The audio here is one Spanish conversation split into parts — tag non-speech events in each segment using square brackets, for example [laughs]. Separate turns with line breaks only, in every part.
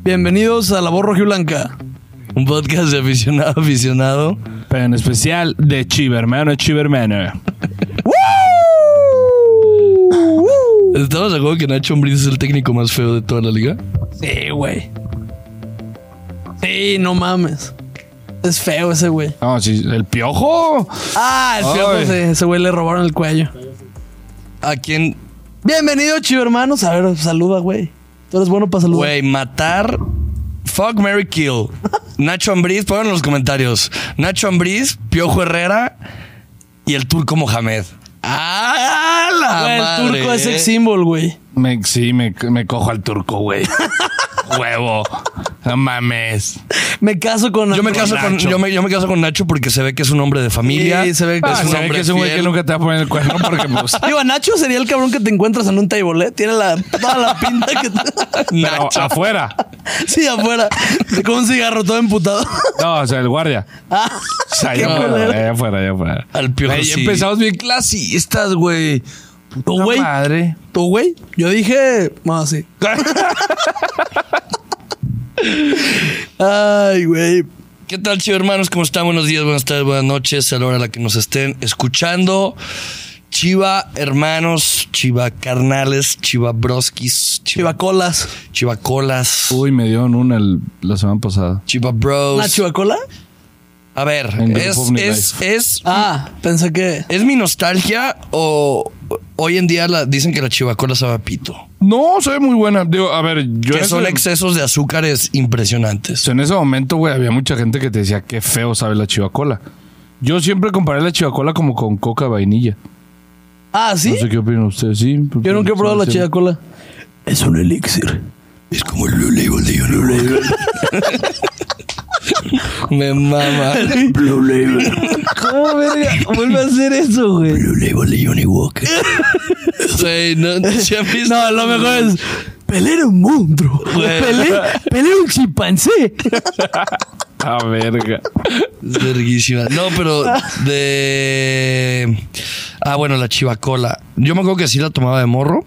Bienvenidos a La Voz Blanca, un podcast de aficionado [laughs] a aficionado.
Pero en especial de Chivermano Chivermano.
¿Estabas de acuerdo que Nacho Ambriz es el técnico más feo de toda la liga?
Sí, güey. Sí, no mames. Es feo ese güey.
No, sí, el piojo.
Ah, el
Ay.
feo ese, ese güey le robaron el cuello.
¿A quién?
Bienvenido, chivo hermanos. A ver, saluda, güey. Tú eres bueno para saludar.
Güey, matar. Fuck Mary Kill. Nacho Ambriz, pongan en los comentarios. Nacho Ambriz, Piojo Herrera y el turco Mohamed. ¡Ah, la
Güey, el
madre,
turco es
eh!
sex symbol, güey.
Me, sí, me, me cojo al
[laughs]
turco, güey. Huevo. No mames.
Me caso con.
Yo me, caso con,
Nacho.
yo, me, yo me caso con Nacho porque se ve que es un hombre de familia.
Sí, se ve que-
es
Ah,
un
se ve
hombre
que es un güey que
fiel.
nunca te va a poner el cuerno porque pues.
[laughs]
Digo, a Nacho sería el cabrón que te encuentras en un table, ¿eh? Tiene la, toda la pinta que.
Pero
Nacho.
afuera.
[laughs] sí, afuera. Con un cigarro todo emputado. [laughs]
No, o sea,
[laughs]
el guardia.
Ah,
O sea,
qué
allá afuera,
culero.
allá afuera, allá afuera.
Al piojo
Güey,
sí.
Empezamos bien clasistas, güey.
Tú, güey.
Madre.
Tú, güey. Yo dije. No, sí. Ay, güey.
¿Qué tal, chido hermanos? ¿Cómo están? Buenos días, buenas tardes, buenas noches, a la hora a la que nos estén escuchando. Chiva hermanos, chiva carnales, chiva broskis, chiva,
Chivacolas.
chiva colas,
Uy, me dieron una el- la semana pasada.
chiva bros.
¿La chivacola?
A ver,
En
es,
Grupo Omnilife.
es, es,
Ah, pensé que.
es mi nostalgia o hoy en día la- dicen que la chiva cola sabe a pito.
No, soy muy buena. Digo, a ver, yo.
Que
en
son
ese-
excesos de azúcares impresionantes.
en ese momento, güey, había mucha gente que te decía qué feo sabe la chivacola. Yo siempre comparé la chivacola como con coca vainilla.
Ah, sí.
No sé qué opinan ustedes, sí.
Yo nunca he probado la
chivacola.
chivacola. Es un elixir.
Es como el Blue Label de
[laughs]
Me mama.
Blue
[laughs]
Label. [laughs] ¿Cómo, verga? Vuelve a hacer eso, güey.
Blue Label de Johnny Walker. Güey, no, ¿se han visto?
No, [laughs] lo mejor es. Pelé era un monstruo.
Güey.
Pelé, Pelé era un
[laughs]
chimpancé.
Ah, verga.
Es verguísima. No, pero de. Ah, bueno, la chivacola. Yo me acuerdo que sí la tomaba de morro.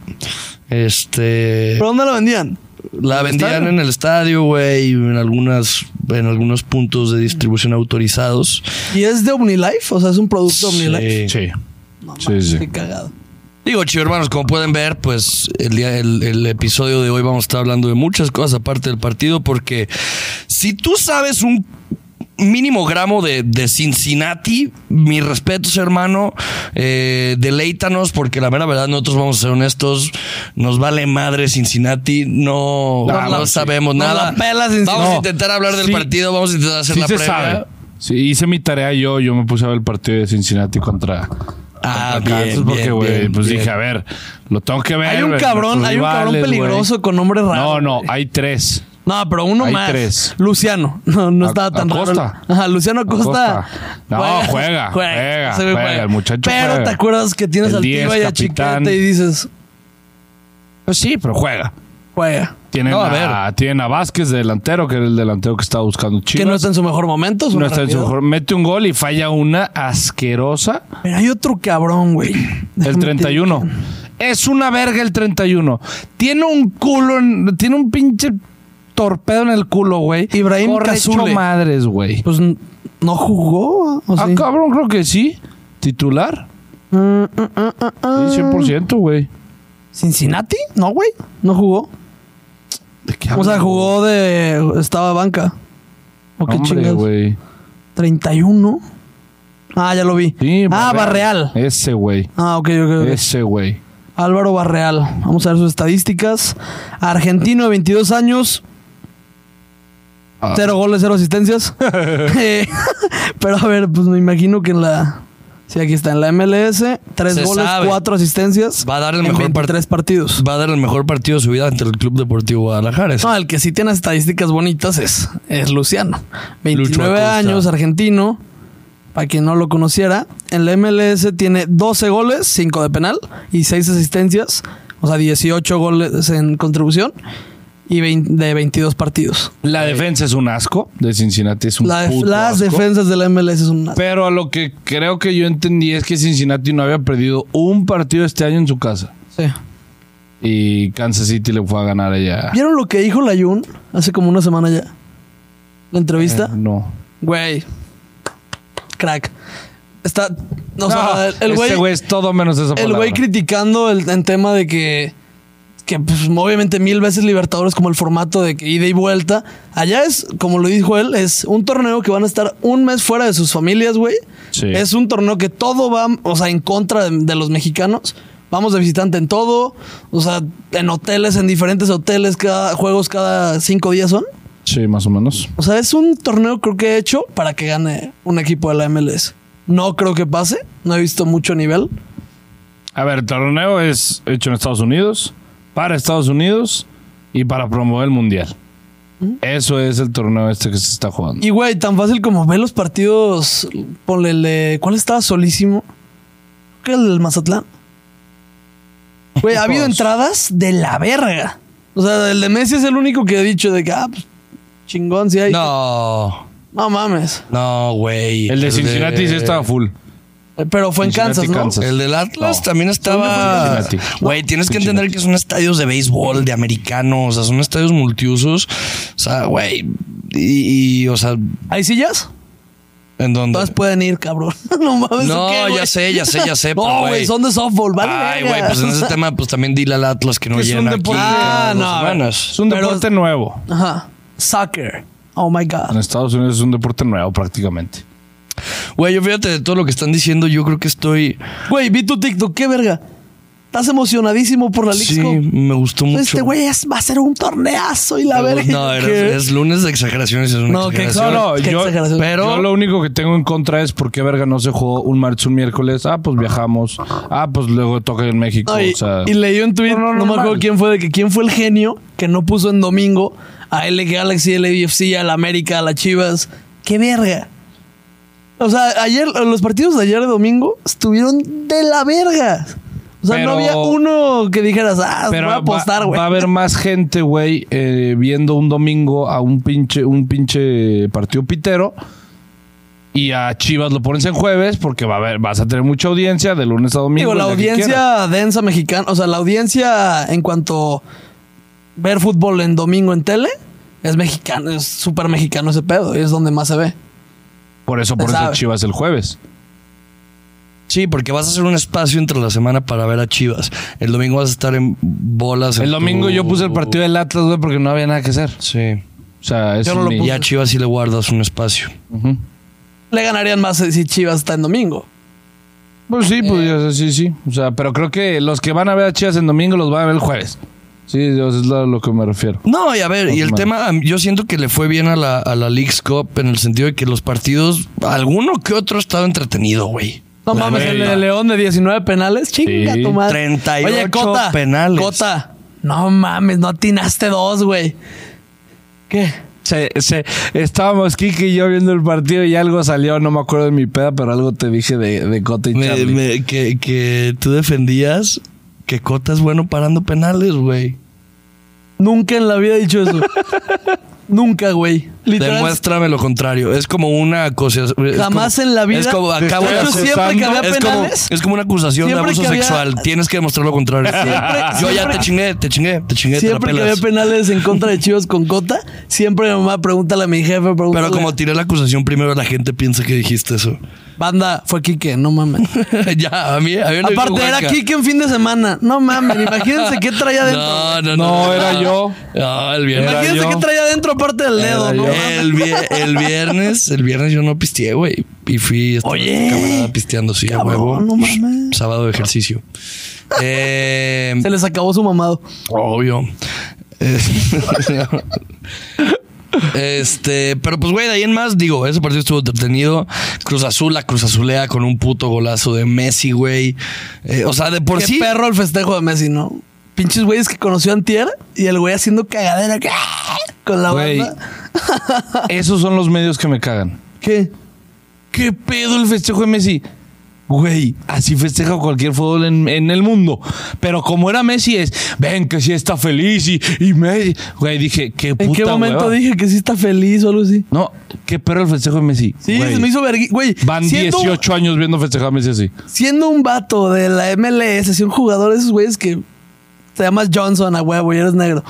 Este.
¿Pero dónde lo vendían?
La vendían
estadio?
en el estadio, güey, en algunas, en algunos puntos de distribución autorizados.
¿Y es de OmniLife? O sea, es un producto OmniLife.
Sí.
Sí.
No,
Sí,
mames,
sí.
Qué cagado.
Digo, chido hermanos, como pueden ver, pues el, día, el, el episodio de hoy vamos a estar hablando de muchas cosas aparte del partido, porque si tú sabes un mínimo gramo de, de Cincinnati, mis respetos, hermano, eh, deleítanos, porque la mera verdad, nosotros vamos a ser honestos, nos vale madre Cincinnati, no,
Ah,
no
no, sí.
sabemos
Nos
nada.
la pela Cincinnati.
Vamos a
No.
intentar hablar del
Sí.
partido, vamos a intentar hacer
Sí
la
se
previa.
sabe. Sí, hice mi tarea yo. Yo me puse a ver el partido de Cincinnati contra.
Ah,
contra
bien,
Kansas, porque,
bien,
güey,
bien,
pues
bien.
dije, a ver, lo tengo que ver.
Hay un
güey,
cabrón,
nuestros
hay un cabrón
rivales, güey.
peligroso con nombre raro.
No, no,
güey.
hay tres.
No, pero uno
hay
más.
tres.
Luciano. No, no
A-
estaba tan raro.
Acosta.
Ajá, Luciano Acosta.
Acosta. No,
[laughs]
juega, juega,
Ese güey
juega, el muchacho
Pero
juega.
te acuerdas que tienes
El
al
10
Tiva y a
capitán.
Chiquete y dices,
Pues sí, pero juega.
juega.
Tienen,
No, a
a, tienen a Vázquez de delantero, que era el delantero que estaba buscando Chivas.
Que no está en su mejor momento. su
No está en su
rápido.
mejor- Mete un gol y falla una asquerosa.
Pero hay otro cabrón, güey.
El
Déjame te-
31. Es una verga el 31. Tiene un culo, en- tiene un pinche torpedo en el culo, güey.
Ibrahim
Corre
Cazule.
hecho madres, güey.
Pues n- no jugó. ¿o
Ah,
sí? Mm,
cabrón, creo que sí. ¿Titular?
Ah.
Sí, 100%, güey.
¿Cincinnati? No, güey. No jugó. O sea, jugó de. Estaba banca. ¿O qué
Hombre,
chingados?
güey.
31. Ah, ya lo vi.
Sí,
ah, Barreal.
Ese, güey.
Ah, ok, ok, ok.
Ese, güey.
Álvaro Barreal. Vamos a ver sus estadísticas. Argentino de 22 años.
Ah.
Cero goles, cero
[laughs]
asistencias. Eh, Pero a ver, pues me imagino que en la. Sí, aquí está, en la MLS. Tres
Se
goles,
sabe.
cuatro asistencias.
Va a dar el
en
mejor part-
23 partidos.
Va a dar el mejor partido de su vida ante el Club Deportivo Guadalajara. ese
No, el que sí tiene estadísticas bonitas es, es Luciano. 29
Acosta.
años, argentino. Para quien no lo conociera, en la MLS tiene 12 goles, 5 de penal y 6 asistencias. O sea, 18 goles en contribución y 20 de 22 partidos.
La defensa es un asco de Cincinnati. Es un
La-
puto
las
asco.
defensas de la MLS son una...
Pero a lo que creo que yo entendí es que Cincinnati no había perdido un partido este año en su casa.
Sí.
y Kansas City le fue a ganar allá.
¿Vieron lo que dijo Layun hace como una semana ya? La entrevista.
Eh, No.
Güey. Crack. Está. O
Ah,
sea, el- el
Este
güey.
güey es todo menos esa
El güey
palabra.
criticando el, en tema de que. Que pues, obviamente mil veces Libertadores como el formato de que ida y vuelta. Allá es, como lo dijo él, es un torneo que van a estar un mes fuera de sus familias, güey.
Sí.
Es un torneo que todo va, o sea, en contra de, de los mexicanos. Vamos de visitante en todo. O sea, en hoteles, en diferentes hoteles, cada juegos cada cinco días son.
Sí, más o menos.
O sea, es un torneo creo que he hecho para que gane un equipo de la MLS. No creo que pase. No he visto mucho nivel.
A ver, el torneo es hecho en Estados Unidos, para Estados Unidos y para promover el mundial.
¿Mm?
Eso es el torneo este que se está jugando.
Y güey, tan fácil como ver los partidos. Ponle el de. ¿Cuál estaba solísimo? Creo que el del Mazatlán. Güey, ha habido
Todos.
entradas de la verga. O sea, el de Messi es el único que he dicho de que, ah, pues, chingón, si hay.
No,
No mames.
no, güey.
El de Cincinnati sí estaba full.
Eh, Pero fue en
Cincinnati,
Kansas, ¿no?
Kansas.
El del Atlas
No.
también estaba.
Cincinnati. No,
Güey, tienes que
Cincinnati.
entender que son estadios de béisbol, de americanos, o sea, son estadios multiusos. O sea, güey. Y, y, o sea,
¿Hay sillas?
¿en dónde?
Todas pueden ir, cabrón. [laughs] no mames.
No,
¿o qué, güey?
ya sé, ya sé, ya sé,
[laughs]
pero,
no,
güey.
güey, son de softball, ¿vale?
Ay,
verga.
güey, pues en ese tema, pues también dile al Atlas que no
Que es un
llena aquí.
deporte-
cada
Ah,
dos
no, a ver.
Es
semanas.
un
Pero-
deporte nuevo.
[laughs] Ajá. Soccer. Oh my
En
God.
Estados Unidos es un deporte nuevo prácticamente.
Güey, yo fíjate de todo lo que están diciendo, yo creo que estoy.
Güey, vi tu TikTok, qué verga. Estás emocionadísimo por la League's
Sí,
Cup.
me gustó mucho.
Este güey es- va a ser un torneazo y la verga.
No, era-
¿Qué?
es lunes de exageraciones, es una
No, que-
exageración.
No, no,
Qué
yo,
exageración.
pero...
Pero-
yo lo único que tengo en contra es por qué verga no se jugó un martes, un miércoles. Ah, pues viajamos. Ah, pues luego toca en México.
No, y,
o sea,
y leí un tweet, no, me
normal.
acuerdo quién fue, de que quién fue el genio que no puso en domingo a L Galaxy, LAFC, a la América, a las Chivas. ¡Qué verga! O sea, ayer, los partidos de ayer de domingo estuvieron de la verga. O sea,
Pero-
no había uno que dijeras, ah,
pero
voy a
va-
apostar, güey.
Va, a haber más gente, güey, eh, viendo un domingo a un pinche, un pinche partido pitero. Y a Chivas lo pones en jueves porque va a haber, vas a tener mucha audiencia de lunes a domingo.
Digo, la
el día que quieras.
audiencia densa mexicana, o sea, la audiencia en cuanto ver fútbol en domingo en tele es mexicano, es súper mexicano ese pedo, es donde más se ve.
Por eso, por
se
eso
sabe.
Chivas el jueves.
Sí, porque vas a hacer un espacio entre la semana para ver a Chivas. El domingo vas a estar en bolas. en
El domingo
tu-
yo puse el partido del Atlas, güey, porque no había nada que hacer.
Sí.
O sea, es
Yo no lo
un-
Y a Chivas sí le guardas un espacio.
Ujú.
Le ganarían más si Chivas está en domingo.
Pues sí, pues ya sé, sí, sí. O sea, pero creo que los que van a ver a Chivas en domingo los van a ver el jueves. Sí, o sea, es a lo que me refiero.
No, y a ver, y el
Más o
tema, am, yo siento que le fue bien a la, a la League's Cup en el sentido de que los partidos, alguno que otro ha estado entretenido, güey.
No
La
mames,
neta.
el de León de 19 penales, chinga
Sí.
tu madre.
38
Oye, Cota,
penales.
Cota, no mames, no atinaste dos, güey. ¿Qué?
Se, se- estábamos Kike y yo viendo el partido y algo salió, no me acuerdo de mi peda, pero algo te dije de, de Cota y
Me-
Charlie.
me- que, que tú defendías que Cota es bueno parando penales, güey.
Nunca en la vida he dicho eso. Nunca, güey. Literal,
Demuéstrame lo contrario. Es como una acusación. es
Jamás
como-
en la vida.
Es como, acabo de
Pero
hacer-
siempre que había
es como,
penales.
es como una acusación de
Siempre
abuso
que había-
sexual. Tienes que demostrar lo contrario.
Siempre-
Yo ya
siempre-
te chingué, te chingué, te chingué, te la
Siempre que
pelas.
había penales en contra de Chivas con Cota, siempre mi mamá pregúntale a mi jefe, pregúntale.
Pero como tiré la acusación primero, la gente piensa que dijiste eso. [laughs]
Banda, fue Quique, no
[laughs]
mames.
ya, a mí. A mí no me dijo
Aparte, era
Juanca.
Quique en fin de semana. No mames, imagínense qué
[laughs]
traía adentro.
No, no, no.
No, era yo.
No, el viernes.
Era
imagínense
yo.
qué traía adentro aparte del dedo, no
Era yo.
mames.
El, vie- el viernes, el viernes yo no pisteé, güey. Y fui estaba
Oye.
con mi camarada pisteando, sí, a
Cabrón,
huevo.
no mames.
Sábado
[laughs]
de ejercicio. Eh,
Se les acabó su mamado.
obvio. Eh, [laughs] Este, pero pues güey, de ahí en más, digo, ese partido estuvo entretenido. Cruz Azul, la Cruz Azulea con un puto golazo de Messi, güey. Eh, o sea, de por
qué
sí.
perro el festejo de Messi, ¿no? Pinches güeyes que conoció Antier y el güey haciendo cagadera que- ah, con la
Güey.
banda.
Ah, Esos son los medios que me cagan.
¿Qué?
¿Qué pedo el festejo de Messi? Güey, así festeja cualquier fútbol en, en el mundo. Pero como era Messi es, ven que sí está feliz y, y Messi. Güey, dije, qué puta
¿En qué momento
hueva.
dije que sí está feliz o algo así?
No, qué perro el festejo de Messi.
Sí,
Güey,
se me hizo vergüenza. Güey,
Van
siendo-
18 años viendo festejar a Messi así.
siendo un vato de la MLS, si un jugador de esos güeyes que te llamas Johnson a huevo y eres negro.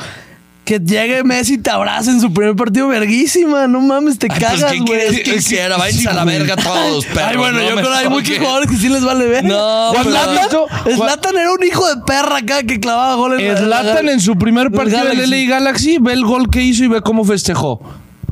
Que llegue Messi y te abrace en su primer partido, verguísima. No mames, te
Ay, pues,
cagas,
¿qué
güey.
quieres que hiciera? Váyanse a la verga todos, perros.
Ay, bueno,
no
yo
me
creo que hay muchos
toquen.
jugadores que sí les vale ver.
No, pero-
¿Cuál-
Zlatan, Zlatan era un hijo de perra acá que clavaba goles.
Zlatan en su primer partido
Galaxy.
del LA Galaxy ve el gol que hizo y ve cómo festejó.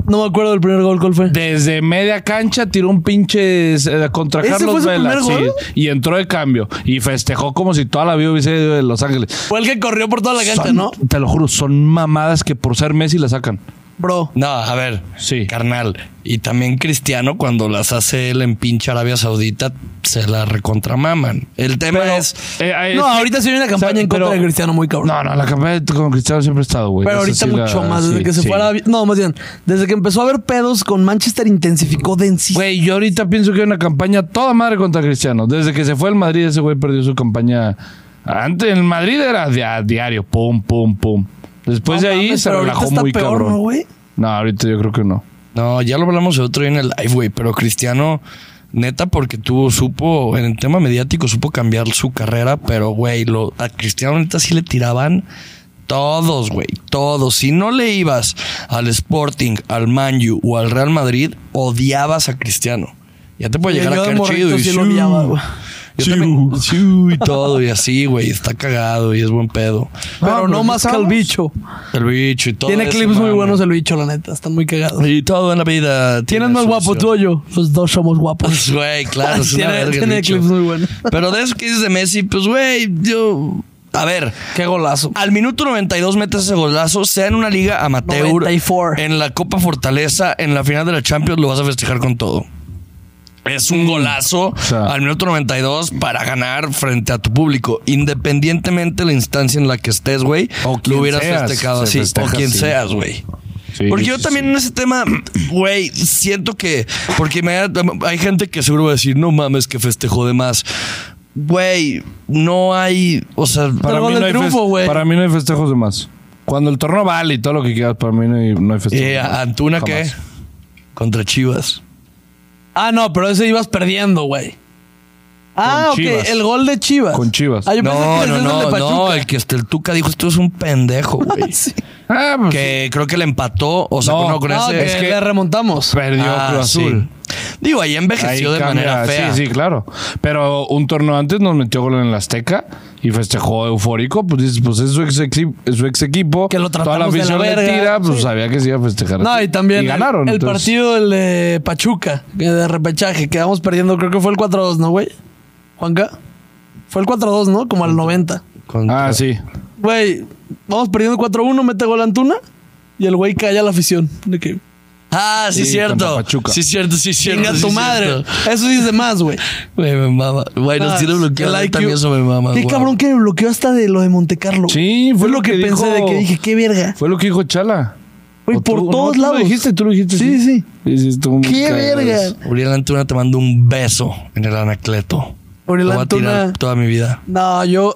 No me acuerdo del primer gol, ¿cuál fue?
Desde media cancha tiró un pinche eh, contra
¿Ese
Carlos
fue su
Vela.
primer gol?
sí, y entró de cambio. Y festejó como si toda la vida hubiese ido de Los Ángeles.
Fue el que corrió por toda la cancha,
Son-
¿no?
Te lo juro, son mamadas que por ser Messi la sacan.
Bro.
No, a ver,
Sí.
carnal. Y también Cristiano, cuando las hace él en pinche Arabia Saudita, se la recontramaman. El tema
Pero,
es.
eh, eh,
No,
sí.
ahorita se viene una campaña
O sea,
en contra
pero-
de Cristiano muy cabrón.
No, no, la campaña con Cristiano siempre ha estado, güey.
Pero
Esa
ahorita
sí la-
mucho más. Desde
sí,
que se
sí.
fuera. No, más bien. Desde que empezó a haber pedos con Manchester, intensificó densidad.
Güey, yo ahorita pienso que hay una campaña toda madre contra Cristiano. Desde que se fue el Madrid, ese güey perdió su campaña. Antes el Madrid era di- a diario, pum, pum, pum.
pues
Después
No
de ahí
mames,
se
pero ahorita
relajó
está
muy
peor,
cabrón.
¿no, güey?
No, ahorita yo creo que no.
No, ya lo hablamos el otro día en el live, güey. Pero Cristiano, neta, porque tuvo, supo, en el tema mediático, supo cambiar su carrera. Pero, güey, lo, a Cristiano, neta, sí le tiraban todos, güey. Todos. Si no le ibas al Sporting, al Man U o al Real Madrid, odiabas a Cristiano. Ya te puede
Sí,
llegar
yo
a
de
caer
morrito
chido. Y
sí lo
"Siu".
odiaba, güey.
Yo también, "Siu", y todo, y así, güey. Está cagado y es buen pedo.
Ah,
Pero
pero
no
aquí
más que el
estamos.
bicho.
El bicho y todo.
Tiene
eso,
clips muy
mami.
buenos el bicho, la neta. Están muy cagados.
Y todo en la vida.
¿Quién
tiene
es más
solución.
guapo, tú o yo? Los dos somos guapos.
[laughs] Pues, [laughs] güey, claro, es una
Tiene-
verga el
tiene
bicho.
clips muy buenos.
Pero de eso que dices de Messi, pues, güey, yo. A ver,
Qué golazo.
al minuto 92 metes ese golazo, sea en una liga amateur,
94.
en la Copa Fortaleza, en la final de la Champions, lo vas a festejar con todo. Es un golazo
sea.
al minuto 92 para ganar frente a tu público, independientemente de la instancia en la que estés, güey.
O
Lo
quien
hubieras
seas,
festejado
se
así, o
festeja
quien
así.
seas, güey.
Sí,
Porque yo
sí,
también
sí.
en ese tema, [clears throat] güey, siento que. Porque me ha- hay gente que seguro va a decir, no mames, que festejó de más. Güey, no hay. O sea,
Para
gol
mí,
del
no hay
triunfo,
fes-
güey.
para mí no hay festejos de más. Cuando el torneo vale y todo lo que quieras, para mí no hay, no hay festejos.
eh,
de más.
Antuna,
Jamás.
¿qué? Contra Chivas.
Ah, no, pero ese ibas perdiendo, güey. Ah, ok.
Chivas.
El gol de Chivas.
Con Chivas.
Ah, yo pensé
No,
que
no,
decías el de
no, no.
Pachuca.
El que hasta el Tuca dijo, esto es un
[laughs]
pendejo, güey.
Sí.
Ah, pues
Que creo que le empató, o sea,
No,
no, con
No,
ese.
que
es que-
le remontamos.
perdió
Ah,
Cruz Azul.
sí. Digo, ahí envejeció
Ahí
de
cambia,
manera fea.
Sí, sí, claro. Pero un torneo antes nos metió gol en el Azteca y festejó eufórico. Pues dices, pues es su ex, equi- es su ex equipo.
Que lo
Toda la
tratamos de la
afición le
verga.
tira, pues
Sí.
sabía que se iba a festejar.
No,
así.
y también el-
ganaron.
el,
entonces.
partido el de Pachuca, que de repechaje, quedamos perdiendo, creo que fue el 4-2, ¿no, güey? Juanca. Fue el 4-2, ¿no? Como al 90.
Contra-
Ah, sí.
Güey, vamos perdiendo 4-1, mete gol Antuna y el güey calla a la afición. De
[laughs]
que,
Ah, sí,
Sí,
cierto.
contra Pachuca.
Sí, cierto, sí, cierto.
chinga
sí,
tu
cierto.
madre. Eso dice más,
[laughs]
güey.
Güey, me mama. Güey, nos
Ah,
tiene
el
bloqueado.
eh,
a mí
IQ.
También eso me mama.
Qué
guau.
cabrón que me bloqueó hasta de lo de Monte Carlo.
Sí, fue lo
lo que,
que
pensé de
dijo-
que dije, qué verga.
Fue lo que dijo Chala.
Güey,
O
por
tú- no,
todos
tú
lados.
Lo dijiste, tú lo dijiste.
Sí, sí.
Sí, sí, estuvo muy
Qué
cagado
verga.
eso.
Uriel Antuna te mando un beso en el anacleto.
Uriel
Lo voy a tirar
Antuna.
toda mi vida.
No, yo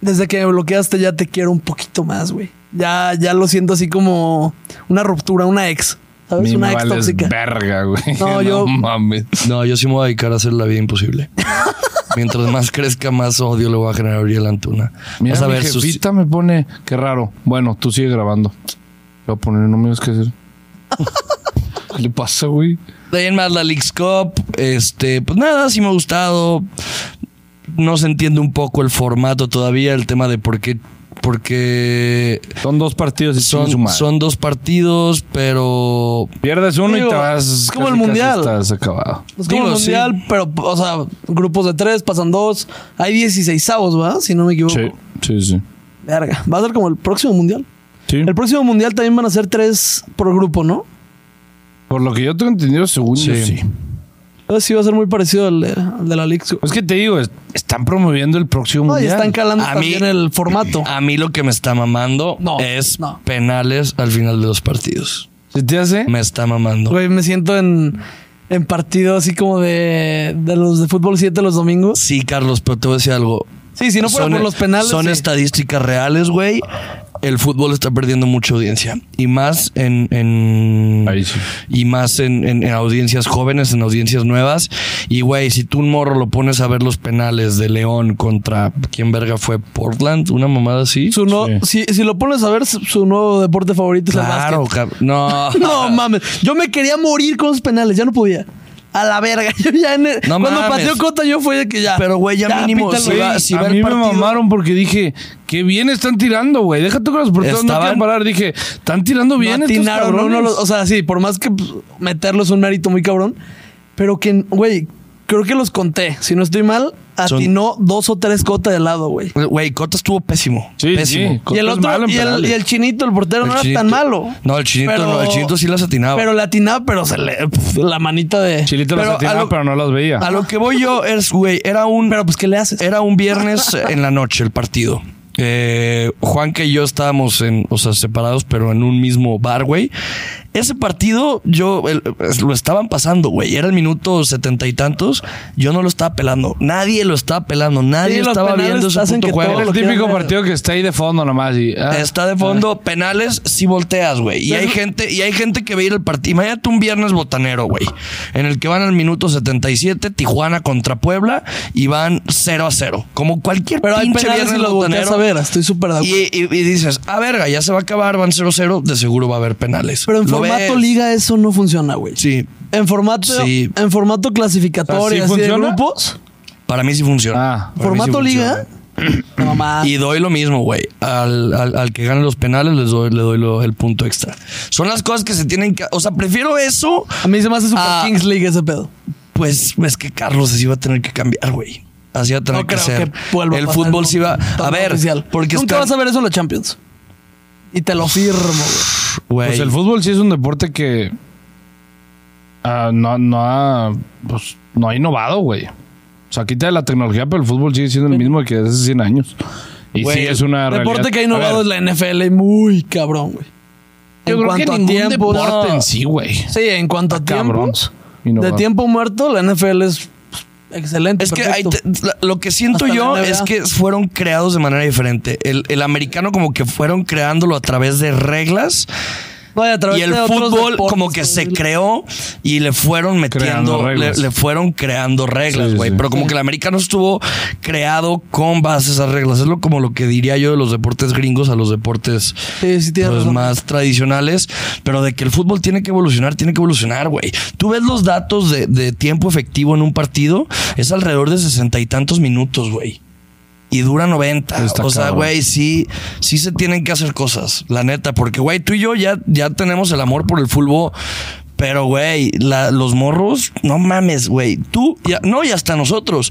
desde que me bloqueaste ya te quiero un poquito más, güey. Ya, ya lo siento así como una ruptura, una ex.
A
¿Sabes?
mí
Una
me
ex
vales
tóxica.
verga, güey. [laughs]
No, yo-
mames.
No, yo sí me voy a dedicar a hacer la
[laughs]
vida imposible. Mientras más crezca, más odio le voy a generar a Uriel Antuna.
Mira,
Vas a ver
mi
sus.
jefita me pone... Qué raro. Bueno, tú sigue grabando. Voy a poner, no me ves qué [laughs] hacer. ¿Qué le pasa, güey?
De ahí en más la Leagues Cup. Este, pues nada, sí me ha gustado. No se entiende un poco el formato todavía, el tema de por qué. Porque
Son dos partidos y son,
son, son dos partidos, pero
Pierdes uno y
Digo,
te vas.
es como
casi,
el
casi
mundial.
Estás acabado.
Es como
Digo,
el
sí.
mundial, pero, o sea, grupos de tres, pasan dos. Hay 16 avos, ¿verdad? Si no me equivoco.
Sí, sí, sí.
Verga. Va a ser como el próximo mundial.
Sí.
El próximo mundial también van a ser tres por grupo, ¿no?
Por lo que yo tengo entendido, según yo,
Sí.
sí.
Entonces sí va a ser muy parecido al de, al de la League Cup.
Pues,
Es que te digo, es- están promoviendo el próximo
No, y
mundial.
están calando
A mí-
también el formato.
A mí lo que me está mamando
No,
es
no.
penales al final de los partidos.
¿Se te hace?
Me está mamando.
Güey, me siento en, en partido así como de, de los de fútbol 7 los domingos.
Sí, Carlos, pero te voy a decir algo.
Sí, si no fuera por los penales.
Son
sí.
estadísticas reales, güey. el fútbol está perdiendo mucha audiencia. Y más en. en
Ahí sí.
Y más en, en- en audiencias jóvenes, en audiencias nuevas. Y, güey, si tú un morro lo pones a ver los penales de León contra. ¿Quién verga fue? ¿Portland? ¿Una mamada así?
Su no, si, si lo pones a ver, su- su nuevo deporte favorito es el
Claro,
básquet.
cab- No.
[laughs] No mames, yo me quería morir con los penales, ya no podía. A la verga, [laughs] yo ya en el-
No
cuando
mames.
paseo Cota yo fue de que ya.
Pero, güey, ya mínimo,
pítalo,
si
güey.
va- si
a
va el
mí
partido-
me mamaron porque dije, qué bien están tirando, güey. Déjate que los porteros no
Estaban-
quieren parar. Dije, están tirando bien
no
estos
atinaron
cabrones.
uno a los- o sea, sí, por más que pues, meterlos un mérito muy cabrón, pero que, güey, creo que los conté, si no estoy mal,
Son-
atinó dos o tres cotas de lado, güey.
Güey, Cota estuvo pésimo.
Sí,
Y
pésimo.
sí.
el
Cota es
otro,
malo en
y el,
penales.
y el chinito, el portero,
El
no era
Chinito-
tan malo.
No, el chinito
Pero-
no, el chinito sí las atinaba.
Pero la atinaba, pero se le. pf, la manita de.
Chilito
Pero
los
a
atinaba,
lo-
pero no los veía.
A lo que voy yo es, güey, era un.
Pero pues, ¿qué le haces?
Era
[laughs]
un viernes en la noche el partido. Eh, Juanca y yo estábamos en, o sea, separados, pero en un mismo bar, güey. Ese partido, yo el- lo estaban pasando, güey. Era el minuto setenta y tantos. Yo no lo estaba pelando. Nadie lo estaba pelando. Nadie
Sí, los
estaba
penales
viendo ese
hacen
puto
que
juego.
todo
el
lo
típico
quieren ver.
partido que está ahí de fondo nomás. Y, ah,
Está de fondo, penales, si volteas, güey. Y
Pero-
hay gente, y hay gente que ve ir el partido. Imagínate un viernes botanero, güey. En el que van al minuto 77, Tijuana contra Puebla, y van 0 a 0. Como cualquier
Pero hay
pinche
penales
viernes
y los volteas
botanero.
a ver, estoy súper de acuerdo.
Y, y- y dices, ah, verga, ya se va a acabar, van 0-0, de seguro va a haber penales.
Pero en
Lo
formato
ves.
liga eso no funciona, güey.
Sí,
En formato,
Sí.
en formato
O sea, ¿sí
clasificatorio, así de
funciona?
grupos.
para mí sí funciona.
ah.
Para mí sí
Formato
funciona.
liga. No, mamá.
Y doy lo mismo, güey. Al, al- al que gane los penales les doy, le doy lo- el punto extra. Son las cosas que se tienen que... O sea, prefiero eso
A mí se me hace Super
Ah.
Kings League ese pedo.
Pues es que Carlos así va a tener que cambiar, güey. Así va a tener
No
que
creo
ser.
que vuelva a
el
pasar
fútbol
un
sí va. A
torneo
ver,
oficial.
porque
nunca
está- Ah,
vas a ver eso en la Champions. Y te lo firmo, güey.
Güey,
Pues el fútbol sí es un deporte que ah, no, no ha pues, no ha innovado, güey. O sea, quita la tecnología, pero el fútbol sigue siendo el mismo que hace 100 años. Y
Güey,
sí es una
El
Ah, realidad.
deporte que ha
A
innovado es
ver,
la NFL, muy cabrón, güey.
Yo creo que ningún deporte en sí, güey.
Sí, en cuanto a
Ah,
Cabrón.
tiempos. De
Innovador.
tiempo muerto, la NFL es pues, excelente.
Es que ahí
perfecto.
te- la- lo que siento
Hasta la
yo
NBA.
es que fueron creados de manera diferente. El, el americano como que fueron creándolo a través de reglas
Vaya, a través
y el
de otros
fútbol
deportes,
como que se
güey.
creó y le fueron
Creando
metiendo, le,
reglas.
le fueron creando reglas,
Sí, sí,
güey.
sí.
Pero como que el americano estuvo creado con base a esas reglas. Es lo como lo que diría yo de los deportes gringos a los deportes
Sí, sí, tienes
pues,
razón.
más tradicionales, pero de que el fútbol tiene que evolucionar, tiene que evolucionar, güey. Tú ves los datos de, de tiempo efectivo en un partido, es alrededor de sesenta y tantos minutos, güey. Y dura 90.
Está
o sea,
cabrón.
güey, sí, sí se tienen que hacer cosas, la neta, porque, güey, tú y yo ya, ya tenemos el amor por el fútbol. Pero, güey, la- los morros, no mames, güey. Tú, ya- no, y hasta nosotros.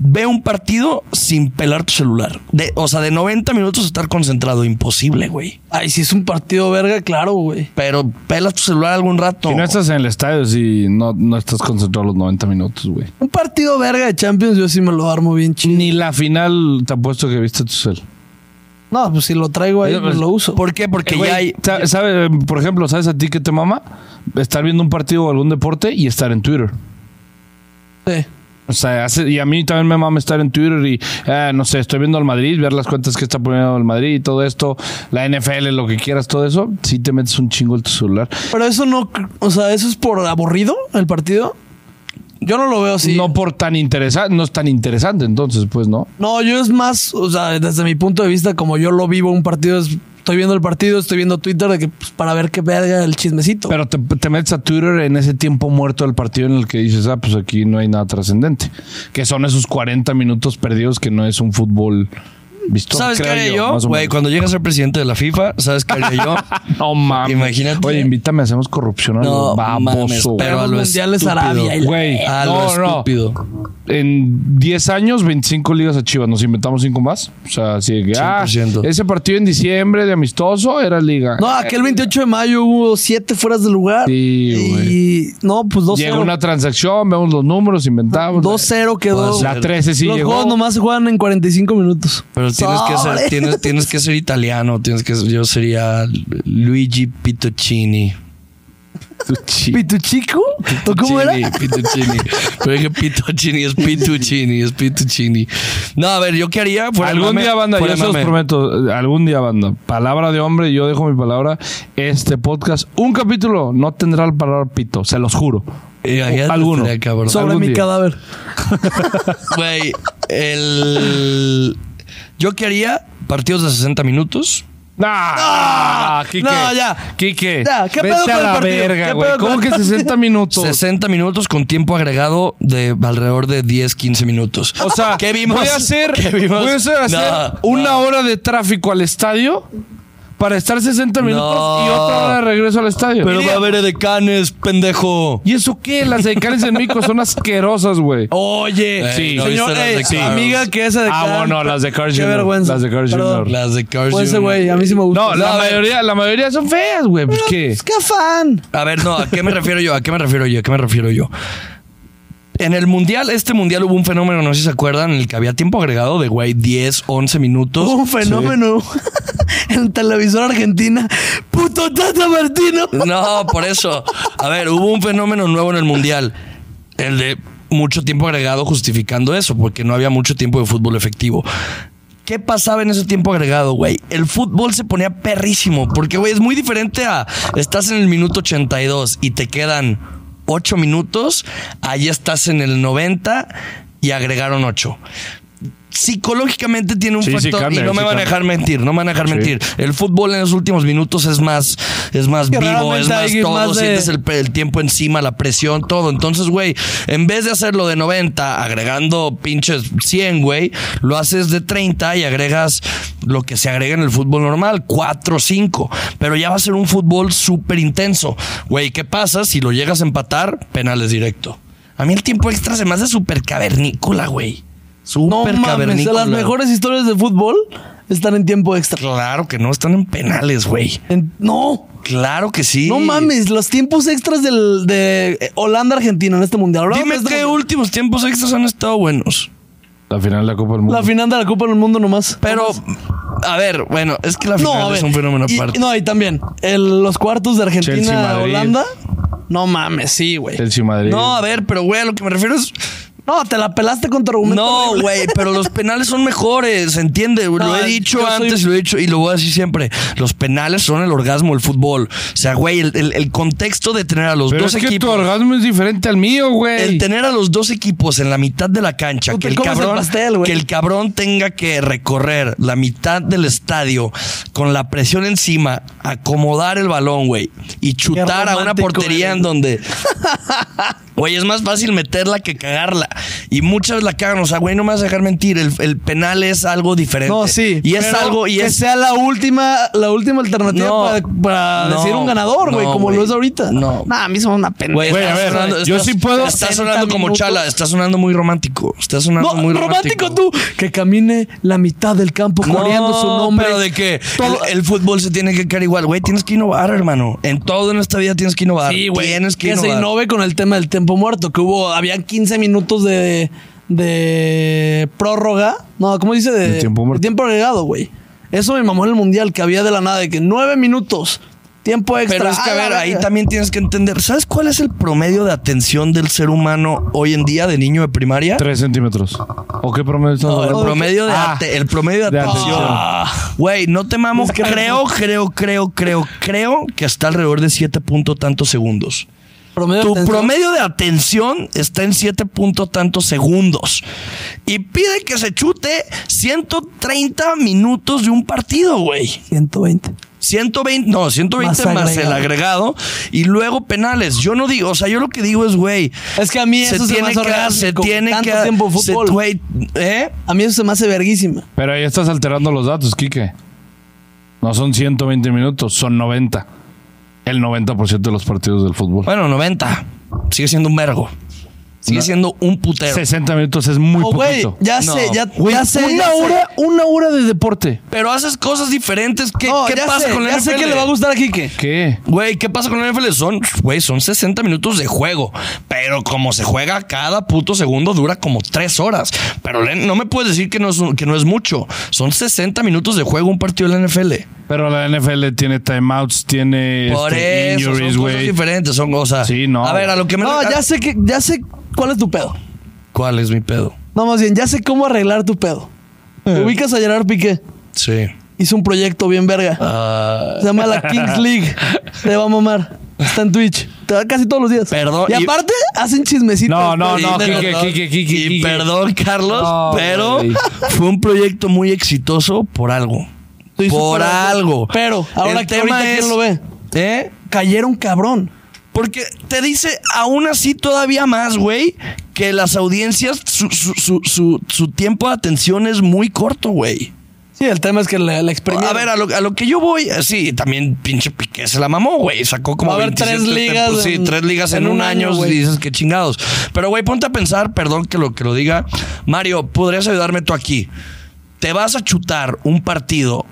Ve un partido sin pelar tu celular. De, o sea, de 90 minutos estar concentrado, imposible, güey.
Ay, si es un partido verga, claro, güey.
Pero pelas tu celular algún rato.
Si no estás en el estadio, si no, no estás concentrado los 90 minutos, güey.
Un partido verga de Champions, yo sí me lo armo bien chido.
Ni la final te apuesto que viste tu cel.
No, pues si lo traigo ahí,
Oye,
pues,
pues,
lo uso.
¿Por qué? Porque
Eh, güey,
ya hay.
sa- sabe, eh, Por ejemplo, ¿sabes a ti qué te mama? Estar viendo un partido o algún deporte y estar en Twitter.
Sí.
O sea, hace- y a mí también me mama estar en Twitter y, eh, no sé, estoy viendo al Madrid, ver las cuentas que está poniendo el Madrid y todo esto, la NFL, lo que quieras, todo eso, sí te metes un chingo en tu celular.
Pero eso no, o sea, eso es por aburrido el partido. Yo no lo veo así.
No por tan interesante, no es tan interesante, entonces, pues, ¿no?
No, yo es más, o sea, desde mi punto de vista, como yo lo vivo un partido, es- estoy viendo el partido, estoy viendo Twitter de que, pues, para ver qué verga el chismecito.
Pero te, te metes a Twitter en ese tiempo muerto del partido en el que dices, ah, pues aquí no hay nada trascendente. Que son esos 40 minutos perdidos que no es un fútbol visto.
¿Sabes qué
creo
haría
más
yo?
o
Güey,
menos.
cuando llegue a ser presidente de la FIFA, ¿sabes qué haría [laughs] yo?
No mames.
Imagínate.
Oye, invítame, hacemos corrupción a
No
los
mames,
baboso. pues,
pero a
Los
lo
mundiales
estúpido.
Arabia y la-
Güey,
A
no,
lo
no.
estúpido.
En 10 años, 25 ligas a Chivas. Nos inventamos 5 más. O sea, así de que. Ah,
100%.
ese partido en diciembre de amistoso era liga.
No, aquel 28 de mayo hubo siete fueras de lugar.
Sí, güey.
y no, pues 2-0.
Llega una transacción, vemos los números, inventamos.
2-0 quedó.
Pues, La 13 sí
Los
llegó.
juegos
[laughs]
nomás se juegan en 45 minutos.
Pero tienes que,
Sobre.
ser, tienes, tienes que ser italiano. Tienes que ser- yo sería Luigi Pitocini.
Pituchini.
¿Pituchico? ¿O cómo era?
pues,
Pituchini. Pero dije Pituchini, es Pituchini, es Pituchini. No, a ver, ¿yo qué haría? Fuera de
Algún
mame,
día, banda,
fuera
yo
de
se los
mame.
prometo, eh, algún día, banda, palabra de hombre, yo dejo mi palabra, este podcast, un capítulo no tendrá la palabra pito, se los juro.
Eh, ahí está,
Alguno.
estaría cabrón.
Sobre
algún
mi
día.
cadáver.
[laughs]
Güey, el... Yo qué haría partidos de 60 minutos.
¡Ah!
No,
Quique,
no, ya.
Quique,
Ya, ¿qué
vete
pedo con
a
el
la
partido?
verga,
¿Qué
güey.
pedo con-
¿Cómo que 60 minutos?
60 minutos con tiempo agregado de alrededor de 10, 15 minutos.
O sea, [laughs]
¿qué vimos?
voy a hacer,
¿Qué vimos?
voy a hacer, hacer
No,
una
no.
hora de tráfico al estadio para estar 60 minutos
No.
y otra hora de regreso al estadio.
Pero va a haber edecanes, pendejo.
¿Y eso qué? Las decales en México son asquerosas, güey.
Oye,
Ey,
Sí. eh,
¿no viste
señor,
las
ey,
de
su
Cars?
amiga que esa de
Ah,
Cars.
bueno, las de Cars
Qué
Junior,
vergüenza.
las de Cars
Perdón.
Junior.
Las de Cars.
Pues ese
Jr.
güey, a mí sí me gusta.
No, la
a ver.
mayoría, la mayoría son feas, güey. Pues, ¿Qué?
Es que fan.
A ver, no, ¿a qué me refiero yo? ¿A qué me refiero yo? ¿A qué me refiero yo? En el mundial, este mundial hubo un fenómeno, no sé si se acuerdan, en el que había tiempo agregado de güey 10, 11 minutos.
Un fenómeno. [laughs] en televisor argentina. Puto Tata Martino.
No, por eso. A ver, hubo un fenómeno nuevo en el mundial. El de mucho tiempo agregado justificando eso, porque no había mucho tiempo de fútbol efectivo. ¿Qué pasaba en ese tiempo agregado, güey? El fútbol se ponía perrísimo, porque, güey, es muy diferente a estás en el minuto 82 y te quedan 8 minutos, ahí estás en el 90 y agregaron 8. Psicológicamente tiene un
Sí, sí
factor
cambia,
y no
sí
me van a
cambia.
dejar mentir, no me van a dejar mentir. El fútbol en los últimos minutos es más es más
Que
vivo,
raramente
es más
alguien
todo,
más de-
sientes el, el tiempo encima, la presión, todo. Entonces, güey, en vez de hacerlo de 90, agregando pinches 100, güey, lo haces de 30 y agregas lo que se agrega en el fútbol normal, 4, 5. Pero ya va a ser un fútbol súper intenso. Güey, ¿qué pasa si lo llegas a empatar? Penales directo. A mí el tiempo extra se me hace súper cavernícola, güey.
No
Súper
mames,
cavernícola.
las mejores historias de fútbol están en tiempo extra.
Claro que no, están en penales, güey.
En- no,
Claro que sí.
no mames, los tiempos extras del,
eh,
de Holanda-Argentina en este mundial. Hablamos
Dime
de este
qué
mundial.
últimos tiempos extras han estado buenos.
La final de la Copa del Mundo.
La final de la Copa del Mundo nomás.
Pero, a ver, bueno, es que la final
a
es
ver,
un fenómeno
y-
aparte.
No, y también el- los cuartos de
Chelsea,
Argentina a
Madrid.
Holanda. No mames, sí, güey.
Chelsea Madrid.
No, a ver, pero güey, a lo que me refiero es.
No, te la pelaste con tu argumento.
No,
horrible.
güey, Ah, pero los penales son mejores, ¿se entiende? lo he dicho
yo soy-
antes, lo he dicho y lo voy a decir siempre. Los penales son el orgasmo del fútbol. O sea, güey, el, el- el contexto de tener a los
Pero
dos
es que
equipos.
tu orgasmo es diferente al mío, güey.
El tener a los dos equipos en la mitad de la cancha,
Tú te
que el,
comes el
cabrón,
pastel, güey.
que el cabrón tenga que recorrer la mitad del estadio con la presión encima, acomodar el balón, güey, y chutar a una
romántico
portería
eres.
en donde. [laughs] Güey, es más fácil meterla que cagarla. Y muchas veces la cagan. O sea, güey, no me vas a dejar mentir. El, el penal es algo diferente.
No, sí.
Y es
pero
algo. Y
que
es,
sea la última, la última alternativa
No,
para, para
no,
decir un ganador, güey,
no,
como
güey,
lo es ahorita.
no.
Nah, a mí somos una pendeja.
Güey,
Güey, a
está
ver,
sonando-
yo
estás-
sí puedo-
Está
60
sonando como
minutos.
chala, está sonando muy romántico. Está sonando
No,
muy
romántico. tú. Que camine la mitad del campo coreando su nombre.
Pero de que
Todo-
el, el fútbol se tiene que quedar igual. Güey, tienes que innovar, hermano. En todo en esta vida tienes que innovar.
Sí, güey.
Tienes que,
que se
innovar.
innove con el tema del tiempo muerto, que hubo, habían 15 minutos de, de prórroga. No, ¿cómo dice? De,
De tiempo muerto.
de tiempo agregado, güey. Eso me mamó en el mundial, que había de la nada, de que nueve minutos, tiempo extra. Ah,
Pero es que, a
la
ver, ahí
verga.
también tienes que entender. ¿Sabes cuál es el promedio de atención del ser humano hoy en día de niño de primaria?
Tres centímetros. ¿O qué promedio estamos
No, el
hablando?
promedio de,
Ah,
ate- el promedio de,
de
atención.
atención.
Ah, Güey, no te mamo.
Es que-
creo, creo, creo, creo, creo que está alrededor de 7 punto tantos segundos.
Promedio
Tu
de atención.
promedio de atención está en 7 punto tantos segundos. Y pide que se chute 130 minutos de un partido, güey.
120.
120, no, 120 más,
Más
el
agregado.
agregado. Y luego penales. Yo no digo, o sea, yo lo que digo es, güey.
Es que a mí eso se, me hace
que, se
orgásmico,
tiene
tanto
que
tiempo de
se-
fútbol.
güey, ¿eh?
a mí eso se me hace verguísima.
Pero ahí estás alterando los datos, Quique. No son 120 minutos, son 90. El 90% de los partidos del fútbol.
Bueno, 90. Sigue siendo un vergo. Sigue siendo un putero.
60 minutos es muy
Oh, güey,
poquito.
ya
No.
sé, ya,
Güey,
ya sé.
una
ya sé.
hora, una hora de deporte.
Pero haces cosas diferentes. ¿Qué,
No,
qué
ya
pasa
sé,
con la
ya
NFL?
sé que le va a gustar a Quique.
¿Qué?
Güey, ¿qué pasa con la NFL? Son, güey, son 60 minutos de juego. Pero como se juega cada puto segundo, dura como 3 horas. Pero Len, no me puedes decir que no, es, un- que no es mucho. Son 60 minutos de juego un partido de la NFL.
Pero la NFL tiene timeouts, tiene
Por
este,
eso,
injuries,
son cosas
güey.
diferentes, son cosas.
Sí, no,
A ver, a
güey.
lo que me.
No,
a-
ya sé que, ya sé cuál es tu pedo.
¿Cuál es mi pedo?
No, más bien, ya sé cómo arreglar tu pedo.
Eh.
Te ubicas a Gerard Piqué.
Sí.
Hizo un proyecto bien verga.
Ah,
Se llama la Kings League. Te va a mamar. Está en Twitch. Te da casi todos los días.
Perdón,
Y
y-
aparte, hacen chismecitos.
No, no,
y-
no,
de-
Quique, Quique, Quique,
Ah, y
Quique.
perdón, Carlos,
No,
pero
güey.
fue un proyecto muy exitoso por algo.
Lo hizo
Por algo.
Pero, ahora
El
que ahorita
tema
quién
es-
lo ve.
¿Eh?
Cayeron cabrón.
Porque te dice aún así todavía más, güey, que las audiencias, su, su- su- su- su tiempo de atención es muy corto, güey.
Sí, el tema es que la, la experiencia.
A ver, a lo, a lo que yo voy, eh, sí, también pinche Piqué se la mamó, güey. Sacó como
Va a haber
27
tres ligas
tempos- sí,
en-
tres ligas en,
en
un
un
año,
año, güey.
dices que chingados. Pero, güey, ponte a pensar, perdón que lo, que lo diga. Mario, ¿podrías ayudarme tú aquí? Te vas a chutar un partido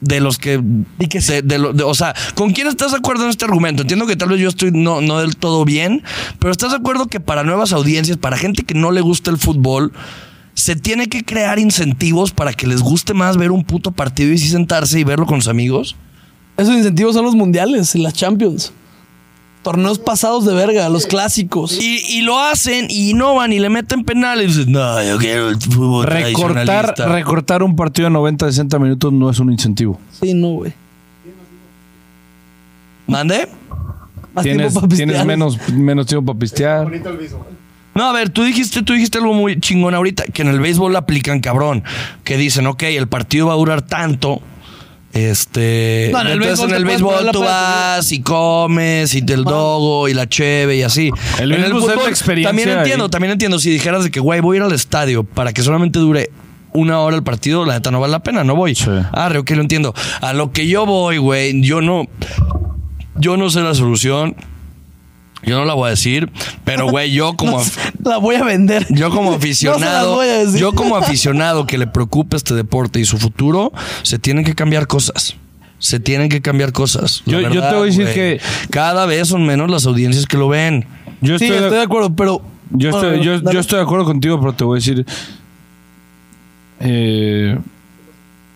de los que...
Y que sí.
de- de lo- de- o sea, ¿con quién estás de acuerdo en este argumento? Entiendo que tal vez yo estoy no, no del todo bien, pero ¿estás de acuerdo que para nuevas audiencias, para gente que no le gusta el fútbol, se tiene que crear incentivos para que les guste más ver un puto partido y sí sentarse y verlo con sus amigos?
Esos incentivos son los mundiales y las Champions. Torneos pasados de verga, los clásicos.
Y, y lo hacen y innovan y le meten penales. Y dices, no, yo quiero el fútbol
Recortar,
tradicionalista".
recortar un partido de 90, 60 minutos no es un incentivo.
Sí, no, güey.
¿Mande?
Más
Tienes,
tiempo pa'
tienes
pistear.
menos, menos tiempo para pistear.
No, a ver, tú dijiste, tú dijiste algo muy chingón ahorita, que en el béisbol la aplican cabrón, que dicen, ok, el partido va a durar tanto. Este.
No, en el
entonces
béisbol
en
te
el
puedes
béisbol
poner la
tú
peda,
vas y comes y el dogo y la cheve y así.
El
en
béisbol es la experiencia
También
ahí.
entiendo, también entiendo. Si dijeras de que, güey, voy a ir al estadio para que solamente dure una hora el partido, la neta no vale la pena, no voy.
Sí.
Ah, ok, lo entiendo. A lo que yo voy, güey, yo no. Yo no sé la solución. Yo no la voy a decir, pero
[laughs]
güey, yo
[laughs]
como
No sé, la voy a vender.
yo
[laughs] No
como
se las
aficionado,
voy a decir.
yo como aficionado que le preocupa este deporte y su futuro, se tienen que cambiar cosas. Se tienen que cambiar cosas. la
Yo- yo te voy a decir
güey.
que-
cada vez son menos las audiencias que lo ven.
Yo
Sí,
estoy,
estoy,
de-
de acuerdo, pero.
yo
Bueno,
estoy, yo,
dale.
yo estoy de acuerdo contigo, pero te voy a decir. eh,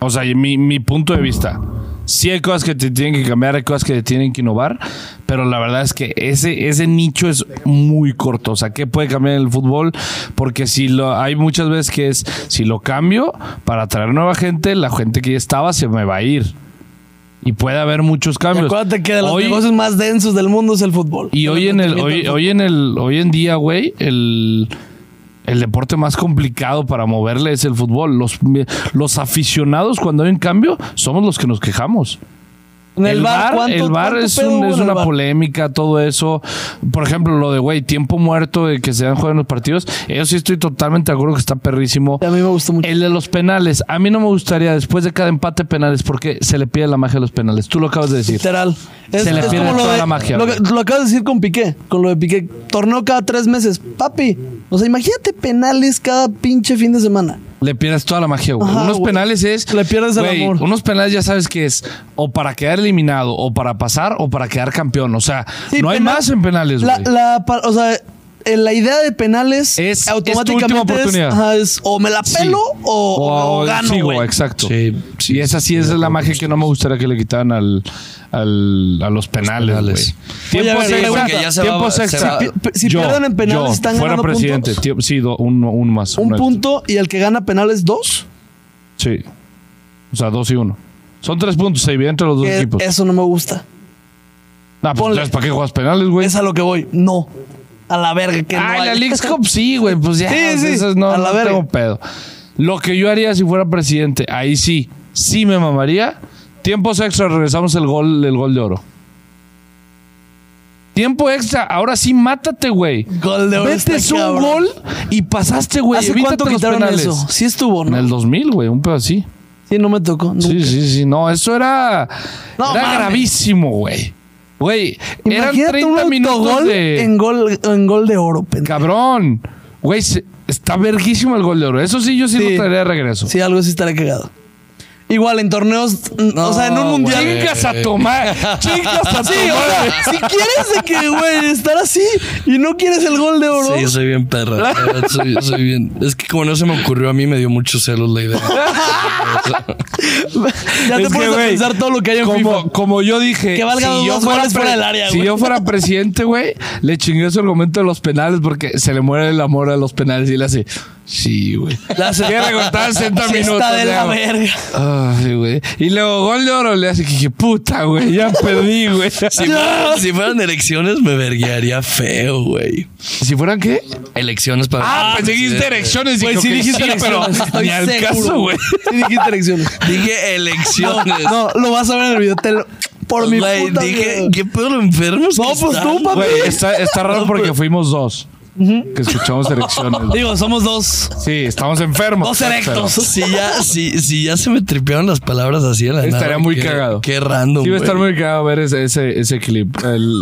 o sea, y mi, mi punto de vista. Sí hay cosas que te tienen que cambiar, hay cosas que te tienen que innovar, pero la verdad es que ese, ese nicho es muy corto. O sea, ¿qué puede cambiar en el fútbol? Porque si lo, hay muchas veces que es, si lo cambio para atraer nueva gente, la gente que ya estaba se me va a ir. Y puede haber muchos
Y
cambios.
acuérdate que de los
Hoy-
negocios más densos del mundo es el fútbol.
y hoy en el
rendimiento del
hoy,
fútbol.
hoy en el hoy en día, güey, el el deporte más complicado para moverle es el fútbol. Los, los aficionados, cuando hay un cambio, somos los que nos quejamos.
En el, bar,
VAR-
¿cuánto-
el VAR
cuánto
es,
pedo
un-
hubo
es
en el
una
VAR?
polémica, todo eso. Por ejemplo, lo de, güey, tiempo muerto, de que se dan juegos en los partidos. Eso sí estoy totalmente de acuerdo que está perrísimo.
A mí me gustó mucho.
El de los penales, a mí no me gustaría después de cada empate penales, porque se le pide la magia a los penales. Tú lo acabas de decir.
Literal. Es,
Se le
es
pierde
como lo
toda
de-
la magia,
Lo,
güey.
que- lo acabas de decir con Piqué, con lo de Piqué. Torneo cada tres meses. Papi, o sea, imagínate penales cada pinche fin de semana.
Le pierdes toda la magia, güey.
Ajá,
unos
güey.
penales es.
Le pierdes el
güey,
amor.
Unos penales ya sabes que es o para quedar eliminado, o para pasar, o para quedar campeón. O sea,
Sí,
no hay
penal-
más en penales,
la,
güey.
la pa- O sea, eh, la idea de penales
Es- es tu
automáticamente
última
es-
oportunidad.
ajá, es o me la pelo
Sí.
o, o gano,
sí,
güey.
exacto.
Sí, sí,
y esa sí es la magia que no me gustaría que le quitaran al, al- a los penales, güey.
penales.
Oye, a
Tiempos
ver,
extra.
porque
ya se va-
tiempos
se
extra.
va- Si
pi- si pierden en penales,
yo,
¿están
fuera
ganando
presidente.
puntos?
Tiemp- sí, do- un, un más.
Un
un extra.
punto y el que gana penales dos.
Sí. O sea, dos y uno. Son tres puntos, se dividen entre los dos
que
equipos.
eh, eso no me gusta.
Nah, pues,
ponle-
entonces, ¿Para qué juegas penales, güey?
Es a lo que voy. No. A la verga que
Ah,
no
Pues la
hay.
League's Cup sí, güey. Pues ya,
Sí,
o sea,
sí,
esas no,
a la
no
verga.
tengo pedo. Lo que yo haría si fuera presidente, ahí sí, sí me mamaría. Tiempos extra, regresamos el gol, el gol de oro. Tiempo extra, ahora sí, mátate, güey.
[laughs] Gol de oro
Vete
está
un
cabrón.
gol y pasaste, güey.
¿Hace
Evítate
cuánto
los
quitaron
penales.
eso? Sí estuvo,
En
¿no?
el 2000, güey, un pedo así.
Sí, no me tocó.
Sí, sí, sí. No, eso era,
No
era
mames.
gravísimo, güey. Güey, eran
Imagínate
30
un
minutos
autogol
de...
en, gol, en gol de oro, pendejo.
Cabrón. Güey, se- está verguísimo el gol de oro. Eso sí, yo sí,
Sí.
lo traería de regreso.
Sí, algo sí estaré cagado. Igual en torneos, mm, o sea, en un
No,
mundial.
güey.
Chingas a
[laughs]
tomar. Chingas [laughs] a tomar.
Sí, o sea, si quieres de que, güey, estar así y no quieres el gol de oro.
Sí, yo soy bien perra. la verdad, soy, soy bien. Es que como no se me ocurrió a mí, me dio muchos celos la [laughs] idea.
[laughs] ya te
Es que,
pones a
güey,
pensar todo lo que hay en FIFA.
[laughs] como, como yo dije,
Que valga
si,
dos
yo
goles
fuera,
fuera
pre-
del área,
si
güey.
yo fuera presidente, güey, le chingué su argumento de los penales porque se le muere el amor a los penales y le hace,
[laughs]
sí, güey.
Le hace-
Quiere recortar 60
Sí
minutos.
está de
le
la
hago,
verga.
"Ay, güey. Y luego gol de oro le hace que dije, puta, güey, ya perdí,
[laughs]
güey.
Si, fueran- si fueran elecciones, me verguearía feo, güey.
si fueran qué?
Elecciones para.
Ah, pensé que dijiste erecciones.
Güey,
Dije,
Pues sí
ok,
dijiste
sí, pero
elecciones. Estoy
ni al
seguro.
caso, güey.
Sí dijiste elecciones.
[laughs]
Dije elecciones.
[laughs] No, lo vas a ver en el video. te lo- por
Pues,
mi
Güey,
puta
dije,
vida.
¿qué pedo lo enfermos?
No,
que
pues
están?
tú, papi.
Güey, está, está raro porque fuimos dos que escuchamos erecciones. güey.
pues. Digo, somos dos.
Sí, estamos enfermos.
Dos
[laughs]
erectos.
Si ya, si, si ya se me tripearon las palabras así a la
Estaría
nada,
muy
qué-
cagado.
Qué random.
Sí, iba a estar
güey.
muy cagado ver ese, ese, ese clip. El-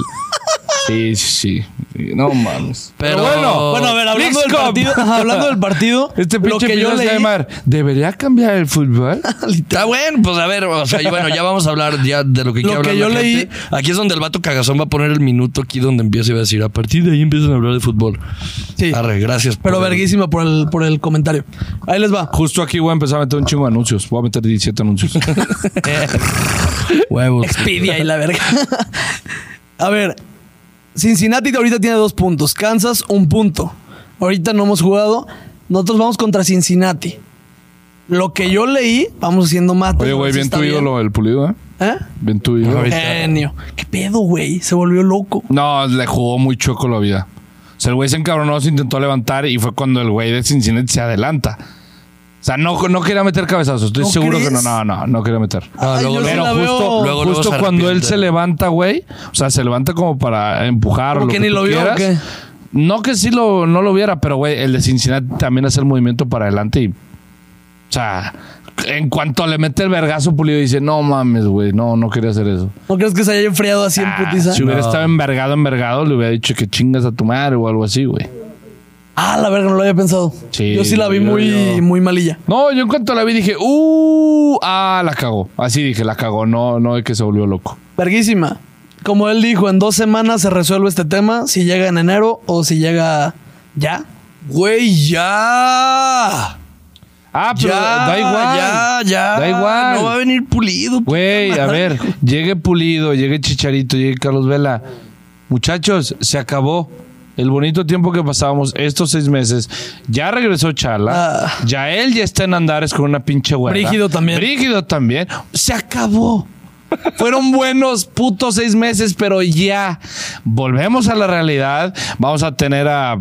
Sí, sí, sí. No mames.
Pero-
Bueno, a ver, hablando del
Mixcom.
partido, ajá, hablando del partido,
[laughs] Este
lo
pinche
que yo
episodio se
leí,
llama, ¿Debería cambiar el fútbol?
Está bueno, pues a ver, o sea, y bueno, ya vamos a hablar ya de lo que
Lo
quiere hablar
que
la
yo leí-
gente. Aquí es donde el vato cagazón va a poner el minuto aquí donde empieza y va a decir, a partir de ahí empiezan a hablar de fútbol.
Sí.
Arre, gracias. por
pero
Pues,
el-
verguísima por el, por el comentario. Ahí les va.
Justo aquí voy a empezar a meter un chingo de anuncios. Voy a meter 17 anuncios.
Huevos.
Expedia y la verga. [laughs] A ver, Cincinnati ahorita tiene dos puntos. Kansas, un punto. Ahorita no hemos jugado. Nosotros vamos contra Cincinnati. Lo que yo leí, vamos haciendo mate.
Oye, güey,
eso
bien
está
tu ídolo, el pulido, ¿eh?
¿Eh?
Bien tu ídolo.
Ahorita.
Genio. ¿Qué pedo, güey? Se volvió loco.
No, le jugó muy chueco la vida. O sea, el güey se encabronó, se intentó levantar y fue cuando el güey de Cincinnati se adelanta. O sea, no, no quería meter cabezazos. Estoy
¿No
seguro
crees?
que no, no, no, no quería meter.
No,
Ay,
luego,
yo sí
luego,
Pero
la veo.
Ah, justo,
luego, luego
justo
se
cuando él
arrepiente.
se levanta, güey. O sea, se levanta como para empujar. o
¿Como
Lo
que
que
ni
tú
lo vio o
quieras.
qué?
No que sí lo, no lo viera, pero güey, el de Cincinnati también hace el movimiento para adelante y. O sea, en cuanto le mete el vergazo pulido, dice: No mames, güey, no, no quería hacer eso.
¿No crees que se haya enfriado así en
Ah,
putiza?
si hubiera
No.
estado envergado, envergado, le hubiera dicho que chingas a tu madre o algo así, güey.
Ah, la verga, no lo había pensado.
Sí,
yo sí la vi
lo
muy,
vio.
muy malilla.
No, yo en cuanto la vi dije, uh, ah, la cagó. Así dije, la cagó. No, no, es que se volvió loco.
Verguísima. Como él dijo, en dos semanas se resuelve este tema, si llega en enero o si llega ya.
Güey, ya.
Ah, pero
Ya.
da igual.
Ya, ya.
Da igual.
No va a venir pulido.
Güey, a ver, llegue Pulido, llegue Chicharito, llegue Carlos Vela. Muchachos, se acabó. El bonito tiempo que pasábamos estos seis meses. Ya regresó Chala.
Ah.
Ya él ya está en Andares con una pinche güera.
Brígido también.
Brígido también.
[laughs]
Se acabó. Fueron buenos putos seis meses, pero ya. Volvemos a la realidad. Vamos a tener a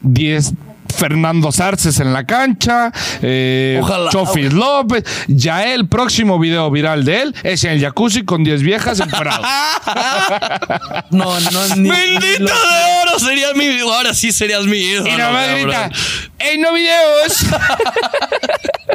10 Fernando Sarces en la cancha, eh,
Ojalá,
Chofis López. Ya el próximo video viral de él es en el jacuzzi con 10 viejas encuerados.
[laughs] No,
[laughs]
no, ni.
Bendito
ni lo-
de oro sería mi Ahora sí serías mi ídolo.
y nomás
cabrón.
grita, ¡Ey, no videos!
[laughs]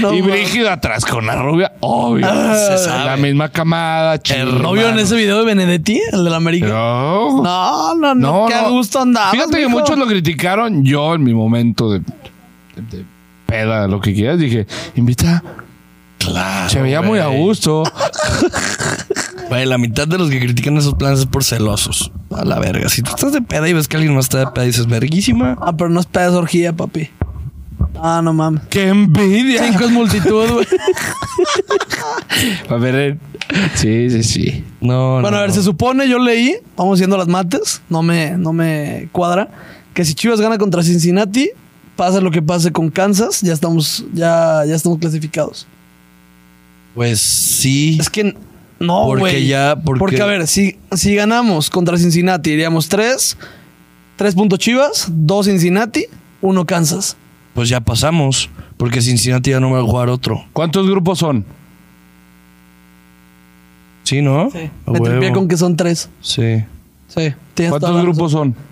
no, Ah,
y
no.
Brígido atrás con la rubia, obvio.
se sabe.
La misma camada,
El
¿No vieron
hermano.
ese video de Benedetti, el del América?
No.
No, no, no.
No,
qué
no.
gusto andaba.
Fíjate que muchos lo criticaron. Yo, en mi momento de, de- de peda, lo que quieras, dije: Invita.
Claro,
Se veía muy a
güey.
gusto.
Güey, la mitad de los que critican esos planes es por celosos. A la verga. Si tú estás de peda y ves que alguien no está de peda y dices, verguísima.
Ah, pero no es pedazo de orgía, papi. Ah, no mames.
¡Qué envidia!
Cinco es multitud, güey.
A ver, eh, sí, sí, sí.
[laughs] No,
Bueno,
no,
a ver,
no.
se supone, yo leí, vamos haciendo las mates, no me, no me cuadra, que si Chivas gana contra Cincinnati, pase lo que pase con Kansas, ya estamos, ya, ya estamos clasificados.
Pues sí.
Es que no,
Porque
güey.
ya- porque-
a ver, si, si ganamos contra Cincinnati, iríamos tres, tres puntos Chivas, dos Cincinnati, uno Kansas.
Pues ya pasamos. Porque Cincinnati ya no va a jugar otro.
¿Cuántos grupos son?
Sí, ¿no? A
Me tripié
huevo.
con que son tres.
Sí.
Sí. tienes toda
¿Cuántos
la
grupos son?
razón.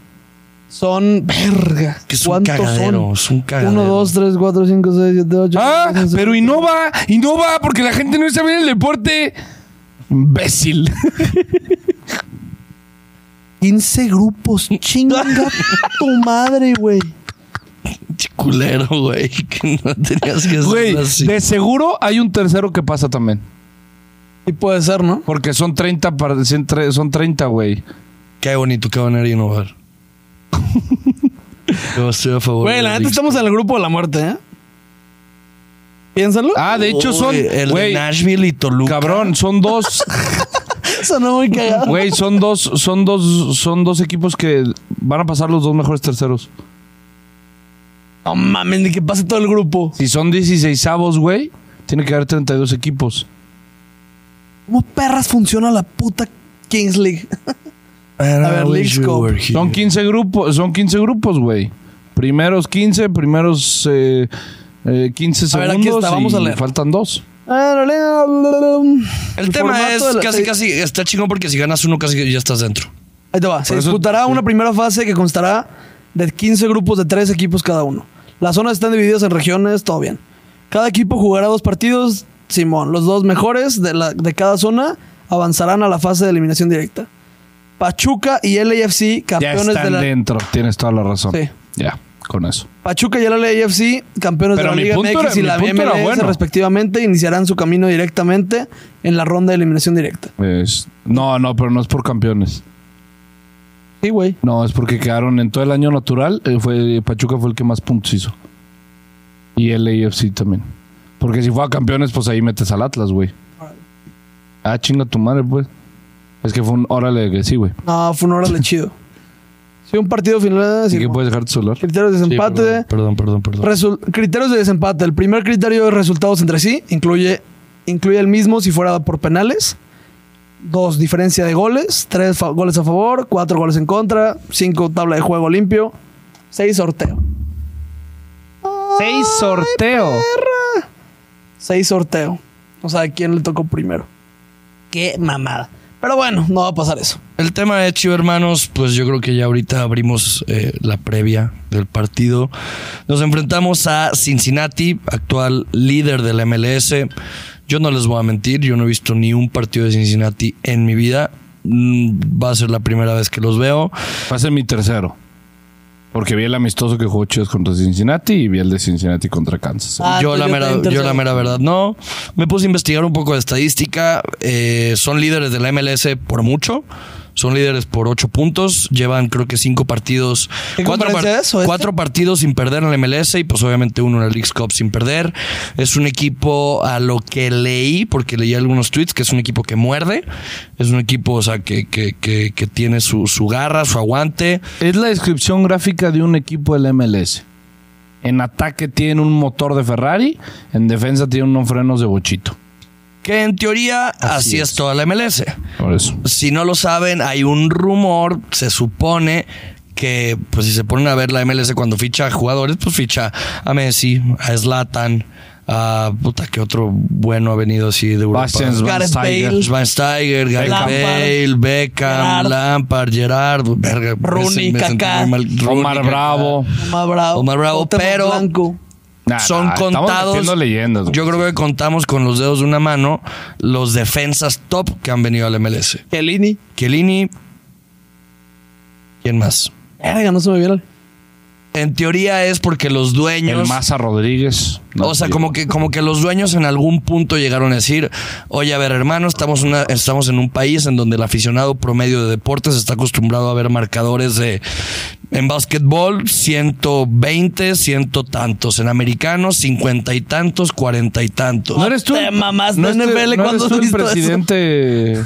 Son, verga.
Que es un cagadero, es un cagadero.
Uno, dos, tres, cuatro, cinco, seis, siete, ocho.
Ah,
nueve, diez, once,
pero innova, innova, porque la gente no está bien el deporte. Imbécil.
15 [laughs] grupos. Chinga tu madre, güey.
Culero, güey. [laughs] Que no tenías que
Güey,
hacer así.
de seguro hay un tercero que pasa también.
Y puede ser, ¿no?
Porque son 30, par- cien- tre- son 30, güey.
Qué bonito que van a ir a innovar. Yo estoy a favor.
Güey,
de
la neta
Dix.
estamos en el grupo de la muerte, ¿eh? Piénsalo.
Ah, de hecho son,
Uy, El de
güey,
Nashville y Toluca.
cabrón, son dos,
[laughs] Sonó muy cagado.
güey, son dos, son dos, son dos equipos que van a pasar los dos mejores terceros.
No mames, ni que pase todo el grupo.
Si son 16 avos, güey, tiene que haber 32 equipos.
¿Cómo perras funciona la puta Kings [laughs] League?
A
ver, Leagues Cup.
Son 15 grupos, son 15 grupos, güey. Primeros 15, primeros eh, eh, 15
A ver, aquí
segundos
está, vamos
y
a leer.
faltan dos.
El tema
formato
es
de la-
casi, casi, está chingón porque si ganas uno, casi que ya estás dentro.
Ahí te va. Se
Por eso-
disputará
sí.
una primera fase que constará de 15 grupos de 3 equipos cada uno. Las zonas están divididas en regiones, todo bien. Cada equipo jugará dos partidos, Simón. Los dos mejores de, la- de cada zona avanzarán a la fase de eliminación directa. Pachuca y LAFC,
Ya
campeones de
están
la
dentro, tienes toda la razón.
Sí.
Ya, con eso.
Pachuca y el LAFC, campeones
Pero
de la
mi
Liga
punto
MX
era-
y
mi
la
punto era
MLS
bueno.
respectivamente, iniciarán su camino directamente en la ronda de eliminación directa.
Es- no, no, pero no es por campeones.
Sí, güey.
No, es porque quedaron en todo el año natural. eh, fue, Pachuca fue el que más puntos hizo. Y el AFC también. Porque si fue a campeones, pues ahí metes al Atlas, güey. Ah, chinga tu madre, pues. Es que fue un órale que sí, güey.
No, fue un órale chido. Sí, un partido final.
Así
sí,
que
güey.
puedes dejar tu celular.
Criterios de
Sí,
desempate.
Perdón, perdón, perdón. perdón.
Resul- criterios de desempate. El primer criterio es resultados entre sí. Incluye, incluye el mismo si fuera por penales. Dos, diferencia de goles. Tres fa- goles a favor. Cuatro goles en contra. Cinco, tabla de juego limpio. Seis, sorteo.
Seis sorteo.
Seis, sorteo. O sea, ¿quién le tocó primero? Qué mamada. Pero bueno, no va a pasar eso.
El tema es, chivo hermanos, pues yo creo que ya ahorita abrimos eh, la previa del partido. Nos enfrentamos a Cincinnati, actual líder de la MLS. Yo no les voy a mentir, yo no he visto ni un partido de Cincinnati en mi vida. Mm, Va a ser la primera vez que los veo.
Va a ser mi tercero. Porque vi el amistoso que jugó Chivas contra Cincinnati y vi el de Cincinnati contra Kansas.
Ah,
yo, la
Toyota
mera, yo
Interceptor.
la mera verdad no. Me puse a investigar un poco de estadística. Eh, son líderes de la MLS por mucho. Son líderes por ocho puntos. Llevan creo que cinco partidos.
¿Qué
Cuatro,
conferencia es, este? oeste?
cuatro partidos sin perder en la MLS y pues obviamente uno en la League's Cup sin perder. Es un equipo a lo que leí, porque leí algunos tweets, que es un equipo que muerde. Es un equipo, o sea, que, que, que, que tiene su, su garra, su aguante.
Es la descripción gráfica de un equipo del MLS. En ataque tiene un motor de Ferrari, en defensa tiene unos frenos de bochito.
Que en teoría así,
es.
es toda la MLS.
Por eso.
si no lo saben, hay un rumor, se supone que pues si se ponen a ver la MLS cuando ficha jugadores, pues ficha a Messi, a Zlatan, a puta que otro bueno ha venido así de Europa.
Bastian
Gareth
Schweinsteiger.
Bale.
Schweinsteiger, Gareth
Beckham.
Bale, Beckham,
Gerrard.
Lampard, Gerard, verga,
Rooney,
me sentí
Kaká.
muy mal. Rooney,
Omar
Kaká.
Bravo.
Omar Bravo.
Omar Bravo,
Cuauhtémoc
pero-
Blanco.
Nah,
Son
nah, estamos
contados.
metiendo leyendas. güey.
Yo creo que contamos con los dedos de una mano los defensas top que han venido al MLS.
Kelini.
Chiellini. ¿Quién más?
Verga, no se me viene.
En teoría es porque los dueños.
El Maza Rodríguez. No,
o sea,
tío.
como que, como que los dueños en algún punto llegaron a decir, oye, a ver, hermano, estamos, una- estamos en un país en donde el aficionado promedio de deportes está acostumbrado a ver marcadores de, en básquetbol, 120, ciento tantos, en americanos, 50 y tantos, 40 y tantos.
¿No eres tú?
Te mamaste,
¿No, eres-
NFL,
no eres
¿cuándo
tú
has
el
visto eso?
[laughs]
presidente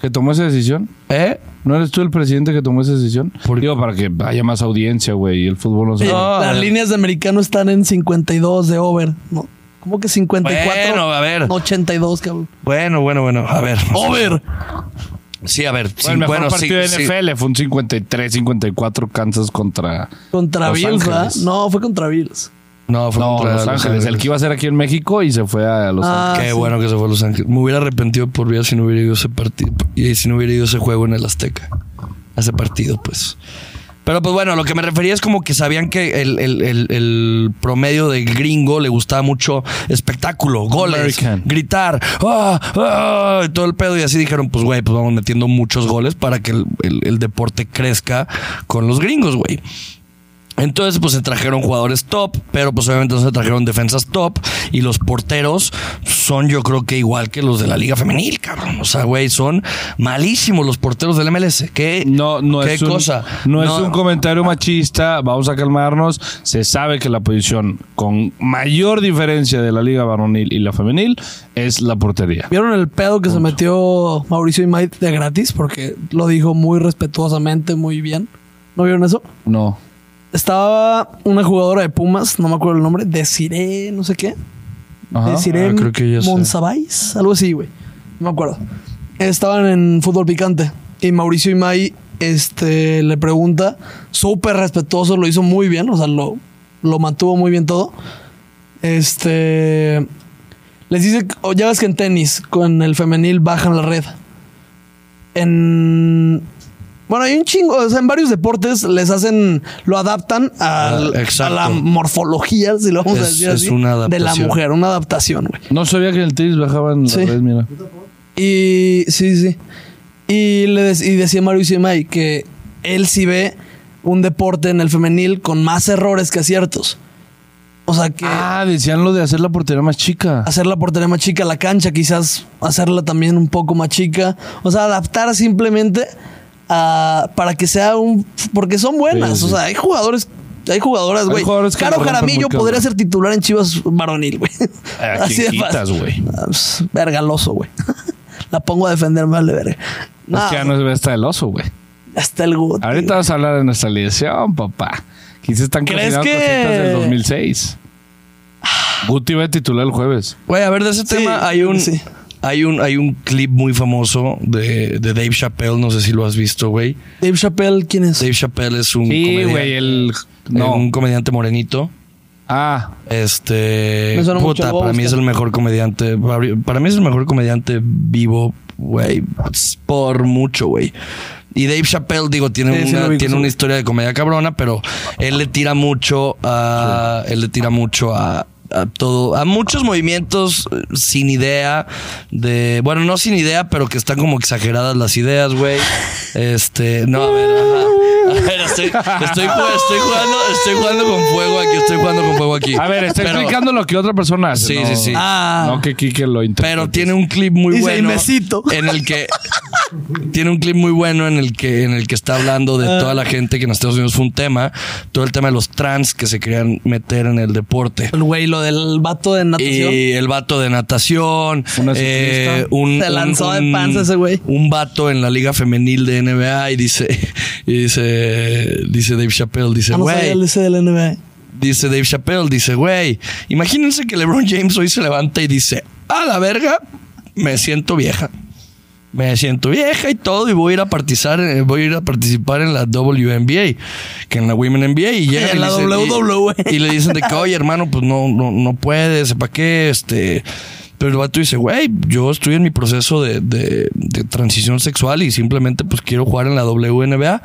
que tomó esa decisión?
¿Eh?
¿No eres tú el presidente que tomó esa decisión?
¿Por qué?
Digo, para que haya más audiencia, güey, y el fútbol no se...
No,
Las
eh.
líneas de americano están en 52 de over. No, ¿Cómo que 54?
Bueno, a ver.
No, 82, cabrón.
Bueno, bueno, bueno, a ver. ¡Over! Sí, a ver.
Bueno, el mejor
bueno, sí,
partido
sí.
de NFL fue un 53-54 Kansas contra...
Contra
Los
Bills, ¿verdad?
Ángeles.
No, fue contra Bills.
No, fue
No,
contra
Los Ángeles. El que iba a ser aquí en México y se fue a Los
Ah,
Qué
sí.
bueno que se fue a Los Ángeles. Me hubiera arrepentido por vida si no hubiera ido ese partido y si no hubiera ido ese juego en el Azteca. A Ese partido, pues. Pero pues bueno, lo que me refería es como que sabían que el, el- el- el promedio del gringo le gustaba mucho espectáculo, goles,
American.
gritar, ¡ah! ¡ah! y todo el pedo. Y así dijeron, pues güey, pues vamos metiendo muchos goles para que el, el- el deporte crezca con los gringos, güey. Entonces, pues se trajeron jugadores top, pero pues obviamente no se trajeron defensas top. Y los porteros son, yo creo que igual que los de la Liga Femenil, cabrón. O sea, güey, son malísimos los porteros del MLS. ¿Qué,
No, no
qué
es un,
cosa?
No, es un comentario machista. Vamos a calmarnos. Se sabe que la posición con mayor diferencia de la liga varonil y la femenil es la portería.
¿Vieron el pedo que se metió Mauricio Imay de gratis? Porque lo dijo muy respetuosamente, muy bien. ¿No vieron eso?
No.
Estaba una jugadora de Pumas, no me acuerdo el nombre, Desiree, no sé qué.
Ajá.
Desiree
ah, creo que ya sé.
Monsabais, algo así, güey. No me acuerdo. Estaban en fútbol picante y Mauricio Imay este, le pregunta, súper respetuoso, lo hizo muy bien, o sea, lo, lo mantuvo muy bien todo. Este. Les dice, o ya ves que en tenis, con el femenil bajan la red. En. Bueno, hay un chingo, o sea, en varios deportes les hacen, lo adaptan al-
Ah,
a
exacto.
la morfología, si lo vamos a
Es-
decir
es
así,
una
de la
adaptación.
mujer, una adaptación, güey.
No sabía que en el tenis bajaban la
Sí.
red, mira.
Y sí, sí. Y, le dec- y decía Mario Isimay que él sí ve un deporte en el femenil con más errores que aciertos. O sea que
Ah, decían lo de hacer la portería más chica.
hacer la portería más chica, la cancha quizás hacerla también un poco más chica. O sea, adaptar simplemente a, para que sea un... Porque son buenas.
Sí, sí.
O sea, hay jugadores... Hay jugadoras,
Hay
güey.
jugadores que
Caro
la rompen
Jaramillo
muy cabrón.
podría ser titular en Chivas varonil, güey. [laughs]
¿A quién
de
quitas,
fácil.
Ah, güey?
Ah, pues, Vergaloso, güey. [laughs] La pongo a defenderme, vale, verga. No,
Es que ya no se ve hasta el oso, güey.
hasta el Guti.
Ahorita vas a hablar de nuestra lidiación, papá. Quizás están
¿Crees
cocinando
que-
cositas del 2006. Guti va a titular el jueves.
Güey, a ver, de ese
Sí,
tema hay un,
sí.
hay un hay un clip muy famoso de, de Dave Chappelle, no sé si lo has visto, güey.
Dave Chappelle, ¿quién es?
Dave Chappelle es un
Sí,
comediante,
güey, el... No.
un comediante morenito.
Ah,
Este,
Me suena mucho,
puta,
lo voy a
para mí es
buscar.
el mejor comediante, para- para mí es el mejor comediante vivo, güey, por mucho, güey. Y Dave Chappelle, digo, tiene,
Sí, sí,
una,
lo ubico,
tiene
sí.
una historia de comedia cabrona, pero él le tira mucho a. Él le tira mucho a, a todo. A muchos movimientos eh, sin idea. De. Bueno, no sin idea, pero que están como exageradas las ideas, güey. Este. No, a ver, ajá. A ver, estoy, estoy, ju- estoy jugando, estoy jugando con fuego aquí, estoy jugando con fuego aquí.
a ver, está
Pero-
explicando lo que otra persona hace.
Sí,
no-
sí, sí.
Ah.
No que Kike lo interprete.
Pero tiene un clip muy
Dice,
bueno.
"Imecito".
En el que. tiene un clip muy bueno en el que, en el que está hablando de
Ah.
toda la gente que en Estados Unidos fue un tema. Todo el tema de los trans que se querían meter en el deporte.
El güey, lo del vato de natación.
Y el vato de natación.
Una
eh,
ciclista.
un,
Se lanzó de
un-
panza ese güey.
Un vato en la liga femenil de NBA y dice. Y dice. Dice Dave Chappelle. Dice,
Ah, no sabía
güey.
el ese de la NBA.
Dice Dave Chappelle, dice, güey, imagínense que LeBron James hoy se levanta y dice, a la verga, me siento vieja. Me siento vieja y todo y voy a ir a participar, eh, voy a ir a participar en la WNBA, que en la Women NBA y
[laughs]
llegan
en
y
la E.
dicen-
WWE.
y- y le dicen de que, "Oye, hermano, pues no no no puedes, ¿para qué este?" Pero el vato dice, güey, yo estoy en mi proceso de, de- de transición sexual y simplemente pues quiero jugar en la WNBA.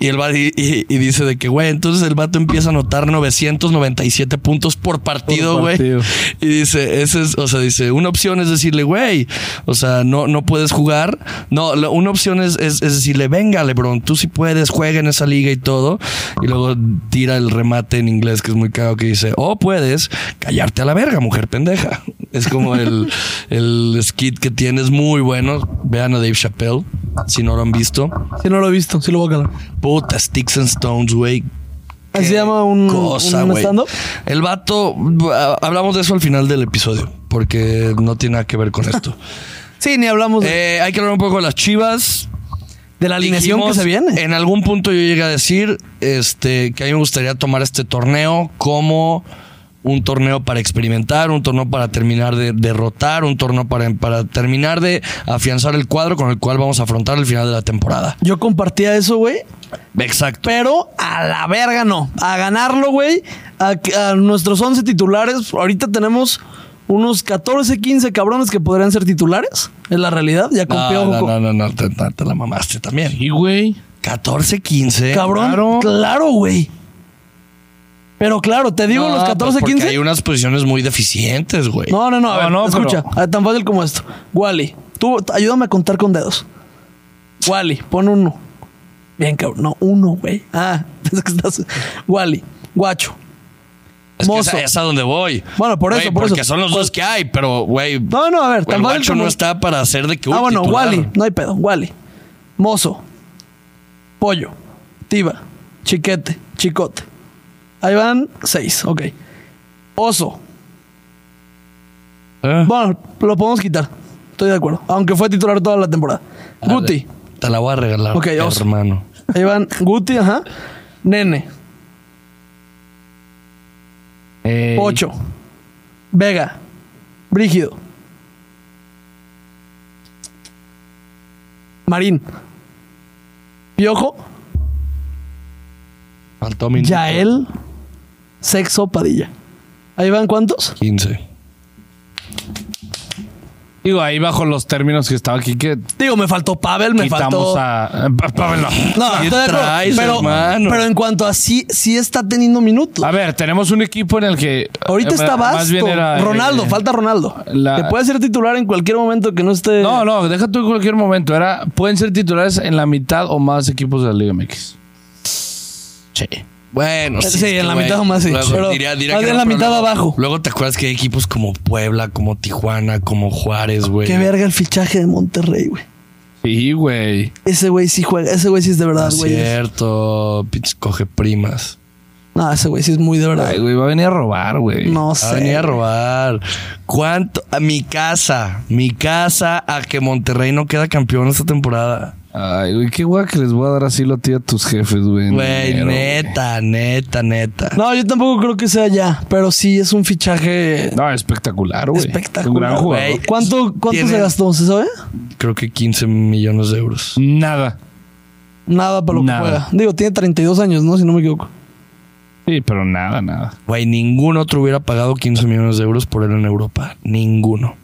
Y, el va- y, y- y dice de que, güey, entonces el vato empieza a anotar 997 puntos por partido,
Por
güey.
partido.
Y dice, ese es, o sea, dice, una opción es decirle, güey, o sea, no, no puedes jugar. No, la- una opción es, es, es decirle, venga, Lebron, tú sí puedes, juega en esa liga y todo. Y luego tira el remate en inglés, que es muy caro, que dice, oh, puedes callarte a la verga, mujer pendeja. Es como
[laughs]
el, el skit que tiene, es muy bueno. Vean a Dave Chappelle, si no lo han visto.
Sí, no lo he visto, sí lo voy a calar.
Puta, Sticks and Stones, güey.
Así se
Qué
llama un,
cosa,
un
güey.
stand-up.
El vato, ah, hablamos de eso al final del episodio, porque no tiene nada que ver con
[laughs]
esto.
Sí, ni hablamos de,
Eh, hay que hablar un poco de las chivas.
de la alineación
Dijimos,
que se viene.
En algún punto yo llegué a decir este, que a mí me gustaría tomar este torneo como un torneo para experimentar, un torneo para terminar de derrotar, un torneo para, para terminar de afianzar el cuadro con el cual vamos a afrontar el final de la temporada.
Yo compartía eso, güey,
Exacto.
pero a la verga no. A ganarlo, güey, a, que- a nuestros 11 titulares. Ahorita tenemos unos 14, 15 cabrones que podrían ser titulares. Es la realidad. Ya
No,
cumplió.
no, no, no, no, te, no, te la mamaste también.
Sí, güey.
14, 15.
Cabrón.
Claro.
Claro, güey. Pero claro, te digo
No,
los 14,
pues porque
15.
Hay unas posiciones muy deficientes, güey.
No, no, no. A
No,
ver,
no,
escucha. ah, Tan fácil como esto. Wally, tú t- ayúdame a contar con dedos. Wally, pon uno. Bien, cabrón. No, uno, güey. Ah, [laughs] pensé que estás. Wally, guacho.
es que
mozo.
esa- es a donde voy.
Bueno, por
Güey,
eso, por eso.
Porque son los dos que hay, pero, güey.
No, no, a ver,
el
tan fácil
macho
como.
no está para hacer de que.
ah,
uh,
bueno,
titular.
Wally, no hay pedo. Wally, mozo, pollo, tiba, chiquete, chicote. Ahí van seis, ok. Oso.
¿Eh?
Bueno, lo podemos quitar. Estoy de acuerdo. Aunque fue titular toda la temporada.
A ver,
Guti.
Te la voy a regalar,
Ok, oso.
hermano.
Ahí van Guti, ajá. Nene,
Eh,
Pocho, Vega, Brígido, Marín, Piojo,
Faltó mi.
Yael, Sexo, Padilla. Ahí van cuántos?
15.
Digo, ahí bajo los términos que estaba aquí que
Digo, me faltó Pavel, me
quitamos
faltó.
a. eh, pa- pa- no.
No,
¿Qué
estoy de acuerdo,
traes,
pero,
hermano?
pero en cuanto a sí, sí está teniendo minutos.
A ver, tenemos un equipo en el que.
Ahorita
eh,
está
más
Basto.
bien era, eh,
Ronaldo, falta Ronaldo.
la-
Que puede ser titular en cualquier momento que no esté.
No, no, deja tú en cualquier momento. Era, pueden ser titulares en la mitad o más equipos de la Liga MX.
Bueno,
Sí,
es
en
que,
la
güey,
mitad o más, sí.
luego
Pero
diría- diría
más
que
bien
no,
la
pero
mitad
luego-
abajo.
Luego te acuerdas que hay equipos como Puebla, como Tijuana, como Juárez, güey.
Qué verga el fichaje de Monterrey, güey.
Sí, güey.
Ese güey sí juega, ese güey sí es de verdad,
Es
güey.
Cierto, pinche coge primas.
No, ese güey sí es muy de verdad.
Ay, güey, va a venir a robar, güey.
no
A
sé.
venir a robar. ¿Cuánto? A mi casa, mi casa, a que Monterrey no queda campeón esta temporada.
Ay, güey, qué guay que les voy a dar asilo a ti y a tus jefes, güey. en
Güey,
enero,
neta, neta, neta.
No, yo tampoco creo que sea ya, pero sí es un fichaje
güey. No, espectacular, güey.
espectacular.
Un gran jugador.
güey.
¿Cuánto, cuánto se
Tienen-
gastó? ¿Se sabe?
Creo que 15 millones de euros.
Nada.
Nada para lo
Nada.
que juega. Digo, tiene 32 años, ¿no? Si no me equivoco.
Sí, pero nada, nada.
Güey, ningún otro hubiera pagado 15 millones de euros por él en Europa. Ninguno.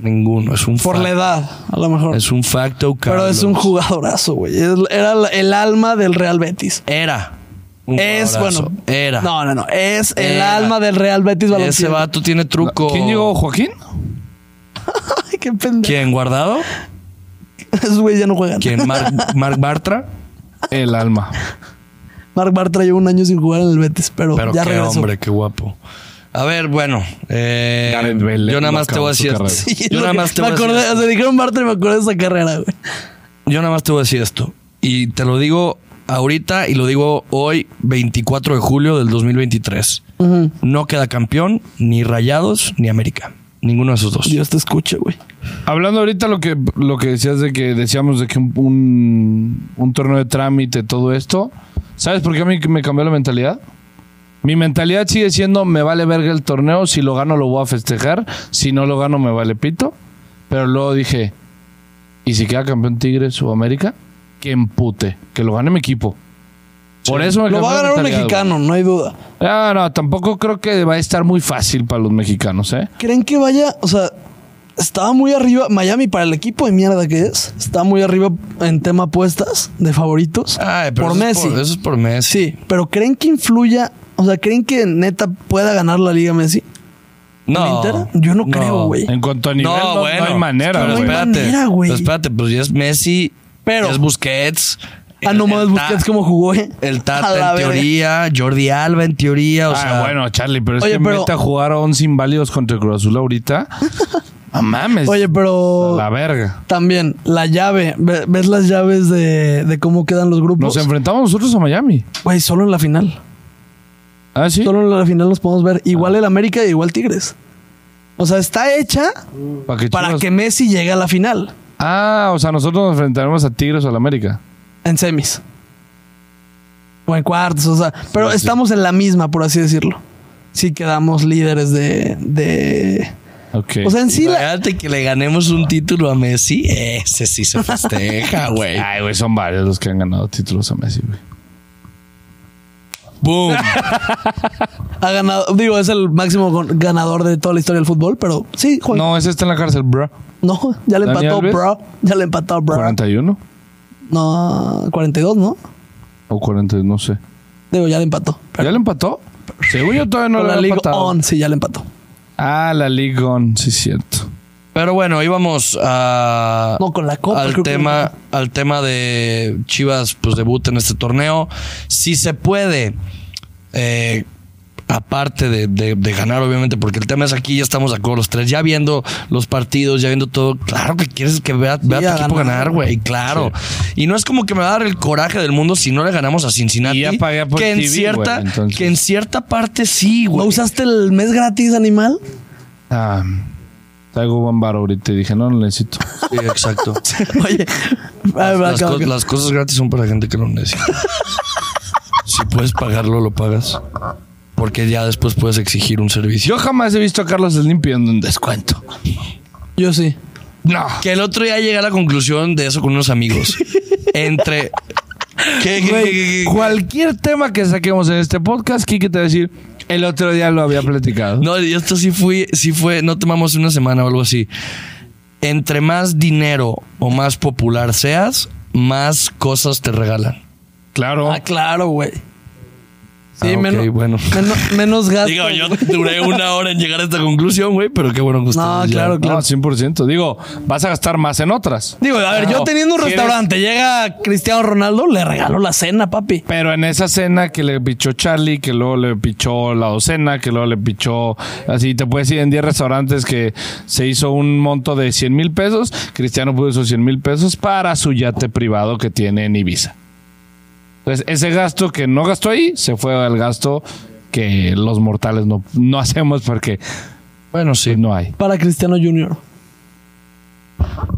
Ninguno. Es un
Por
fact.
la edad, a lo mejor.
Es un facto,
pero es un
Carlos.
jugadorazo, güey. Es- Era la- el alma del Real Betis.
Era. un
Es,
jugadorazo.
bueno.
Era.
No, no, no. Es el
Era.
alma del Real Betis
Ese
Balompié.
vato tiene truco.
¿Quién llegó, Joaquín?
[laughs] Ay, qué pendejo.
¿Quién? ¿Guardado?
[laughs] Esos güey ya no juegan. [laughs]
¿Quién? ¿Mark, Mark Bartra?
El alma.
Mark Bartra lleva un año sin jugar en el Betis,
[laughs]
pero,
Pero
ya
qué
regresó.
hombre, qué guapo. A ver, bueno. eh,
Gareth Bale,
yo nada
lo
más te
acabó
voy a
su
decir.
carrera.
[laughs]
esto. [laughs]
Sí,
yo,
lo
nada
que-
más te
me
voy a decir
acordé,
esto.
o sea, dijeron Bartra y me acordé de esa carrera, güey.
yo nada más te voy a decir esto. Y te lo digo ahorita y lo digo hoy, 24 de julio del 2023.
Ujú.
No queda campeón ni Rayados ni América. Ninguno de esos dos.
Dios te escuche, güey.
Hablando ahorita lo que lo que decías de que decíamos de que un, un, un torneo de trámite, todo esto, ¿sabes por qué a mí me cambió la mentalidad? Mi mentalidad sigue siendo me vale verga el torneo, si lo gano lo voy a festejar, si no lo gano me vale pito, pero luego dije, ¿y si queda campeón Tigres o América? Que empute, que lo gane mi equipo. Por eso me
Lo
cambió
va a
la
ganar un
mentalidad,
mexicano, no hay duda.
güey. Ah, no, tampoco creo que va a estar muy fácil para los mexicanos, ¿eh?
¿Creen que vaya? O sea, estaba muy arriba. Miami, para el equipo de mierda que es, está muy arriba en tema apuestas de favoritos.
Ay, pero
por
eso es
Messi.
eso es por Messi.
Sí, pero ¿creen que influya? O sea, ¿creen que neta pueda ganar la Liga Messi?
No.
¿El Inter? Yo no creo, güey.
En cuanto a nivel, no, no hay manera,
pero
güey.
espera.
espérate,
No hay manera, güey.
pero espérate, pues ya es Messi,
Pero-
ya es Busquets.
Ah,
el-
no mames,
el Ta-
Busquets cómo jugó, eh. [laughs]
El
A la
Tata en
verga.
teoría, Jordi Alba en teoría, o
ah,
sea,
bueno, Charlie, pero es
Oye,
que
pero-
mete a jugar a 11 inválidos contra el Cruz
[laughs]
Azul ahorita. No mames.
Oye, pero.
la verga.
También, la llave. Ve- ¿Ves las llaves de, de cómo quedan los
Nos
grupos?
enfrentamos nosotros a Miami.
Güey, solo en la final.
Ah, sí. Ah.
Solo en la final los podemos ver. Igual el América y igual Tigres. O sea, está hecha
Para que
para
Chivas-
que Messi llegue a la final
Ah, o sea, nosotros nos enfrentaremos a Tigres o al América.
en semis. O en cuartos, o sea. Pero
Sí, sí.
estamos en la misma, por así decirlo. Si quedamos líderes de. de-
Ok.
O sea, en sí. La...
Imagínate que le ganemos un título a Messi, ese sí se
[laughs]
festeja, güey.
Ay, güey, son varios los que han ganado títulos a Messi, güey.
Boom.
Ha ganado, digo, es el máximo gon- ganador de toda la historia del fútbol, pero sí, juega.
No, ese está en la cárcel, bro.
No, ya le
Dani
empató,
Alves.
bro. Ya le empató, bro.
41
No, 42, ¿no?
o 42, no sé.
Digo, ya le empató.
¿Ya le empató? Según yo todavía no
Con
le
la
había
Liga
empatado.
On, sí, ya le empató.
Ah, la Liga On, sí, cierto.
Pero bueno, íbamos
Ah,
a.
No, con la Copa,
Al
creo que-
tema, al tema de Chivas, pues debuta en este torneo. Si se puede, eh, aparte de, de- de ganar, obviamente, porque el tema es aquí, ya estamos de acuerdo los tres, ya viendo los partidos, ya viendo todo. Claro que quieres que vea, vea
a
tu equipo
ganar.
ganar, güey, claro. Y no es como que me va a dar el coraje del mundo si no le ganamos a Cincinnati.
Y ya pagué por
que, en
TV,
cierta,
güey, entonces.
que en cierta parte sí,
¿No [laughs]
güey.
usaste el mes gratis,
[laughs]
animal?
Ah, traigo buen bar ahorita y dije, no, no necesito.
Sí, exacto.
Oye, ah, a ver,
Las,
acabo-
co- las cosas gratis son para la gente que lo
[laughs]
necesita. si puedes pagarlo, lo pagas. Porque ya después puedes exigir un servicio.
Yo jamás he visto a Carlos Slim pidiendo un descuento.
yo sí.
No.
Que el otro día llegué a la conclusión de eso con unos amigos. Entre.
[laughs]
¿Qué, qué-
Güey,
qué- qué- qué-
cualquier tema que saquemos en este podcast, Kike te va a decir, el otro día lo había platicado.
No, y esto sí fui, sí fue, no tomamos una semana o algo así. Entre más dinero o más popular seas, más cosas te regalan.
Claro.
Ah, claro, güey. Sí,
Ah, ok,
menos,
bueno.
[laughs]
menos, menos gasto.
Digo, yo
güey.
duré una hora en llegar a esta conclusión, güey, pero qué bueno que ustedes
No,
ya-
claro,
No,
claro.
100%. Digo, vas a gastar más en otras.
Digo, a ver, yo
No.
teniendo un
¿Quieres-
restaurante, llega Cristiano Ronaldo, le regaló la cena, papi.
Pero en esa cena que le pichó Charlie, que luego le pichó la docena, que luego le pichó, así te puedes ir en 10 restaurantes que se hizo un monto de 100 mil pesos, Cristiano puso esos 100 mil pesos para su yate privado que tiene en Ibiza. Entonces, ese gasto que no gastó ahí se fue al gasto que los mortales no, no hacemos porque
Bueno, sí.
pues, no hay.
Para Cristiano Junior.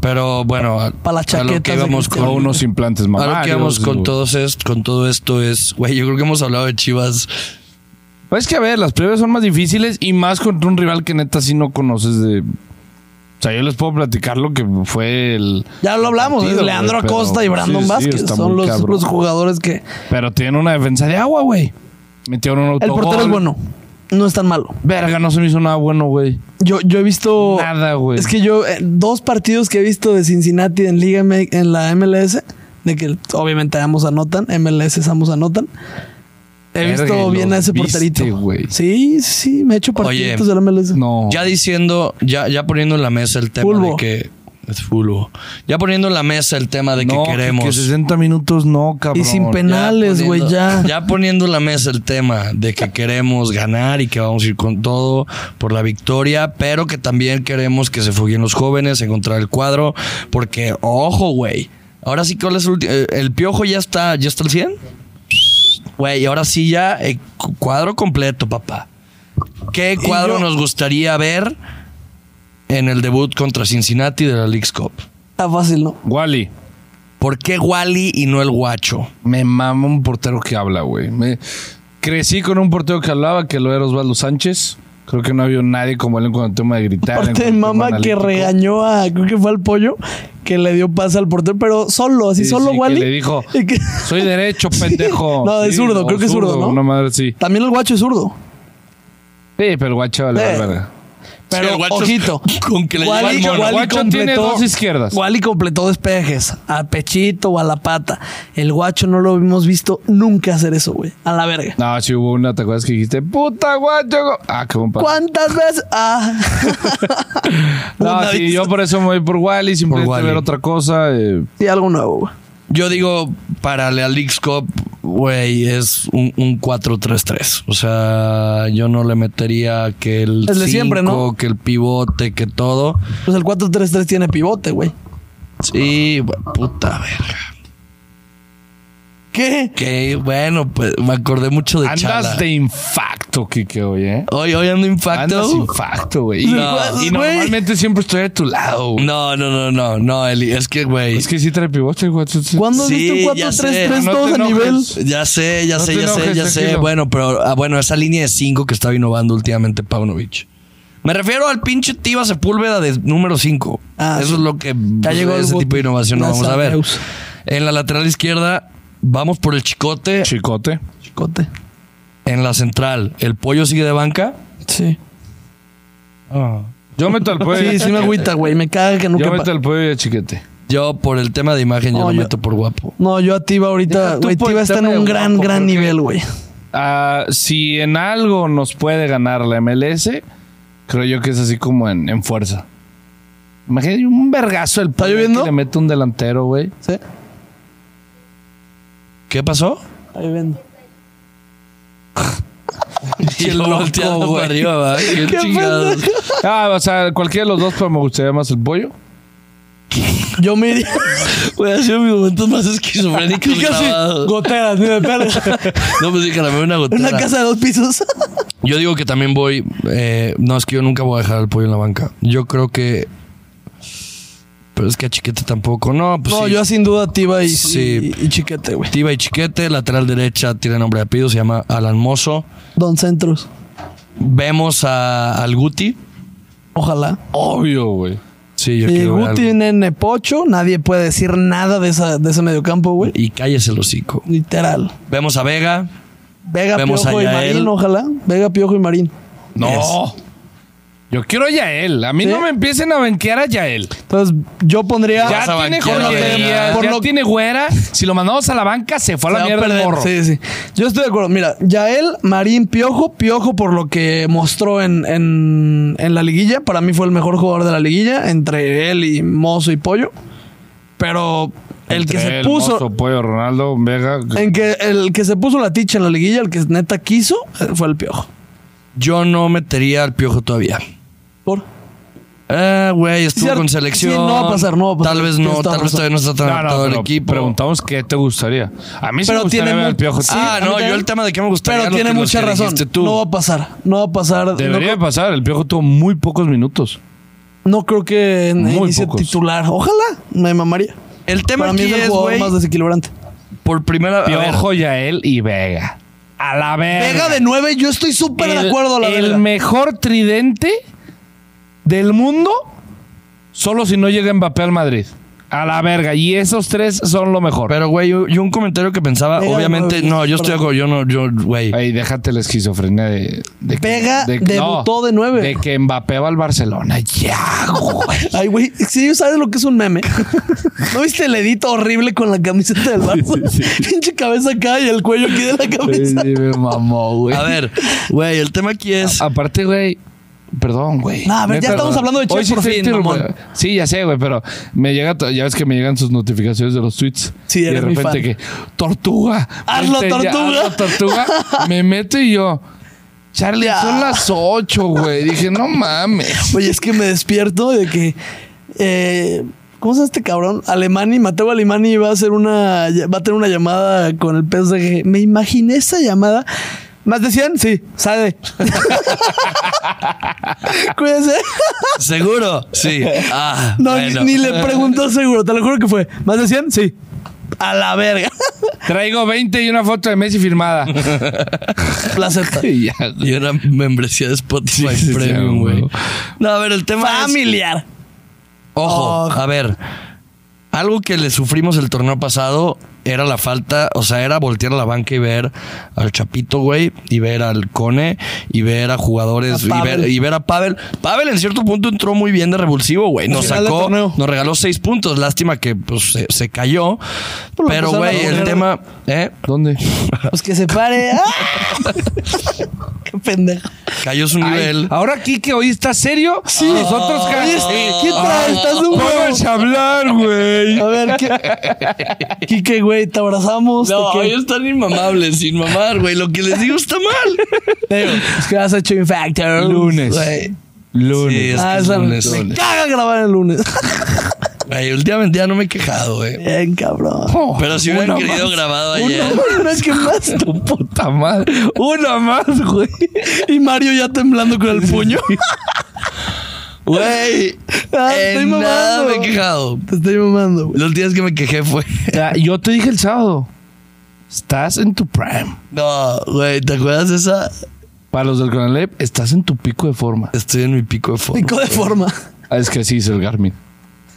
Pero bueno, a,
Pa' las
a lo que
chaquetas de
íbamos
Cristiano.
O
con,
unos implantes
a
mamarios.
lo que íbamos con,
güey.
todos es, con todo esto es, güey, yo creo que hemos hablado de Chivas.
Pues Es que a ver, las previas son más difíciles y más contra un rival que neta sí no conoces de. O sea, yo les puedo platicar lo que fue el.
Ya lo hablamos,
partido,
es
güey,
Leandro
pero-
Acosta y Brandon
sí, sí,
Vázquez.
está
Son
muy
los,
cabrón.
los jugadores que.
Pero tienen una defensa de agua, güey. Metieron un
El
autogol.
portero es bueno. No es tan malo.
Verga, no se me hizo nada bueno, güey.
Yo, yo he visto.
Nada, güey.
Oh, Es que yo, eh, dos partidos que he visto de Cincinnati en Liga M- en la MLS, de que obviamente ambos anotan, MLS ambos anotan. He
Verga,
visto
y
bien
los
a ese
viste,
porterito.
güey.
Sí, sí, me he hecho partiditos
Oye,
de la MLS.
No.
Ya diciendo, ya, ya poniendo en la mesa el tema
Fulvo.
de que. Es fulvo. Ya poniendo en la mesa el tema de que
no,
queremos.
Que 60 minutos no, cabrón.
y sin
Ya
penales, güey,
poniendo-
ya.
Ya poniendo en la mesa el tema de que queremos ganar y que vamos a ir con todo por la victoria, pero que también queremos que se foguen los jóvenes, encontrar el cuadro, porque, ojo, güey. Ahora sí, ¿cuál es el ulti- eh, El piojo ya está, ya está al 100. Güey, ahora sí ya, eh, cu- cuadro completo, papá. ¿Qué
Y
cuadro
yo-
nos gustaría ver en el debut contra Cincinnati de la Leagues Cup?
Está fácil, ¿no?
Wally.
¿Por qué Wally y no el guacho?
Me mama un portero que habla, güey. Me- Crecí con un portero que hablaba, que lo era Osvaldo Sánchez. Creo que no había nadie como él en cuanto al tema de gritar. en
Aparte,
cuanto al tema
mamá que
analítico.
regañó a, creo que fue al pollo, que le dio pase al portero, pero solo, así
Sí,
solo,
sí, que
Wally.
le dijo,
[laughs] Y que-
Soy derecho,
Sí.
pendejo.
[laughs] No, de
Sí,
zurdo,
o
creo que es zurdo, ¿no?
Una madre, sí.
También el guacho es zurdo.
Sí, pero guacho, la
Sí.
verdad.
Pero,
Sí, el guacho-
ojito.
[laughs] con que le llegó al
Wally,
mono.
Wally
Guacho
completó,
tiene dos izquierdas.
Wally completó despejes a pechito o a la pata. El guacho no lo hemos visto nunca hacer eso, güey. A la verga.
No, sí hubo una, ¿te acuerdas que dijiste? ¡Puta guacho! go-". Ah, qué buen paso.
¿Cuántas veces? Ah. [laughs]
No,
Una
sí,
vez.
yo por eso me voy por Wally, sin
Por Wally.
ver otra cosa. eh,
Sí, algo nuevo, güey.
Yo digo, para la Leagues Cup, güey, es un, un 4-3-3. O sea, yo no le metería que el
Es de siempre, ¿no?
cinco, que el pivote, que todo.
Pues el 4-3-3 tiene pivote, güey.
Sí, bu- puta verga.
¿Qué?
Que bueno, pues me acordé mucho de Chala.
Andas de infacto, Kike, hoy, ¿eh?
Hoy, hoy ando
Andas
infacto.
infacto, güey. Y-
No.
Güey.
Y, normalmente siempre estoy a tu lado, güey.
No, no, no, no, no, Eli. Es que, güey.
Es que sí trae pivote, güey. Sí, sí.
¿Cuándo has
Sí,
visto un
ya
4-3-3
sé.
todos
No te
a nivel?
enojes.
Ya sé, ya
No
sé,
te
ya sé,
enojes,
ya sé.
tranquilo.
Bueno, pero ah, bueno, esa línea de 5 que estaba innovando últimamente Paunovic. Me refiero al pinche Tiva Sepúlveda de número 5.
Ah,
Eso
sí.
es lo que pues,
Ya llegó el
ese
bote.
tipo de innovación no
Gracias
vamos a
a
ver.
Deus.
En la lateral izquierda vamos por el chicote
Chicote.
Chicote.
en la central, el pollo sigue de banca.
Sí.
Yo meto al pollo.
Sí, sí me agüita, güey. Me caga que nunca.
Yo
pa-
meto al pollo y a chiquete.
Yo, por el tema de imagen, yo
No,
lo
yo-
meto por guapo.
No, yo a Tiba ahorita,
Deja tú
güey,
por
Tiba
el
está en
tema
un
de
gran,
guapo,
gran
porque-
nivel, güey.
Ah, si en algo nos puede ganar la MLS, creo yo que es así como en, en fuerza. Imagínate un vergazo el pollo
lloviendo?
que le mete un
[laughs]
delantero, güey.
¿Sí? [laughs]
¿Qué pasó?
Ahí vendo.
[laughs] Y el volteando para
[laughs]
arriba, ¿verdad? Qué chingados.
Ah, o sea, cualquiera de los dos, pero me gustaría más el pollo.
Yo me
[laughs]
iría.
Güey, ha sido mis momentos más esquizofrénicos grabados.
goteras, ni de pelo.
[laughs] No, pues sí, caramelo, una gotera.
Una casa de dos pisos.
Yo digo que también voy. eh, no, es que yo nunca voy a dejar al pollo en la banca. Yo creo que. Pero es que a Chiquete tampoco. No, pues
no,
sí.
yo sin duda Tiba y,
Sí.
y, y Chiquete, güey.
Tiba y Chiquete, lateral derecha, tiene nombre de apellido, se llama Alan Mozo.
Don Centros.
Vemos a, al Guti.
Ojalá.
Obvio, güey.
Sí, yo
Y
quiero ver al-
Eh, Guti, Nene, Pocho. Nadie puede decir nada de, esa, de ese mediocampo, güey.
Y cállese el hocico.
Literal.
Vemos a Vega.
Vega,
Vemos
Piojo
a
y
Yael.
Marín, ojalá. Vega, Piojo y Marín.
No. Yo quiero a Yael. A mí
¿Sí?
no me empiecen a banquear a Yael.
Entonces, yo pondría.
Vas a
Ya tiene
banquear a
Jorge
Yael.
Díaz,
Por
ya
lo-
tiene güera. Si lo mandamos a la banca, se fue a
Se
la
va a
mierda el
perder.
morro.
Sí, sí. Yo estoy de acuerdo. Mira, Yael, Marín, Piojo. Piojo, por lo que mostró en, en, en la liguilla, para mí fue el mejor jugador de la liguilla, entre él y Mozo y Pollo. Pero el
Entre
que se
él,
puso.
Mozo, Pollo, Ronaldo, Vega.
En que el que se puso la ticha en la liguilla, el que neta quiso, eh, fue el Piojo.
Yo no metería al piojo todavía.
Por.
Ah, güey, estuvo
Cierto.
con selección.
Sí, no va a pasar, no va a pasar.
Tal vez
Tienes
no,
toda
tal vez
razón.
todavía no está tan
No, no,
adaptado el
pero
equipo.
Preguntamos qué te gustaría. A mí sí
Pero
me gustaría
tiene
ver al
mu-
Piojo.
sí,
ah,
a mí
no,
también.
yo el tema de qué me gustaría.
Pero
lo que-
tiene
los
mucha
que
razón.
dijiste tú.
No va a pasar. No va a pasar. No
Debería
creo-
pasar. El Piojo tuvo muy pocos minutos.
No, creo que en-
Muy
inicie
pocos.
titular. Ojalá. Me mamaría.
El tema
Para mí
aquí
es el
es,
jugador
güey,
más desequilibrante.
por primera a ver,
Piojo, Yael y Vega. A la verga.
Vega de nueve, yo estoy súper de
El-
acuerdo. La
El
verga.
mejor tridente del mundo, solo si no llega Mbappé al Madrid. A la verga. Y esos tres son lo mejor.
Pero, güey, yo, yo un comentario que pensaba,
Vega,
obviamente,
güey,
no, yo estoy de acuerdo, yo no, yo, güey.
Ahí déjate la esquizofrenia de. de que-
Vega
de-
debutó de nueve.
De que Mbappé va al Barcelona. Ya, güey.
[laughs] Ay, güey, si sabes lo que es un meme. ¿No viste el edito horrible con la camiseta del Barça? [laughs] Pinche cabeza acá y el cuello aquí de la
Sí,
camisa.
me mamó, güey. Ah,
A ver, güey, el tema aquí es.
Aparte, güey. Perdón, güey.
No, a ver, ya
Neta,
estamos hablando de
hoy
Chivas por
estoy
fin,
inter-
mamón.
Sí, ya sé, güey, pero me llega, to- ya ves que me llegan sus notificaciones de los tweets.
Sí,
y de
eres muy
repente
fan.
que, tortuga.
Hazlo,
vente ya,
tortuga.
hazlo, tortuga.
[laughs]
me meto y yo, Charlie,
Ya.
son las ocho, güey. Dije, no mames.
Oye, es que me despierto de que. eh, ¿Cómo se llama este cabrón? Alemani, Mateo Alemani va a hacer una. Va a tener una llamada con el PSG. Me imaginé esa llamada. ¿Más de 100? Sí, sale. [laughs] Cuídense.
ah.
¿Seguro?
[laughs]
Sí. Ah,
No,
bueno.
ni, ni le preguntó seguro, te lo juro que fue. ¿Más de 100? Sí. A la verga. [laughs]
Traigo 20 y una foto de Messi firmada.
Placeta.
Y ya,
Y una membresía de Spotify
Sí, sí, sí,
Premium, güey.
güey.
No, a ver, el tema es-
Familiar.
Ojo,
Ojo.
a ver. Algo que le sufrimos el torneo pasado era la falta, o sea, era voltear a la banca y ver al Chapito, güey, y ver al Cone, y ver a jugadores,
A
y,
Pavel.
ver, y ver a Pavel. Pavel en cierto punto entró muy bien de revulsivo, güey. Nos
Final del
sacó,
torneo.
nos regaló seis puntos. Lástima que pues, se, se cayó.
Pues lo empezaron
Pero,
a
güey, el
poner-
tema. ¿eh?
¿Dónde?
Pues que se
[laughs]
pare. ¡Ah! Qué pendejo.
Cayó su
Ay,
nivel.
ahora aquí que hoy está serio. Sí. Nosotros,
Oye,
ca-
¿qué traes? Estás de un huevo.
Pónganse a hablar, güey.
A ver, ¿qué? Quique, güey, te abrazamos.
No,
te
ellos están inmamables, sin mamar, güey. Lo que les digo
[laughs]
está mal.
quiero. Es que has hecho Infactor.
Lunes.
Güey.
Lunes.
Sí, es que
Ah,
es
esa-
lunes.
Me caga grabar el lunes. [laughs]
Güey, últimamente ya no me he quejado, eh. güey.
Bien, cabrón.
Pero si hubieran
Una
querido
Oh, más.
grabado ayer.
Una, una que más.
Tu puta madre. Una más, güey.
Y Mario ya temblando con el puño.
Güey,
Ah,
[laughs] en
estoy
nada
mamando.
me he quejado.
Te estoy mamando, güey.
Los días que me quejé fue. [laughs]
Yo te dije el sábado. Estás en tu prime.
No, güey, ¿te acuerdas de esa?
Para los del Conalep, estás en tu pico de forma.
Estoy en mi pico de forma.
Pico de
[laughs]
forma.
Ah, es que así dice el Garmin.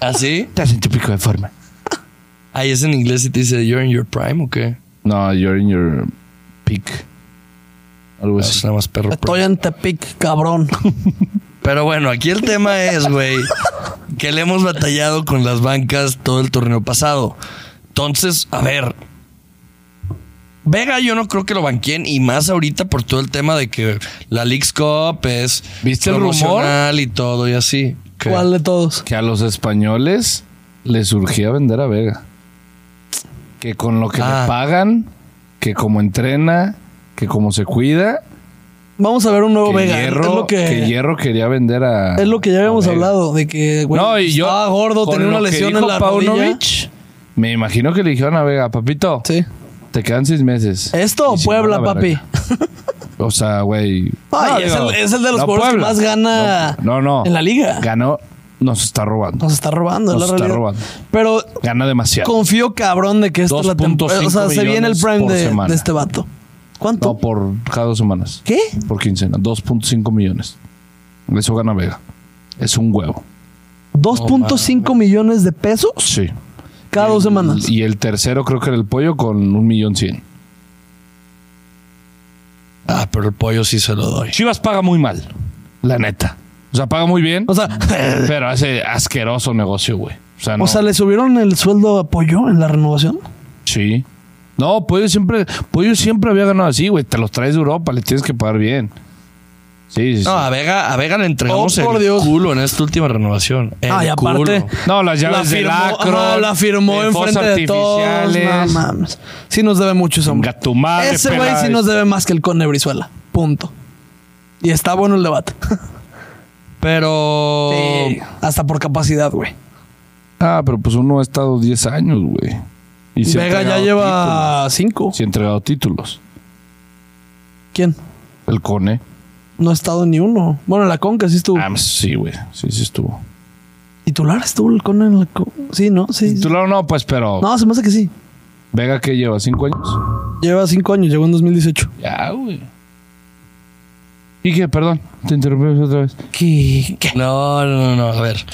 ¿Así?
Estás en tu pico de forma.
¿Ah, Ahí es en inglés y te dice, ¿You're in your prime o qué?
No, you're in your peak. Algo
Es
así.
Ah, nada más perro.
Pues Estoy en Tepic, cabrón.
Pero bueno, aquí el tema es, güey, que le hemos batallado con las bancas todo el torneo pasado. Entonces, a ver. Vega yo no creo que lo banquien y más ahorita por todo el tema de que la Leagues Cup es
¿Viste el rumor?
promocional y todo y así. ¿Qué?
¿Cuál de todos?
Que a los españoles les surgía vender a Vega. Que con lo que
Ah.
le pagan, que como entrena, que como se cuida,
Vamos a ver un nuevo
que,
Vega.
hierro,
es lo que,
que Hierro quería vender a.
es lo que ya habíamos
a Vega.
hablado, de que güey,
No, y yo-
estaba gordo,
con
tenía una
lo que
lesión
dijo
en la rodilla.
Paunovic, Me imagino que le dijeron a Vega, papito,
Sí.
te quedan seis meses.
¿Esto o
Y si no,
Puebla,
la
papi?
verga. O sea, güey.
Ay,
No,
es,
digo,
el, es el de los
no,
jugadores
Puebla.
que más gana
No, no. no.
en la liga.
Ganó, nos está robando.
Nos está robando, es
Nos
la
está
realidad.
robando.
Pero
Gana demasiado.
confío cabrón de que esta es la temporada. O sea,
2.5
se viene el
millones
prime
por
de,
semana.
de este vato. ¿Cuánto?
No, pues, por cada dos semanas.
¿Qué?
Por quincena. 2.5 millones. Eso gana Vega. Es un huevo.
2.5 millones de pesos
Sí.
cada dos semanas.
Y el tercero creo que era el pollo con un millón cien.
Ah, pero el pollo sí se lo doy.
Chivas paga muy mal. La neta. O sea, paga muy bien.
O
[laughs]
sea,
pero hace asqueroso negocio, güey. O sea, no.
o sea, le subieron el sueldo a Pollo en la renovación.
Sí. No, Pollo siempre, Pollo siempre había ganado así, güey. Te los traes de Europa, le tienes que pagar bien. Sí, sí, sí.
No,
Ah.
a Vega, a Vega le entregamos
Oh, por
el
Dios.
culo en esta última renovación. El
Ah, y aparte-
culo.
No, las llaves de lacro.
ajá, la firmó
de fosas
enfrente de todos. No
artificiales.
mames. Sí nos debe mucho ese hombre.
Gatumadre,
Ese güey
pela-
sí nos debe más que el Cone Brizuela. Punto. Y está bueno el
[laughs]
debate.
Pero.
Sí, Hasta por capacidad, güey.
Ah, pero pues uno ha estado 10 años, güey. Y se ha
Vega ya
entregado
lleva cinco.
títulos. Se ha entregado títulos.
¿Quién?
El Cone.
No ha estado ni uno. Bueno, en la conca sí estuvo.
Ah, sí, güey. Sí, sí estuvo.
¿Titular estuvo el Cone en la conca? Sí, ¿no? Sí.
Titular no, pues, pero.
No, se me hace que sí.
Vega, ¿qué lleva? ¿Cinco años?
Lleva cinco años, llegó en 2018.
Ya, güey. ¿Y qué? Perdón, te interrumpí otra vez.
¿Qué? ¿Qué?
No, no, no, no, a ver.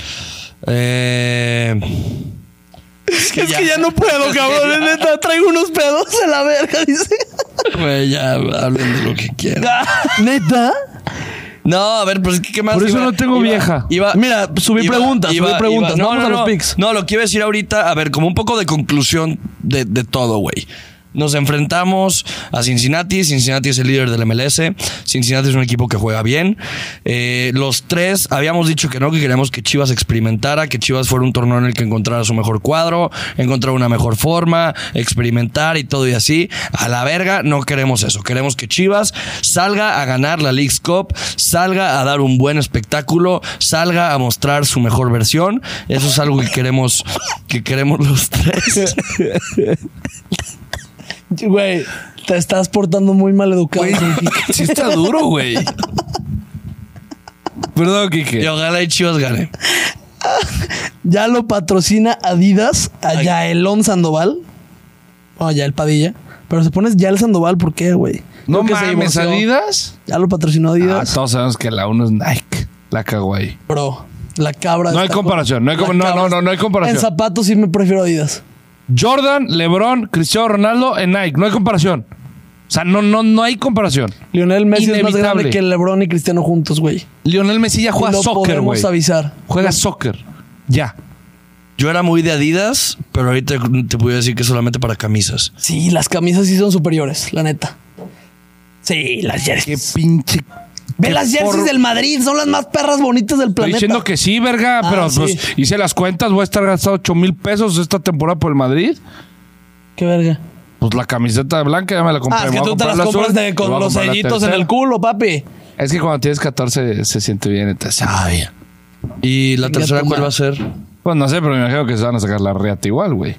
Eh, es
[laughs]
que ya,
no puedo, cabrón. Neta, traigo unos pedos en la verga, dice.
[laughs] güey, ya hablen de lo que quieran.
¿Neta?
No, a ver, pues ¿qué más?
Por eso no tengo vieja.
Mira, subí preguntas, subí preguntas.
No,
Vamos
no,
a los
no.
picks.
No, lo que iba a decir ahorita, a ver, como un poco de conclusión de, de todo, güey. Nos enfrentamos a Cincinnati. Cincinnati es el líder del MLS. Cincinnati es un equipo que juega bien. Eh, los tres habíamos dicho que no, que queríamos que Chivas experimentara, que Chivas fuera un torneo en el que encontrara su mejor cuadro, encontrar una mejor forma, experimentar y todo y así. A la verga, no queremos eso. Queremos que Chivas salga a ganar la League's Cup, salga a dar un buen espectáculo, salga a mostrar su mejor versión. Eso es algo que queremos, que queremos los tres.
Güey, te estás portando muy mal educado. Kike.
Sí está duro, güey. Perdón, Kike.
Y ojalá y Chivas gane.
Ya lo patrocina Adidas a
Ay.
Yaelón Sandoval. O Yael Padilla. Pero se pones Yael Sandoval, ¿por qué, güey?
No
Creo que se
mames,
divorció.
Adidas.
Ya lo patrocinó
Ah,
Adidas.
todos sabemos que la uno es Nike. La cagó ahí.
Bro, la cabra.
No hay
está
comparación, no hay
la
com- no,
cabra
no,
está-
no, no hay comparación.
En zapatos sí me prefiero Adidas.
Jordan, LeBron, Cristiano Ronaldo en Nike. No hay comparación. O sea, no, no, no hay comparación.
Lionel Messi es más
Inevitable.
grande que LeBron y Cristiano juntos, güey.
Lionel Messi ya juega
lo
soccer,
podemos
güey.
avisar.
Juega soccer. Ya.
Yo era muy de Adidas, pero ahorita te puedo decir que solamente para camisas.
Sí, las camisas sí son superiores, la neta. Sí, las
Qué
jerseys.
pinche.
Ve las jerseys del Madrid, son las más perras bonitas del
Estoy
planeta.
diciendo que sí, verga,
Ah,
pero
sí.
pues hice las cuentas, voy a estar gastado 8 mil pesos esta temporada por el Madrid.
Qué verga.
Pues la camiseta blanca ya me la compré.
Ah, es
me
que
voy a
tú te
comprar
las
la
compras
azul,
de-
me
con
voy a
los
comprar la
sellitos en el
tercera.
culo, papi.
Es que cuando tienes 14 se siente bien, entonces. ah.
Ay. ¿Y la
Venga,
tercera
toma.
cuál va a ser?
Pues no sé, pero me imagino que se van a sacar la reata igual, güey.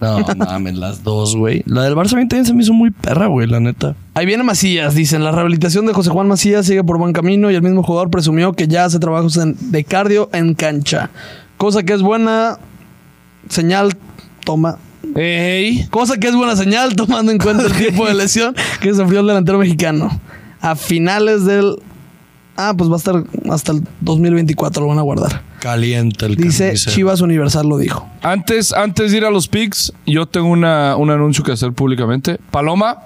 [laughs]
No, mames, las dos, güey. La del Barça a mí también se me hizo muy perra, güey, la neta.
Ahí viene Macías, dicen. La rehabilitación de José Juan Macías sigue por buen camino y el mismo jugador presumió que ya hace trabajos en- de cardio en cancha. Cosa que es buena señal, toma.
¡Ey!
Cosa que es buena señal tomando en cuenta el tipo de lesión que sufrió el delantero mexicano. A finales del... Ah, pues va a estar hasta el 2024, lo van a guardar.
Caliente el
Dice
carnicero.
Chivas Universal, lo dijo.
Antes, antes de ir a los picks, yo tengo una, un anuncio que hacer públicamente. Paloma,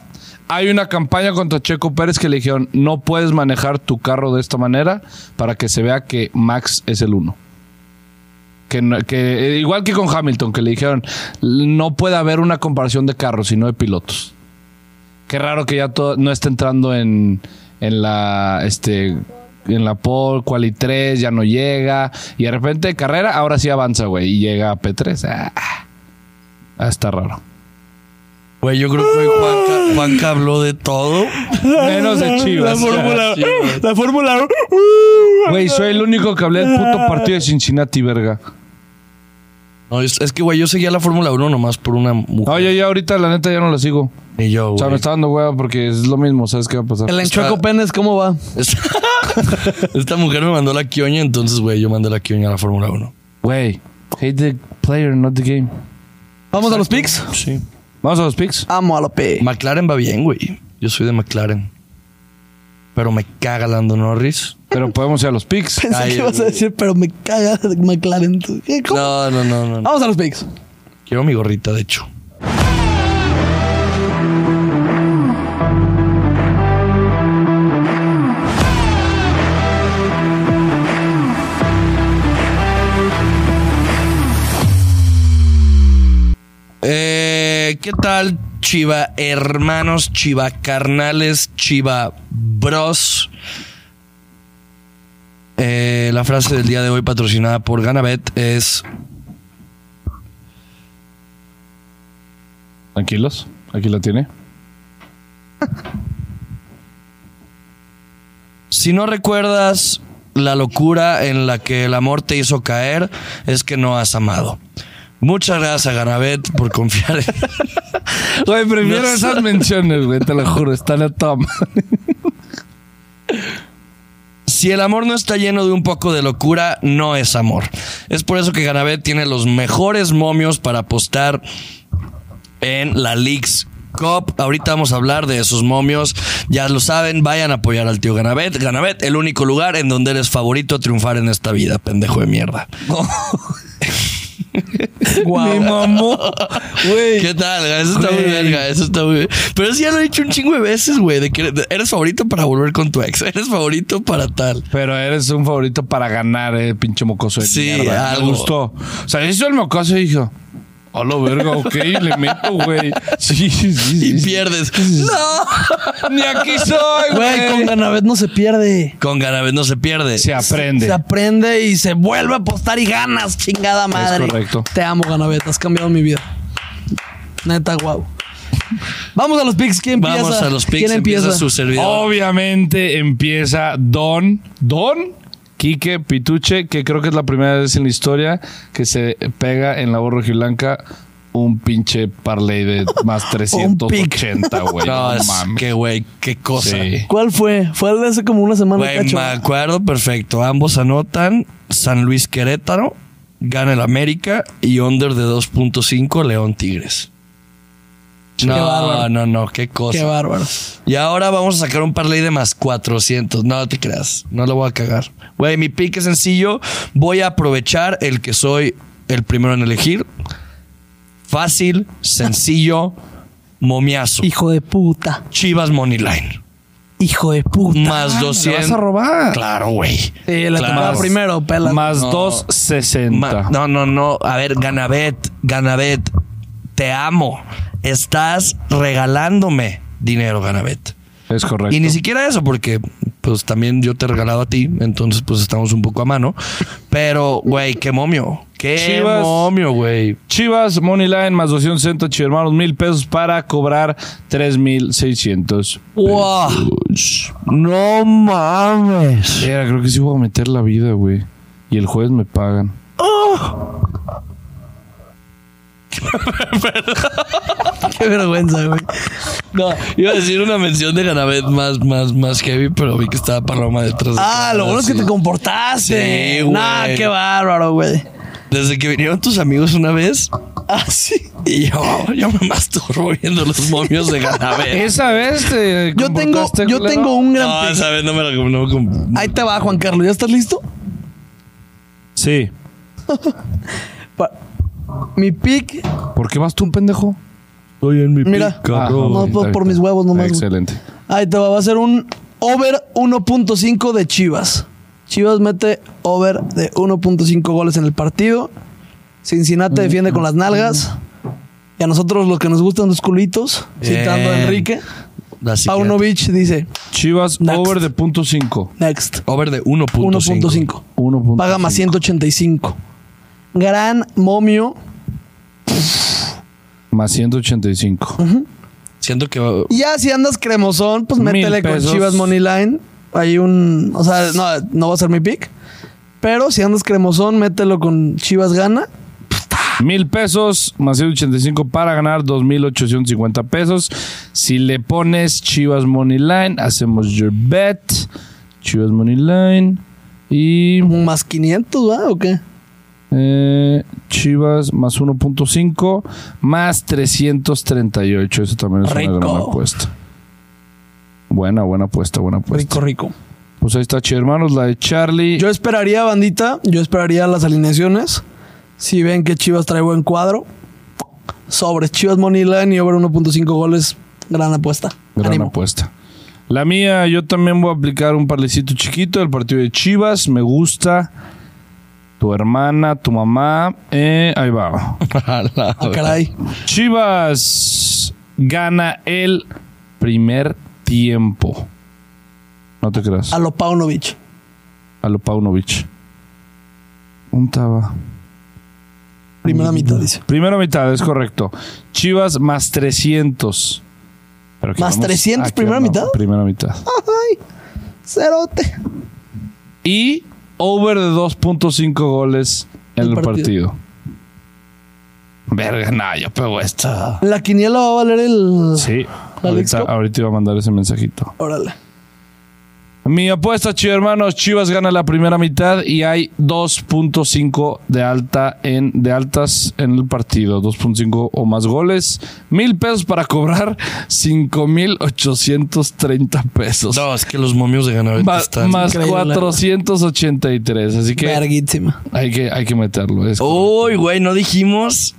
Hay una campaña contra Checo Pérez que le dijeron, no puedes manejar tu carro de esta manera para que se vea que Max es el uno. Que, no- que- eh, igual que con Hamilton, que le dijeron, no puede haber una comparación de carros, sino de pilotos. Qué raro que ya todo, no esté entrando en, en la este en la pole, quali 3, ya no llega. Y de repente carrera, ahora sí avanza, güey. Y llega a P3. Ah, ah, está raro.
Güey, yo creo que hoy Juanca, Juanca habló de todo.
Menos de Chivas.
La fórmula-
Sí, güey.
La fórmula. uh.
Güey, soy el único que hablé del puto partido de Cincinnati, verga.
No, es, es que, güey, yo seguía la Fórmula 1 nomás por una mujer.
Oye, yo ahorita la neta ya no lo sigo.
Y yo,
O sea,
güey.
me está dando hueva porque es lo mismo, ¿sabes qué va a pasar?
El enchueco Penes, ¿cómo va?
Esta, [laughs] esta mujer me mandó la quioña, entonces, güey, yo mandé la quioña a la Fórmula 1.
Güey, hate the player, not the game.
¿Vamos a los picks?
Sí.
Vamos a los picks.
Amo a los picks.
McLaren va bien, güey. Yo soy de McLaren. Pero me caga Lando Norris.
Pero podemos ir a los picks.
Pensé
Ay,
que ibas a
güey.
decir, pero me caga de McLaren. tú. ¿Qué? ¿Cómo?
No, no, no, no, no.
Vamos a los picks.
Quiero mi gorrita, de hecho. Eh, ¿Qué tal, Chiva hermanos, Chiva carnales, Chiva bros? Eh, la frase del día de hoy patrocinada por Ganabet es
Tranquilos, aquí la tiene.
Si no recuerdas la locura en la que el amor te hizo caer, es que no has amado. Muchas gracias a Ganabet por confiar en...
Güey, prefiero
No sé.
esas menciones, güey, te lo juro, están a top.
Si el amor no está lleno de un poco de locura, no es amor. Es por eso que Ganabet tiene los mejores momios para apostar en la Leagues Cup. Ahorita vamos a hablar de esos momios. Ya lo saben, vayan a apoyar al tío Ganabet. Ganabet, el único lugar en donde eres favorito a triunfar en esta vida, pendejo de mierda.
Mi mamá.
[laughs]
Güey.
¿Qué tal? Eso está muy
Güey.
verga, eso está muy Pero eso ya lo he dicho un chingo de veces, güey, de que eres favorito para volver con tu ex, [laughs] eres favorito para tal.
Pero eres un favorito para ganar, eh, pinche mocoso de
Sí,
mierda.
algo.
Me gustó. O sea, hizo el mocoso y dijo, hola, verga, ok, le meto, güey. Sí, sí, sí.
Y
sí.
pierdes. ¡No!
Ni aquí soy,
Güey, con
güey.
Ganavet no se pierde.
Con Garabet no se pierde.
Se aprende.
Se aprende y se vuelve a apostar y ganas, chingada madre.
correcto.
Te amo, Ganavet. Has cambiado mi vida. Neta, guau. Vamos a los picks. ¿Quién empieza?
Vamos a los picks,
¿Quién empieza?
empieza su
Oh,
servidor.
Obviamente empieza Don. Don. Quique Pituche, que creo que es la primera vez en la historia que se pega en la voz blanca un pinche parlay de
[laughs]
más 380, güey.
no,
No
es
mames.
que, güey, qué cosa.
Sí.
¿Cuál fue? Fue el de hace como una semana,
Güey,
cacho.
me acuerdo perfecto. Ambos anotan San Luis Querétaro, gana el América y under de 2.5 León Tigres. No,
bárbaro.
no, no, qué cosa.
Qué bárbaro.
Y ahora vamos a sacar un parlay de más 400. No te creas, no lo voy a cagar. Güey, mi pick es sencillo. Voy a aprovechar el que soy el primero en elegir. Fácil, sencillo, momiazo.
Hijo de puta.
Chivas Moneyline.
Hijo de puta.
Más
¿Te
200.
vas a robar?
Claro, güey.
Sí, la
Claro.
tomaba primero, pela.
Más
No.
260.
Ma- no, no, no. A ver, Ganabet, Ganabet, te amo. Estás regalándome dinero, Ganabet.
Es correcto.
Y ni siquiera eso, porque pues también yo te he regalado a ti, entonces pues estamos un poco a mano. Pero, güey, qué momio. Qué
Chivas.
momio, güey.
Chivas, Moneyline, más 260, chivermanos, mil pesos para cobrar 3600.
Wow. No mames.
Era, creo que sí voy a meter la vida, güey. Y el jueves me pagan.
[laughs] Qué vergüenza, güey.
No, iba a decir una mención de Ganabet más, más, más heavy, pero vi que estaba Paloma detrás. de
Ah, lo
cámara,
bueno es que
sí.
te comportaste.
Sí, güey.
Nah, qué bárbaro, güey.
Desde que vinieron tus amigos una vez
Ah, sí.
y yo, yo me masturbo viendo los momios
[laughs]
de Ganabet.
Esa vez te
Yo tengo,
comportaste,
yo
culero.
tengo un gran
No,
pick.
esa vez no me la no, me com-
Ahí te va, Juan Carlos. ¿Ya estás listo?
Sí.
Pa- Mi pick
¿Por qué vas tú, pendejo?
Estoy en mi
Mira.
picarro.
No,
ok,
pues,
está
por
bien.
mis huevos nomás, güey.
Excelente.
Ahí te va, va a ser un over 1.5 de Chivas. Chivas mete over de 1.5 goles en el partido. Cincinnati defiende con las nalgas. Y a nosotros lo que nos gustan los culitos, citando a
Bien.
Enrique.
La siguiente.
Paunovic dice,
Chivas
Next.
over de punto cinco.
next,
Over de 1.5.
1.5.
1.5.
Paga más 185. Gran momio.
Más 185.
Siento que va- [laughs]
Ya si andas cremosón, pues
Mil
métele con
pesos.
Chivas Money Line. Hay un. O sea, no, no va a ser mi pick. Pero si andas cremosón, mételo con Chivas Gana.
Mil pesos más 185 para ganar 2,850 pesos. Si le pones Chivas Money Line, hacemos your bet. Chivas Money Line. Y
Un Más 500, ¿va? ¿O qué?
eh, Chivas más 1.5 más 338. Eso también es
Rico.
una gran apuesta. Buena, buena apuesta, buena apuesta.
Rico, rico.
Pues ahí está, chi- hermanos, la de Charlie.
Yo esperaría, bandita. Yo esperaría las alineaciones. Si ven que Chivas trae buen cuadro. Sobre Chivas Money Line y over 1.5 goles. Gran apuesta.
Gran
Ánimo.
apuesta. La mía, yo también voy a aplicar un parlecito chiquito del partido de Chivas. Me gusta. Tu hermana, tu mamá. Eh,
[laughs]
ahí va.
A la
Ah, caray.
Chivas gana el primer tiempo. No te creas.
A lo Paunovic.
A lo Paunovic. Untaba. Mm.
Primera mitad, dice.
Primera mitad, es correcto. Chivas más 300. Pero aquí
¿Más 300,
aquí
primera
vamos,
mitad?
Primera mitad.
Cerote.
y over de 2.5 goles en
El
el,
partido.
partido. Verga, no, yo pego esta.
La quiniela va a valer el.
Sí,
¿La League's
ahorita,
Cup?
ahorita iba a mandar ese mensajito.
Órale.
Mi apuesta, chido hermanos, Chivas gana la primera mitad y hay 2.5 de alta en de altas en el partido, 2.5 o más goles, mil pesos para cobrar 5.830 pesos,
No, es que los momios de ganar
Va-
están.
más
increíble, la verdad.
483, así que
Verguísima.
Hay que, hay que meterlo. Es
Uy, güey, no dijimos.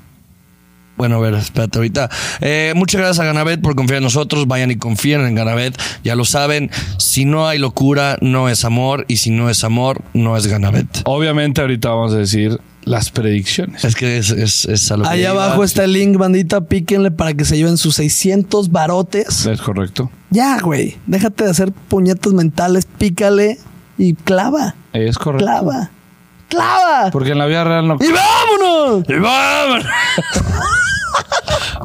Bueno, a ver, espérate ahorita. Eh, muchas gracias a Ganabet por confiar en nosotros. Vayan y confíen en Ganabet. Ya lo saben, si no hay locura, no es amor. Y si no es amor, no es Ganabet.
Obviamente ahorita vamos a decir las predicciones.
Es que es, es, es a lo que
Allá
iba.
abajo está el link, bandita. Píquenle para que se lleven sus 600 barotes.
Es correcto.
Ya, güey. Déjate de hacer puñetas mentales. Pícale y clava.
Es correcto.
Clava. ¡Clava!
Porque en la vida real no...
¡Y vámonos!
¡Y vámonos! [laughs]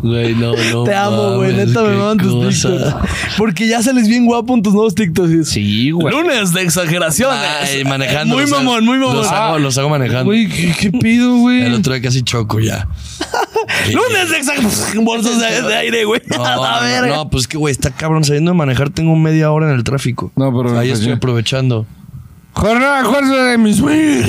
Güey, no, no.
Te amo, güey.
mames,
Neta, me
qué
maman tus
cosa.
TikToks. Porque ya sales bien guapo en tus nuevos TikToks.
Sí, güey.
Lunes de exageraciones. eh,
Ay, manejando.
Muy
los hago-
mamón, muy mamón.
Los hago, los hago manejando.
Güey, ¿qué, qué pido,
El
güey?
otro día casi
[laughs]
choco ya.
Lunes de exageraciones. Bolsas de, de aire, güey. [laughs]
No,
A la
no,
verga.
no, pues que, güey, está cabrón. Saliendo de manejar, tengo media hora en el tráfico.
No, pero- pues
O sea, Ahí estoy
sí.
aprovechando.
Jornada, jornada de mis güeyes.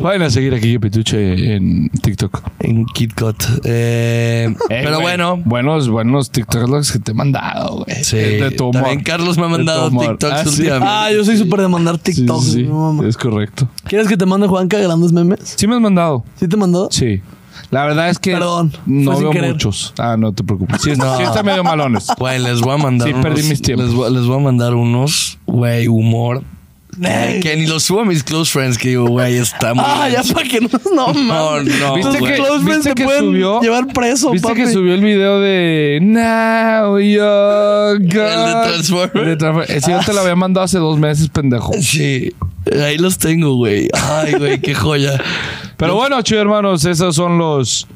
Vayan a seguir aquí, Pituche, en TikTok.
[laughs] En KitKat.
[laughs]
Eh, pero
güey,
bueno.
Buenos, buenos TikToks los que te he mandado, güey.
Sí.
De tu humor.
También Carlos me ha
De tu
mandado
humor.
TikToks
Ah, sí.
últimamente.
Ah, yo soy súper de mandar
Sí,
TikToks.
sí, sí.
no mames.
Es correcto.
¿Quieres que te mande Juanca grandes memes?
Sí me has mandado.
¿Sí te mandó?
Sí. La verdad es que
Perdón, fue
no
sin
veo
querer.
muchos. Ah, no te preocupes. Sí, está-
No.
sí está
[laughs]
medio malones.
Güey, les voy a mandar
Sí,
unos.
perdí mis tiempos.
Les voy, les voy a mandar unos, güey, humor. Que, que ni los subo a mis close friends, que digo, güey, está muy.
Ah, ya para que no, no,
no,
mames.
no.
¿Viste
Tus
güey.
que-
close friends
viste
te
que
pueden
subió?
llevar preso,
¿Viste
papi.
que subió el video de Now You're gone"?
Transformer?
El de Transformer. Ese yo te lo había mandado hace dos meses, pendejo.
Sí, ahí los tengo, güey. Ay, güey, qué joya.
[laughs]
Pero bueno, chido hermanos, esos son los.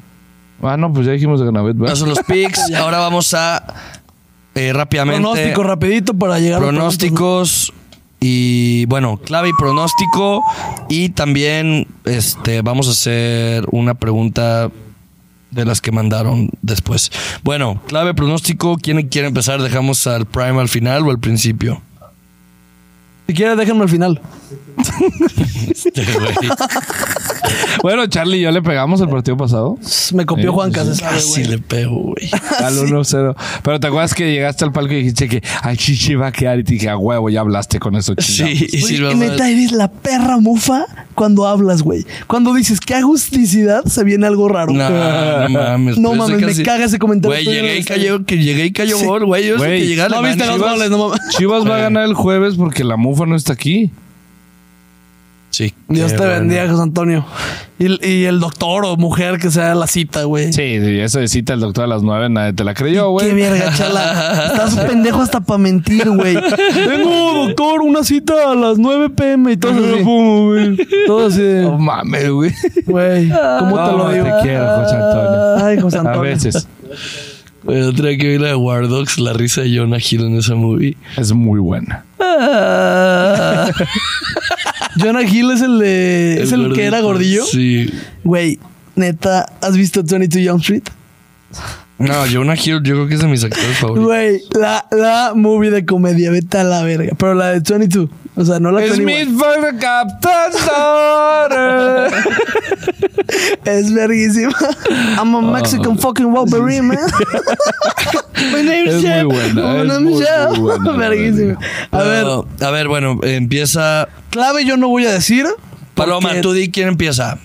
Ah, no, pues ya dijimos de Ganabet,
Esos
¿verdad?
son los [laughs] picks. Ahora vamos a eh, rápidamente.
Pronóstico rapidito para llegar a los
pronósticos y bueno, clave y pronóstico y también este vamos a hacer una pregunta de las que mandaron después. Bueno, clave pronóstico, ¿quién quiere empezar? [laughs] Dejamos al prime al final o al principio.
Si quieres, déjenme al final.
Este güey.
[laughs] Bueno, Charlie, yo le pegamos el partido [laughs] pasado
Me copió
Sí,
Juan
sí,
Casas.
sí.
Casi le pego,
[laughs]
güey.
al 1-0. Pero te acuerdas que llegaste al palco y dijiste que ay, Chichi va a quedar y te dije, a huevo, ya hablaste con eso, chingados".
Sí, y
Güey,
Silva
y neta,
Mad-
eres la perra mufa cuando hablas, güey. Cuando dices qué agusticidad, se viene algo raro.
No, no mames.
No
pues,
mames,
ese
me caga ese comentario.
Güey,
Estoy
llegué y
en el
cayó, que llegué y cayó gol, güey. Yo sé
Güey.
que llegué
No viste los goles, no mames.
Chivas va a ganar el jueves porque la mufa no está aquí.
Sí.
Dios
qué
te
bueno.
bendiga, José Antonio. Y, y el doctor o mujer que sea la cita, güey.
Sí, sí, eso de cita el doctor a las 9, nadie te la creyó,
Qué
güey.
verga, chala.
[laughs]
Estás pendejo hasta para mentir, güey. Tengo, doctor, una cita a las 9 pm y todo así.
[laughs]
Todo así de,
No mames, güey.
güey, ¿cómo te
No,
lo digo?
Te Ah, quiero, José Antonio.
Ay, José
A
Antonio.
veces.
Güey, otra que vi la de War Dogs, la risa de Jonah Hill en esa movie.
Es muy buena.
[laughs] Jonah Hill es el de. ¿Es el que
gordito.
era gordillo?
Sí.
Güey, neta, ¿has visto 22 Jump Street?
No, Jonah Hill, yo creo que es de mis actores favoritos.
Güey, la, la movie de comedia, vete a la verga. Pero la de 22. O sea, no la
Es mi
21.
favorite captain's [laughs] daughter.
Es verguísima. I'm
Ah.
a Mexican fucking Wolverine, man.
[laughs]
My name
Es
is Jeff.
muy buena,
My
es
name is
muy,
Jeff.
muy
[laughs]
buena, la
Verguísima. [laughs] A ver,
Pero, a ver, bueno, empieza.
clave yo no voy a decir.
Paloma,
porque-
tú di quién empieza.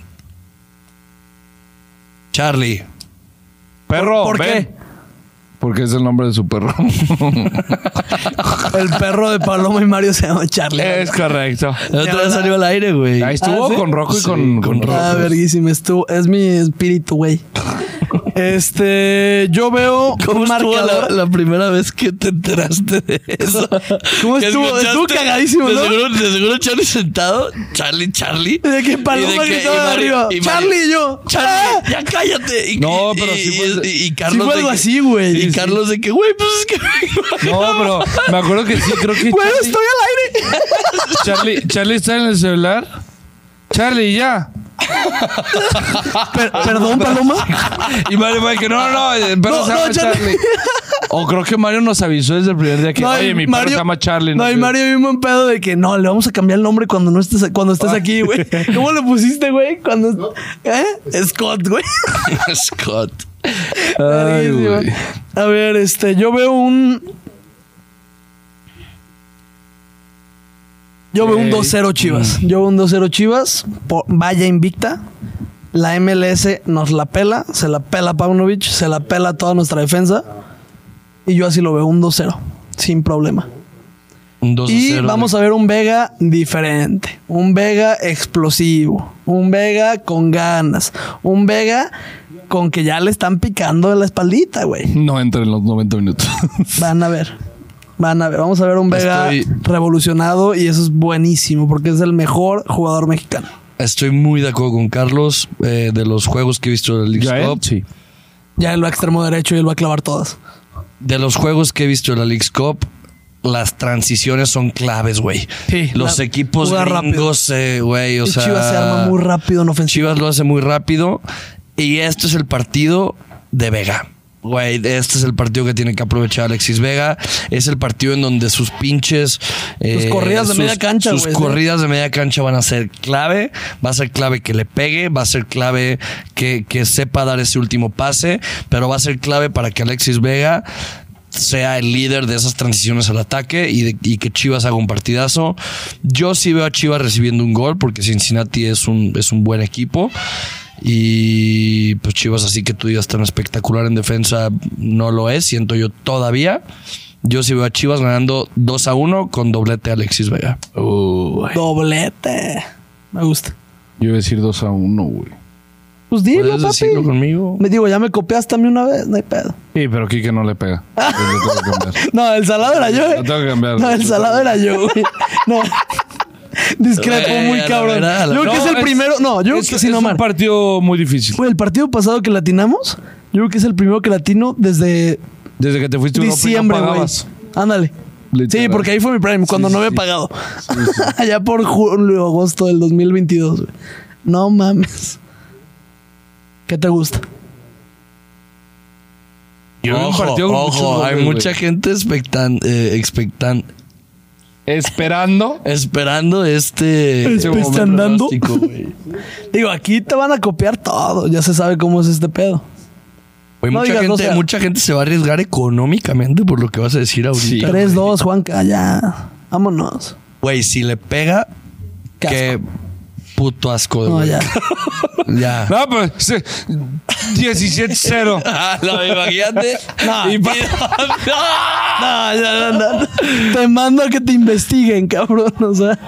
Charlie.
Perro,
¿Por
ven.
qué?
Porque es el nombre de su perro.
El perro de Paloma y Mario se llama Charlie.
[laughs] es correcto.
La otra vez salió al aire, güey.
Ahí estuvo
Ah, ¿sí?
con Rocco y
Sí,
con,
con Rocco.
Ah, verguísima, es tu- es mi espíritu, güey. Este, yo veo
¿Cómo
un
estuvo la,
marcador.
la primera vez que te enteraste de eso?
[laughs] ¿Cómo
Que
estuvo?
escuchaste-
Estuvo cagadísimo,
de
¿no?
Seguro, de seguro Charlie sentado, Charlie, Charlie.
De que
Y
Paloma
de que-
gritaba
y
de
Mario-
arriba.
y Mario-
Charlie y yo.
Charlie,
¡Ah!
ya cállate. Y,
No,
y-
pero
y,
sí fue-
y- y Carlos.
fue
de
algo
que- [laughs]
así, güey.
Y
Sí, sí.
Carlos de que, güey, pues es que.
No, pero me acuerdo que sí, creo
[laughs]
que
Güey,
Charlie,
estoy al aire.
Charlie, Charlie está en el celular. Charlie, ya.
Per-
Ah,
Perdón,
[laughs]
Paloma.
Y Mario fue que no, no, no, el perro
No,
se llama
no, Charlie.
Charlie. O creo que Mario nos avisó desde el primer día que,
No, y
oye, mi perro se llama Charlie.
No,
sé.
y Mario mismo en pedo de que no, le vamos a cambiar el nombre cuando no estés, cuando
Ah.
estés aquí,
[laughs]
güey. ¿Cómo le pusiste, güey? Cuando. ¿Eh? Scott, güey. [laughs]
Scott.
Ay,
Verguísima.
güey.
A ver, este, yo veo un. Yo veo un
Ok. Mm.
2-0 Chivas. Yo veo un 2-0 Chivas. Po- vaya invicta. La MLS nos la pela. Se la pela Paunovic. Se la pela toda nuestra defensa. Y yo así lo veo, un 2-0. Sin problema.
Un 2
Y vamos a ver un Vega diferente. Un Vega explosivo. Un Vega con ganas. Un Vega con que ya le están picando la espaldita, güey.
No entra en los 90 minutos.
Van a ver. Van a ver. Vamos a ver un Vega
Estoy-
revolucionado y eso es buenísimo porque es el mejor jugador mexicano.
Estoy muy de acuerdo con Carlos eh, de los juegos que he visto de la
[laughs] ¿Ya
League
él?
Cup.
Sí.
Ya él va a extremo derecho y él va a clavar todas.
de los juegos que he visto de la League's Cup, las transiciones son claves, güey.
Sí,
los
la-
equipos
jugar
gringos, eh, güey, o
Y
sea...
Chivas se arma muy rápido en ofensiva.
Chivas lo hace muy rápido y este es el partido de Vega. Güey, este es el partido que tiene que aprovechar Alexis Vega. Es el partido en donde sus pinches. eh,
corridas de media cancha,
Sus
güey, sí.
corridas de media cancha van a ser clave. Va a ser clave que le pegue. Va a ser clave que, que sepa dar ese último pase. Pero va a ser clave para que Alexis Vega sea el líder de esas transiciones al ataque y, de- y que Chivas haga un partidazo. Yo sí veo a Chivas recibiendo un gol porque Cincinnati es un, es un buen equipo. Y pues Chivas, así que tú digas tan espectacular en defensa, no lo es, siento yo todavía. Yo sí veo a Chivas ganando 2 a 1 con doblete Alexis Vega.
Uy.
Doblete. Me gusta.
yo iba a decir 2 a 1, güey.
Pues dilo,
¿Puedes
papi.
decirlo conmigo?
Me digo, ya me copiaste a mí una vez, no hay pedo.
Sí, pero Kike no le pega. Yo tengo que cambiar.
No, el salado era yo. eh.
Lo tengo que [laughs] cambiar.
No, el salado era yo, güey. No. Discrepo
Güey,
muy
a la
cabrón.
verdad, a la-
Yo creo que
No,
es el
es-
primero. No, yo creo
es,
que sin
es
Omar.
un partido muy difícil.
Güey, el partido pasado que latinamos, yo creo que es el primero que latino desde
Desde que te fuiste a Europa y no
diciembre, güey.
pagabas.
Ándale. Sí,
Literal.
porque ahí fue mi prime, cuando
Sí,
no había
sí.
pagado. [laughs] Allá por julio, agosto del 2022, güey. No mames. ¿Qué te gusta?
Yo vi un
ojo,
partido con muchos
ojo,
goles,
hay
güey.
mucha gente expectan, eh, expectan,
esperando.
esperando este.
Este
momento
está andando.
drástico, güey.
Digo, aquí te van a copiar todo. Ya se sabe cómo es este pedo.
Güey,
No
mucha,
digas,
gente,
no sea-
mucha gente se va a arriesgar económicamente por lo que vas a decir ahorita.
3-2, Juanca, ah, ya. Vámonos.
Güey, si le pega,
Qué
qué puto asco de
No,
güey.
[laughs]
ya.
[laughs] Ya.
No, pues sí, 17-0.
Ah, [laughs] no, imagínate.
No.
Y pa-
[laughs] No, ya, no, no. Te mando a que te investiguen, cabrón. O sea,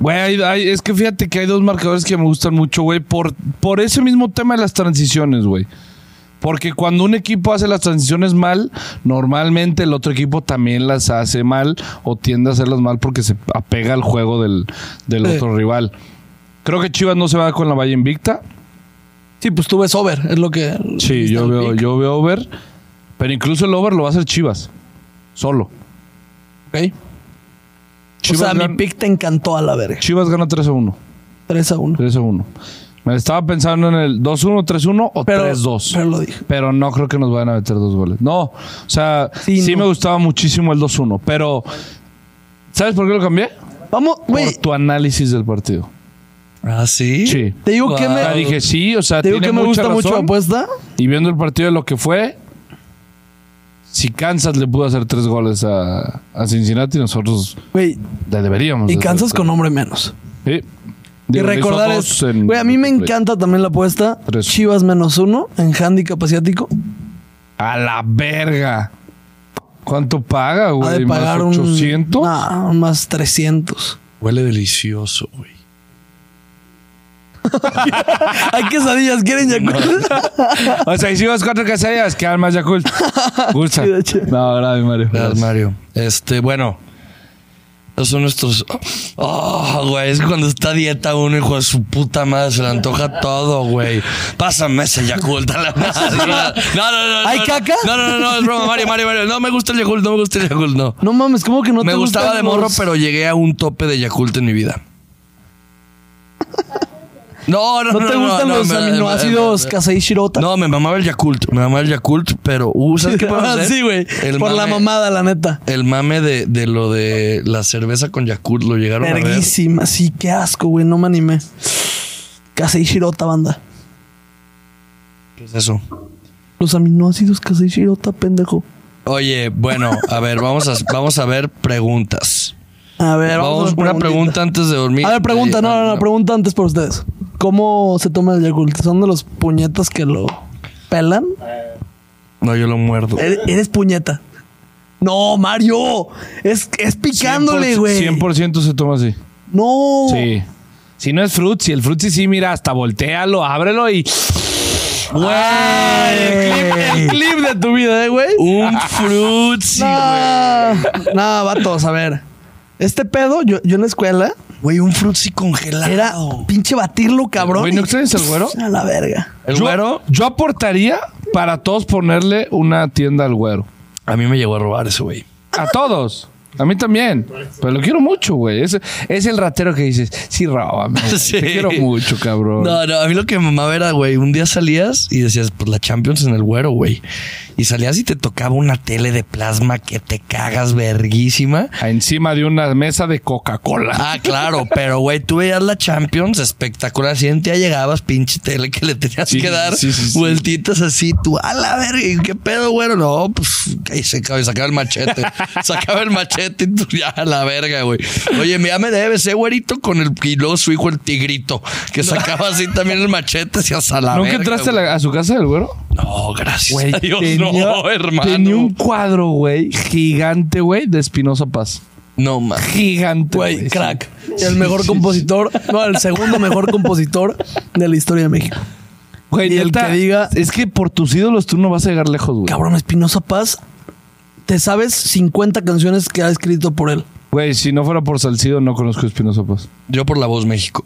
Güey, hay- hay- es que fíjate que hay dos marcadores que me gustan mucho, güey, por, por ese mismo tema de las transiciones, güey. Porque cuando un equipo hace las transiciones mal, normalmente el otro equipo también las hace mal o tiende a hacerlas mal porque se apega al juego del, del
Sí.
otro rival. Creo que Chivas no se va con la valla invicta.
sí, pues tú ves over, es lo que.
Sí, yo
el
veo,
pick.
yo veo over. Pero incluso el over lo va a hacer Chivas. Solo.
Ok.
Chivas,
o sea,
gana,
mi pick te encantó a la verga.
Chivas gana 3 a 1.
3 a 1.
3 a 1. Me estaba pensando en el 2-1, 3-1 o
Pero,
3-2.
pero lo dije.
Pero no creo que nos vayan a meter dos goles. No, o sea, sí,
Sí, no.
me gustaba muchísimo el 2-1, pero ¿sabes por qué lo cambié?
Vamos,
Por
güey.
tu análisis del partido.
ah, sí.
Sí.
Te digo que
O sea,
me.
dije sí, o sea,
Te digo
Ah, tiene
que me
mucha
gusta mucho la
razón.
apuesta.
Y viendo el partido de lo que fue, si Kansas le pudo hacer tres goles a, a Cincinnati, nosotros
Güey,
le deberíamos.
y
hacer
Kansas
tres.
con hombre menos.
Sí.
Y
Digo, le hizo
recordar
dos
es.
en-
Güey, a mí me encanta también la apuesta.
Tres.
Chivas menos uno en handicap asiático.
A la verga. ¿Cuánto paga,
Ha
güey?
de
¿Más
pagar
800?
un. Nah, más [laughs] 300.
Huele delicioso, güey.
Hay quesadillas, ¿quieren Yakult?
O sea, hicimos cuatro casillas, quedan
[laughs]
más Yakult. Gusta.
Chido, chido.
No, gracias, Mario.
Gracias, Mario. Este, bueno. Esos son nuestros. Oh, güey. Es que cuando está a dieta uno, hijo de su puta madre, se le antoja todo, güey. Pásame ese Yakult a la [laughs] madre. No, no, no. no,
¿Hay
no.
caca?
No, no, no, no, es broma, Mario, Mario, Mario. No me gusta el Yakult, no me gusta el Yakult, no.
No mames, ¿cómo que no
me
te
gustaba
gustan
de morro,
los-
pero llegué a un tope de Yakult en mi vida. No, no, no.
¿No te gustan los
me- me- me-
aminoácidos
me-
Kasei Shirota?
No, me mamaba el Yakult, me mamaba el Yakult, pero uh, ¿sabes qué
[laughs]
podemos
Ah,
hacer?
sí, güey.
El
Por la
mame-
mamada, la neta.
El mame de, de lo de la cerveza con Yakult lo llegaron a
Verguísima, sí, qué asco, güey. No me animé. Kasei Shirota, banda.
ver. ¿Qué es eso?
Los aminoácidos Kasei Shirota, pendejo.
Oye, bueno, a ver, vamos a, vamos a ver preguntas.
A ver, vamos,
vamos,
a ver
una pregunta
preguntita.
antes de dormir.
A ver, pregunta, no, no, no, pregunta antes por ustedes. ¿Cómo se toma el Yakult? ¿Son de los puñetas que lo pelan?
No, yo lo muerdo.
Eres, eres puñeta. No, Mario. Es, es picándole, güey. Oh.
100% se toma así.
No.
Sí. Si no es Fruitsy, el Fruitsy sí, mira, hasta voltealo, ábrelo y. ¡Güey! El clip, el clip de tu vida, ¿eh, güey.
Un frutzi, güey.
No, no, vatos, a ver. Este pedo, yo, yo en la escuela,
Güey, un frutzi congelado.
era pinche batirlo, cabrón.
Güey, ¿no
y-
extrañas al güero?
A la verga.
El
yo,
güero,
Yo aportaría para todos ponerle una tienda al güero.
a mí me llegó a robar ese güey.
A todos. A mí también. Pero lo quiero mucho, güey. Es, es el ratero que dices, sí, róbame. güey.
Sí.
Te quiero mucho, cabrón.
No, no, a mí lo que me mamaba era, güey, un día salías y decías, pues la Champions en el güero, güey. Y salías y te tocaba una tele de plasma que te cagas verguísima.
Encima de una mesa de Coca-Cola.
Ah, claro, pero güey, tú veías la Champions espectacular. Si un día llegabas, pinche tele que le tenías
Sí,
que dar
sí, sí, sí.
vueltitas así, tú a la verga, ¿y ¿qué pedo, güero? No, pues ahí se acaba- sacaba el machete, [laughs] sacaba el machete y tú ya a la verga, güey. Oye, ya me debes, eh, güerito, con el y luego su hijo el tigrito, que sacaba así también el machete, se a la
¿Nunca
verga,
entraste a,
güey.
la- a su casa del güero?
No, gracias a [laughs] Dios, no, hermano.
tenía un cuadro, güey, gigante, güey, de Espinosa Paz.
No, más.
Gigante,
Güey,
sí.
crack. El mejor compositor, no, el segundo mejor compositor de la historia de México.
Güey,
Y el
neta,
que diga-
Es que por tus ídolos tú no vas a llegar lejos, güey.
Cabrón, Espinosa Paz, te sabes 50 canciones que ha escrito por él.
Güey, si no fuera por Salcido, no conozco a Espinosa Paz.
Yo por la voz México.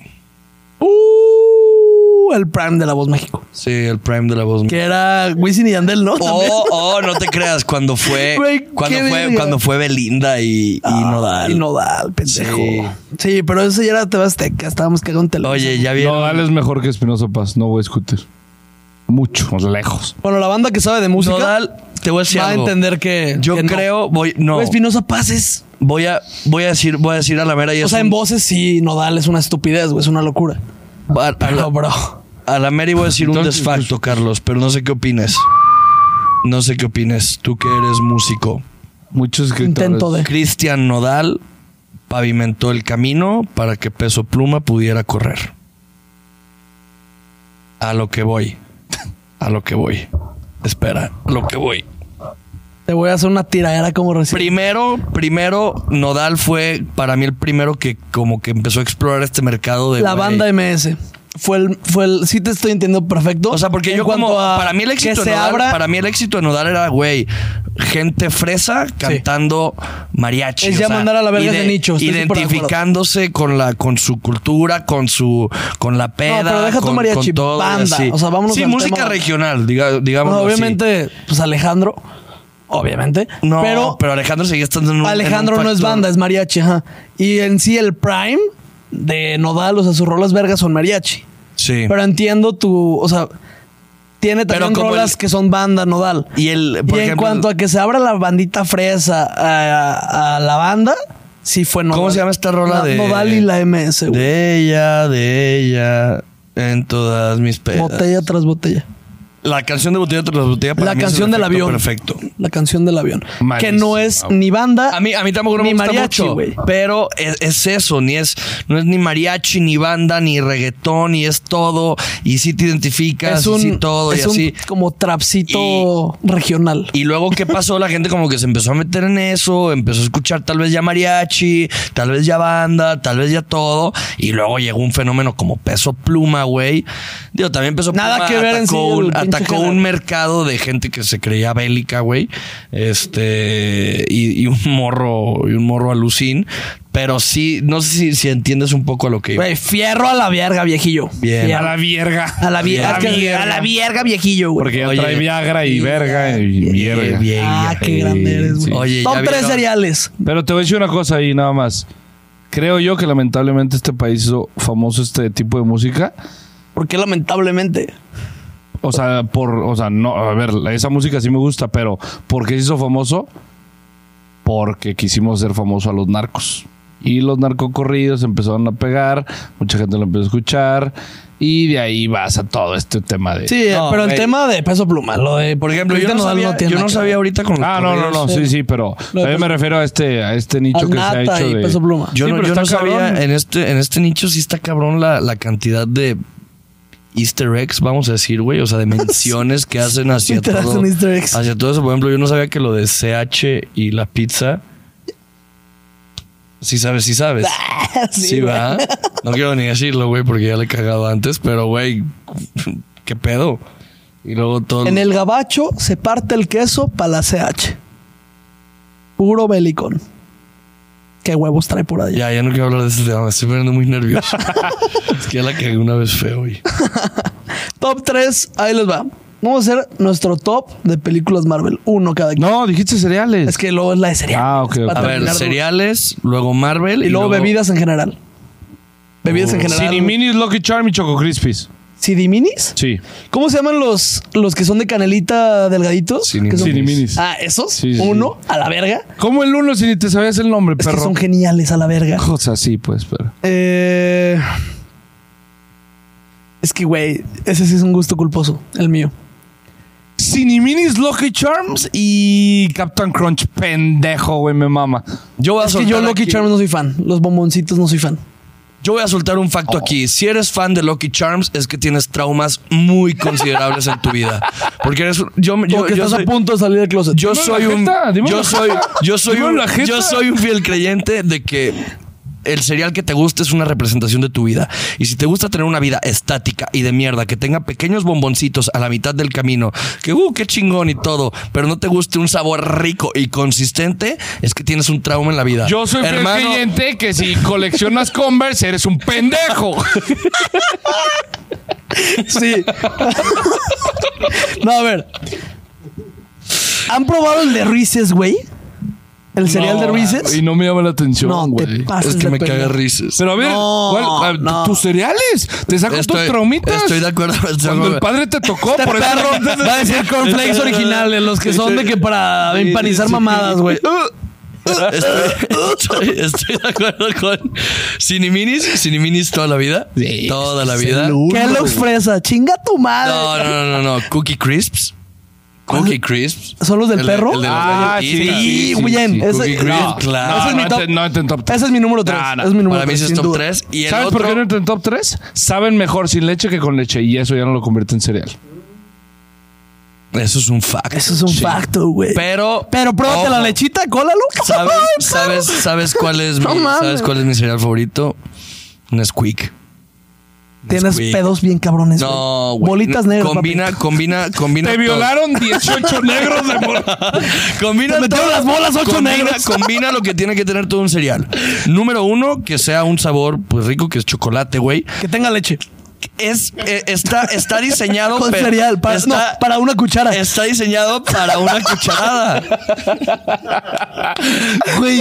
Uh, el prime de la voz México.
Sí, el prime de la voz México.
Que era Wisin y Yandel, ¿no? También.
Oh, oh, no te creas, cuando fue
[laughs] Güey,
cuando
qué
fue
verga.
cuando fue Belinda y, y
Ah,
Nodal.
Y Nodal, pendejo.
Sí.
Sí, pero eso ya era TV Azteca. Estábamos cagando en televisión.
Oye, ya vieron.
No, Dale es mejor que Espinosa Paz, no voy a discutir. Mucho, lejos.
Bueno, la banda que sabe de música.
Nodal te voy a decir
va a
algo.
entender que.
Yo
que no. Pues,
creo, voy, no.
Güey, Espinosa pases.
Voy a, voy a decir, voy a decir a la mera y
O
es
sea,
un-
en voces sí, Nodal es una estupidez, güey, es una locura.
a, a la,
No, bro.
a la mera y voy a decir un
Entonces,
desfacto,
pues,
Carlos, pero no sé qué opines. No sé qué opines. Tú que eres músico.
Muchos escritores.
Intento de-
Cristian Nodal pavimentó el camino para que Peso Pluma pudiera correr. A lo que voy. [laughs] A lo que voy. Espera, a lo que voy.
Te voy a hacer una tiradera como recién.
Primero, primero, Nodal fue para mí el primero que como que empezó a explorar este mercado de
La
güey,
banda MS. Fue el, fue el. Sí, te estoy entendiendo perfecto.
O sea, porque
En
yo
cuanto
como
a
para mí el éxito
que
de
se
Nodal,
abra.
para mí el éxito de Nodal era güey, gente fresa cantando mariachi,
Es ya mandar a la verga
ide-
ese nicho, estoy súper de acuerdo.
identificándose con la con su cultura, con su con la peda,
pero deja tú
con,
mariachi,
con todo y
banda.
así.
O sea, vámonos
Sí,
al
música
tema.
regional, diga,
Bueno,
digamos
obviamente, pues Alejandro. Obviamente.
No, pero,
pero,
Alejandro seguía estando en un
Alejandro
en un
no es
factor-
banda, es mariachi, ajá. Y en sí el prime de Nodal, o sea, sus rolas vergas son mariachi.
Sí.
Pero entiendo tu, o sea, tiene
Pero
también
como
rolas
el-
que son banda Nodal.
y el
Y
por
en
ejemplo,
cuanto a que se abra la bandita fresa a, a- a la banda, sí fue Nodal.
¿Cómo se llama esta rola
La-
de-
Nodal y la MS, güey.
de ella, de ella en todas mis pedas.
Botella tras botella.
La canción de Botella tras Botella para
La
mí es el
canción del
efecto
avión.
Perfecto.
La canción del avión. Que no
Malísimo,
es
güey.
ni banda.
A mí, a mí tampoco no me
Ni
gusta
mariachi,
mucho,
güey.
pero es, es eso, ni es, no es ni mariachi, ni banda, ni reggaetón, ni es todo, y si te identificas,
es
y
un,
sí todo,
es
y así.
un como trapcito regional.
Y luego, ¿qué pasó? La gente como que se empezó a meter en eso, empezó a escuchar tal vez ya mariachi, tal vez ya banda, tal vez ya todo. Y luego llegó un fenómeno como peso pluma, güey. Digo, también peso
Nada
pluma
que ver en sí
atacó,
el
un,
pinche
atacó
género.
un mercado de gente que se creía bélica, güey. Este, y, y un morro, y un morro alucín. Pero sí, no sé si, si entiendes un poco a lo que iba.
Güey, fierro a la verga, viejillo.
Bien.
A
Fierro.
la vierga.
A la, vie-
A la
es que-
vierga.
a la vierga, viejillo, güey.
Porque ya
Oye,
trae Viagra y,
y-
verga y
Eh,
vierga.
bien,
Ah,
ya.
qué
eh,
grande eres, güey.
sí.
Oye,
Top
ya
tres
vieron-
cereales.
Pero te voy a decir una cosa ahí nada más. Creo yo que lamentablemente este país hizo famoso este tipo de música.
Porque lamentablemente.
O sea, por, o sea, no, a ver, la- esa música sí me gusta, pero ¿por qué se hizo famoso? Porque quisimos ser famoso a los narcos. Y los narcocorridos empezaron a pegar, mucha gente lo empezó a escuchar, y de ahí vas a todo este tema de.
Sí,
No,
pero
güey.
el tema de peso pluma, lo eh, de.
Por ejemplo, yo
Cristian
no
Nodal
sabía,
tiene
yo
nada
no
que
sabía
ver.
ahorita con los
Ah, no, no,
correos.
no, sí,
[laughs]
sí, pero
Lo de
también me
Peso-
refiero a este, a este nicho que se ha
Nata
hecho
pues, y
de.
peso pluma.
Yo
Sí,
no,
pero
yo
está
no sabía,
cabrón.
en este, en este nicho sí está cabrón la, la cantidad de easter eggs, vamos a decir, güey.
[laughs]
O sea, de menciones que hacen hacia
Literal,
todo.
son easter eggs.
Hacia todo eso. Por ejemplo, yo no sabía que lo de CH y la pizza. Sí sabes, sí sabes.
Ah, [laughs] sí,
sí,
güey.
va. No quiero ni decirlo, güey, porque ya le he cagado antes. Pero, güey, qué pedo. Y luego todo...
En el gabacho se parte el queso para la CH. Puro belicón. Qué huevos trae por allá.
Ya, ya no quiero hablar de este tema. Me estoy poniendo
[laughs]
muy nervioso. es que ya la cagué una vez feo, güey.
Top 3, ahí les va. Vamos a hacer nuestro top de películas Marvel. Uno cada quien.
No, dijiste cereales.
Es que luego es la de cereal.
Ah, ok, ok.
A ver,
terminar de-
cereales, luego Marvel
Y luego bebidas en general. Bebidas
Oh,
en general.
Ciniminis, Lucky Charm y Choco Crispies.
¿Sidiminis?
Sí.
¿Cómo se llaman los, los que son de canelita delgaditos?
Ciniminis.
Que son-
Ciniminis.
Ah, esos.
Sí, sí,
Uno, a la verga.
¿Cómo el uno si ni te sabías el nombre,
Es
perro?
que son geniales, a la
[laughs]
verga.
Cosas así, pues, pero.
Eh, es que, güey, ese sí es un gusto culposo, el mío.
Ciniminis, Lucky Charms y Captain Crunch, pendejo, güey, me mama.
Yo voy a
Es que
soltar
yo Lucky
aquí-
Charms no soy fan. Los bomboncitos no soy fan.
Yo voy a soltar un facto
Oh.
aquí. Si eres fan de Lucky Charms, es que tienes traumas muy considerables en tu vida. Porque eres. un- Yo, yo,
Porque
yo
estás
soy,
a punto de salir del closet.
yo
Dímelo
soy
en la
un.
jeta, dímelo
Yo
en la
soy.
jeta.
Yo soy
Dímelo en
un.
la jeta.
Yo soy un fiel creyente de que. El cereal que te gusta es una representación de tu vida. Y si te gusta tener una vida estática y de mierda, que tenga pequeños bomboncitos a la mitad del camino, que uh, qué chingón y todo, pero no te guste un sabor rico y consistente, es que tienes un trauma en la vida.
Yo soy fiel
Hermano,
creyente que si coleccionas Converse eres un pendejo.
[laughs] Sí. no, a ver. ¿Han probado el de Reese's, güey? el cereal de
Y
Reese's.
no me llama la atención,
No, te
güey.
pasas
Es que
de
me
pendejo.
caga risas.
Pero a ver,
No,
¿cuál? Ah,
no.
tus cereales. Te saco tus traumitas.
Estoy de acuerdo.
Cuando el padre te tocó, por eso.
Este
[laughs]
Perro,
[laughs]
va a decir cornflakes originales, los que son de que para empanizar mamadas, güey.
uh,
Estoy, estoy de acuerdo con Ciniminis, Ciniminis toda la vida.
Sí,
toda la
es
vida.
el
No,
uno,
Kellogg's
güey.
fresa, chinga tu madre.
no, no, no, no. Cookie Crisps. Cookie Crisps.
¿Son los del
El de-
perro?
el de las
Ah,
galletitas.
sí,
Sí, bien, ese-
Cookie
no,
Crisps,
No,
claro.
Ese es mi
no
top.
ent- no entra en top 3.
Ese es mi número 3.
No, no.
Es mi número
Para mí
tres,
ese
pues
es
sin
top
duda.
3. Y el
¿Sabes por qué no
otro-
entra en top 3? Saben mejor sin leche que con leche y eso ya no lo convierte en cereal.
Eso es un fact.
Eso es un facto, güey.
Pero.
Pero pruébate
ojo,
la lechita, cólalo.
¿Sabes,
[laughs] Ay,
sabes, sabes cuál es
No
mi,
mames.
sabes cuál es mi cereal favorito? Nesquik.
Tienes
Nesquik.
pedos bien cabrones.
No, güey.
Bolitas
No,
negras.
Combina,
papi.
combina, combina.
Te
todo.
violaron [laughs] 18 negros de mor-
[laughs] Combina
Te metieron
todo.
las bolas, ocho
Combina-
negros.
[laughs] Combina lo que tiene que tener todo un cereal. Número uno, que sea un sabor pues rico, que es chocolate, güey.
Que tenga leche.
Es, eh, está, está diseñado
Con
pero-
cereal. Para, no,
está-
para una cuchara.
Está diseñado para una cucharada.
[laughs] Güey.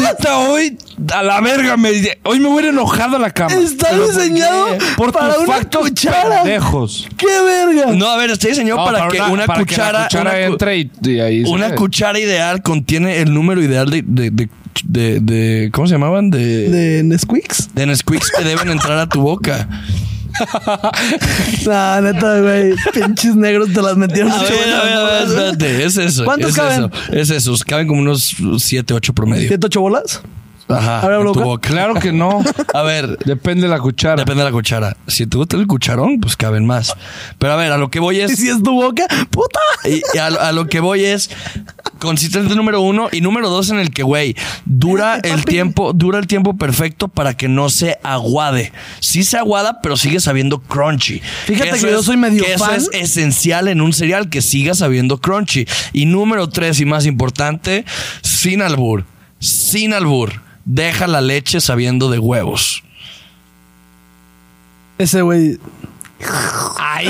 Neta, hoy a la verga me hoy me voy a ir enojado a la cama.
Está
Pero ¿por qué?
diseñado
por
para
tus
una
factos
cuchara.
pendejos.
¡Qué verga!
No, a ver, está diseñado
No,
para, que una
para que la
cuchara. una cu-
entre y, y "Eh". ahí se
Una
ve.
cuchara ideal contiene el número ideal de. de, de, de- de- ¿Cómo se llamaban? De, de,
De Nesquicks.
Nesquiks que deben entrar a
[laughs]
tu boca.
La neta,
[laughs]
güey. Pinches negros te las metieron.
A
ocho
ver, a ver, a ver,
bolas, ¿no?
espérate. Es eso.
¿Cuántos
es
caben?
Eso, es eso. Caben como unos 7, 8 promedio.
¿Siete, ocho bolas?
Ajá.
A ver,
en tu
boca.
boca.
Claro que no.
A ver,
Depende de la cuchara.
depende de la cuchara. Si te gusta el cucharón, pues caben más. Pero a ver, a lo que voy
¿Y
es.
si es tu boca? ¡Puta!
Y y a, a lo que voy es consistente número uno y número dos en el que, güey, dura el tiempo, dura el tiempo perfecto para que no se aguade. Sí se aguada, pero sigue sabiendo crunchy.
Fíjate
eso
que yo soy medio
que
fan.
Eso es esencial en un cereal que siga sabiendo crunchy. Y número tres y más importante, sin albur, sin albur, deja la leche sabiendo de huevos.
Ese, güey.
[laughs] Ahí,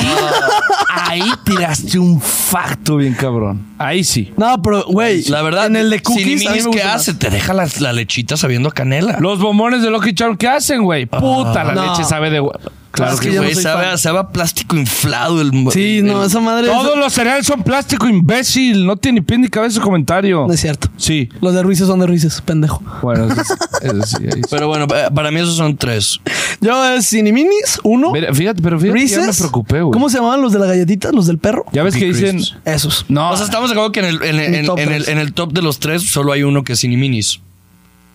ahí tiraste un facto bien cabrón. Ahí sí.
No, pero, güey.
La verdad,
En el de
sin
cookies. a mí
iminis,
me
¿qué
gusta
hace? Te deja la, la lechita sabiendo a canela.
Los bombones de Lucky Charm, ¿qué hacen, güey? Puta, la
no.
leche sabe de... hue- Claro
Es
que
que yo no
Güey,
soy
sabe,
fan.
a- sabe a plástico inflado el
más. Sí,
el-
no, esa madre. es-
Todos los cereales son plástico, imbécil. No tiene ni pie ni cabeza su comentario.
No es cierto.
Sí.
Los de Ruices son de Ruices, pendejo.
Bueno, eso, es- eso sí. ahí sí.
Pero bueno, pa- para mí esos son tres.
Yo es Ciniminis, uno.
Mira, fíjate, pero fíjate que ya me
Reese's.
preocupé, güey.
¿Cómo se llamaban los de las galletitas? ¿Los del perro?
Ya ves que
Cookie
dicen...
Crisps.
Esos.
No,
O sea, estamos de acuerdo que en el, en, en-
Mi top
en el,
tres.
en el top de los tres solo hay uno que es Ciniminis.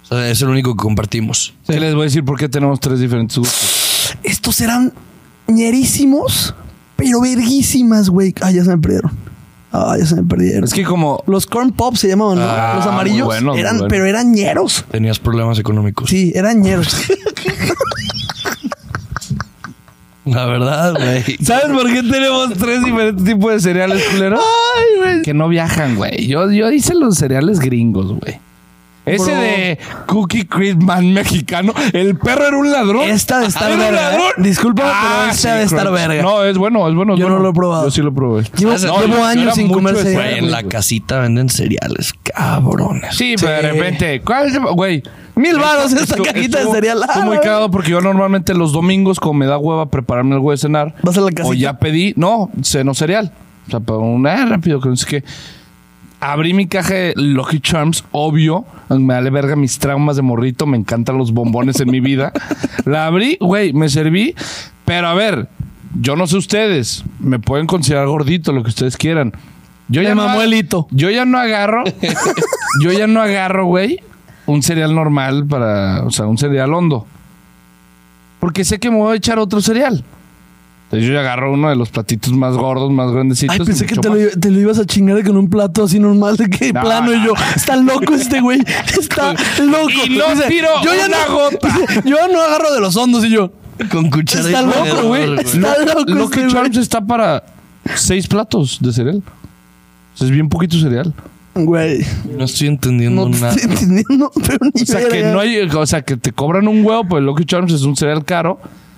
O sea, es el único que compartimos.
¿qué les voy a decir por qué tenemos tres diferentes gustos?
Estos eran ñerísimos, pero verguísimas, güey. Ah, ya se me perdieron. Ah, ya se me perdieron.
Es que como...
Los corn pop se llamaban, ¿no?
Ah,
los amarillos.
muy bueno, muy
eran,
bueno.
Pero eran ñeros.
Tenías problemas económicos.
Sí, eran ñeros.
La verdad,
[laughs]
güey.
[laughs] ¿Sabes por qué tenemos tres diferentes tipos de cereales,
Ah,
culero? Ay, güey. Que no viajan, güey. Yo, yo hice los cereales gringos, güey. Ese
Bro.
de Cookie Crisp Man mexicano. El perro era un ladrón.
Esta de estar
Era un
verga,
ladrón.
¿eh? Discúlpame, pero esta de estar
crunch.
verga.
No, es bueno, es bueno. es
Yo no
bueno.
lo he probado.
Yo sí lo probé.
Llevo,
Ese-
No,
llevo
yo- yo era
años sin
mucho
comer
de
cereal,
Güey, en la
güey.
casita venden cereales, cabrones.
Sí, pero de repente, ¿cuál es- güey?
Mil varos esta
Estuvo-
cajita de
estuvo-
cereal. Ah,
Estuvo muy
la verga.
cagado porque yo normalmente los domingos, como me da hueva prepararme algo de cenar,
Vas a la casita.
o ya pedí, no, ceno cereal. O sea, para un ah, rápido, que no sé qué. Abrí mi caja de Lucky Charms, obvio. Me vale verga mis traumas de morrito. Me encantan los bombones en
[laughs]
mi vida. La abrí, güey, me serví. Pero a ver, yo no sé ustedes. Me pueden considerar gordito, lo que ustedes quieran. Yo
Te
ya no
mamó el hito.
Yo ya
[laughs]
no agarro. yo ya no agarro, güey, un cereal normal para. O sea, un cereal hondo. Porque sé que me voy a echar otro cereal. Entonces yo ya agarro uno de los platitos más gordos, más grandecitos.
Ay, pensé
me
que
echo
te
más.
lo, te lo ibas a chingar con un plato así normal de que
No,
plano y
no,
yo. Está loco este
[laughs]
güey. Está loco.
Y no tiro
[laughs]
una gota.
Yo ya no agarro de los hondos y yo.
Con cuchara
Está
y
loco,
tenedor,
güey. Está loco
Lucky
este
Charms está para seis platos de cereal. O sea, es bien poquito
[laughs]
cereal.
güey. Güey.
No estoy entendiendo
No te
nada.
estoy entendiendo, [laughs] pero ni
O sea, que
verga.
no hay, o sea, que te cobran un huevo, pues Lucky Charms es un cereal caro.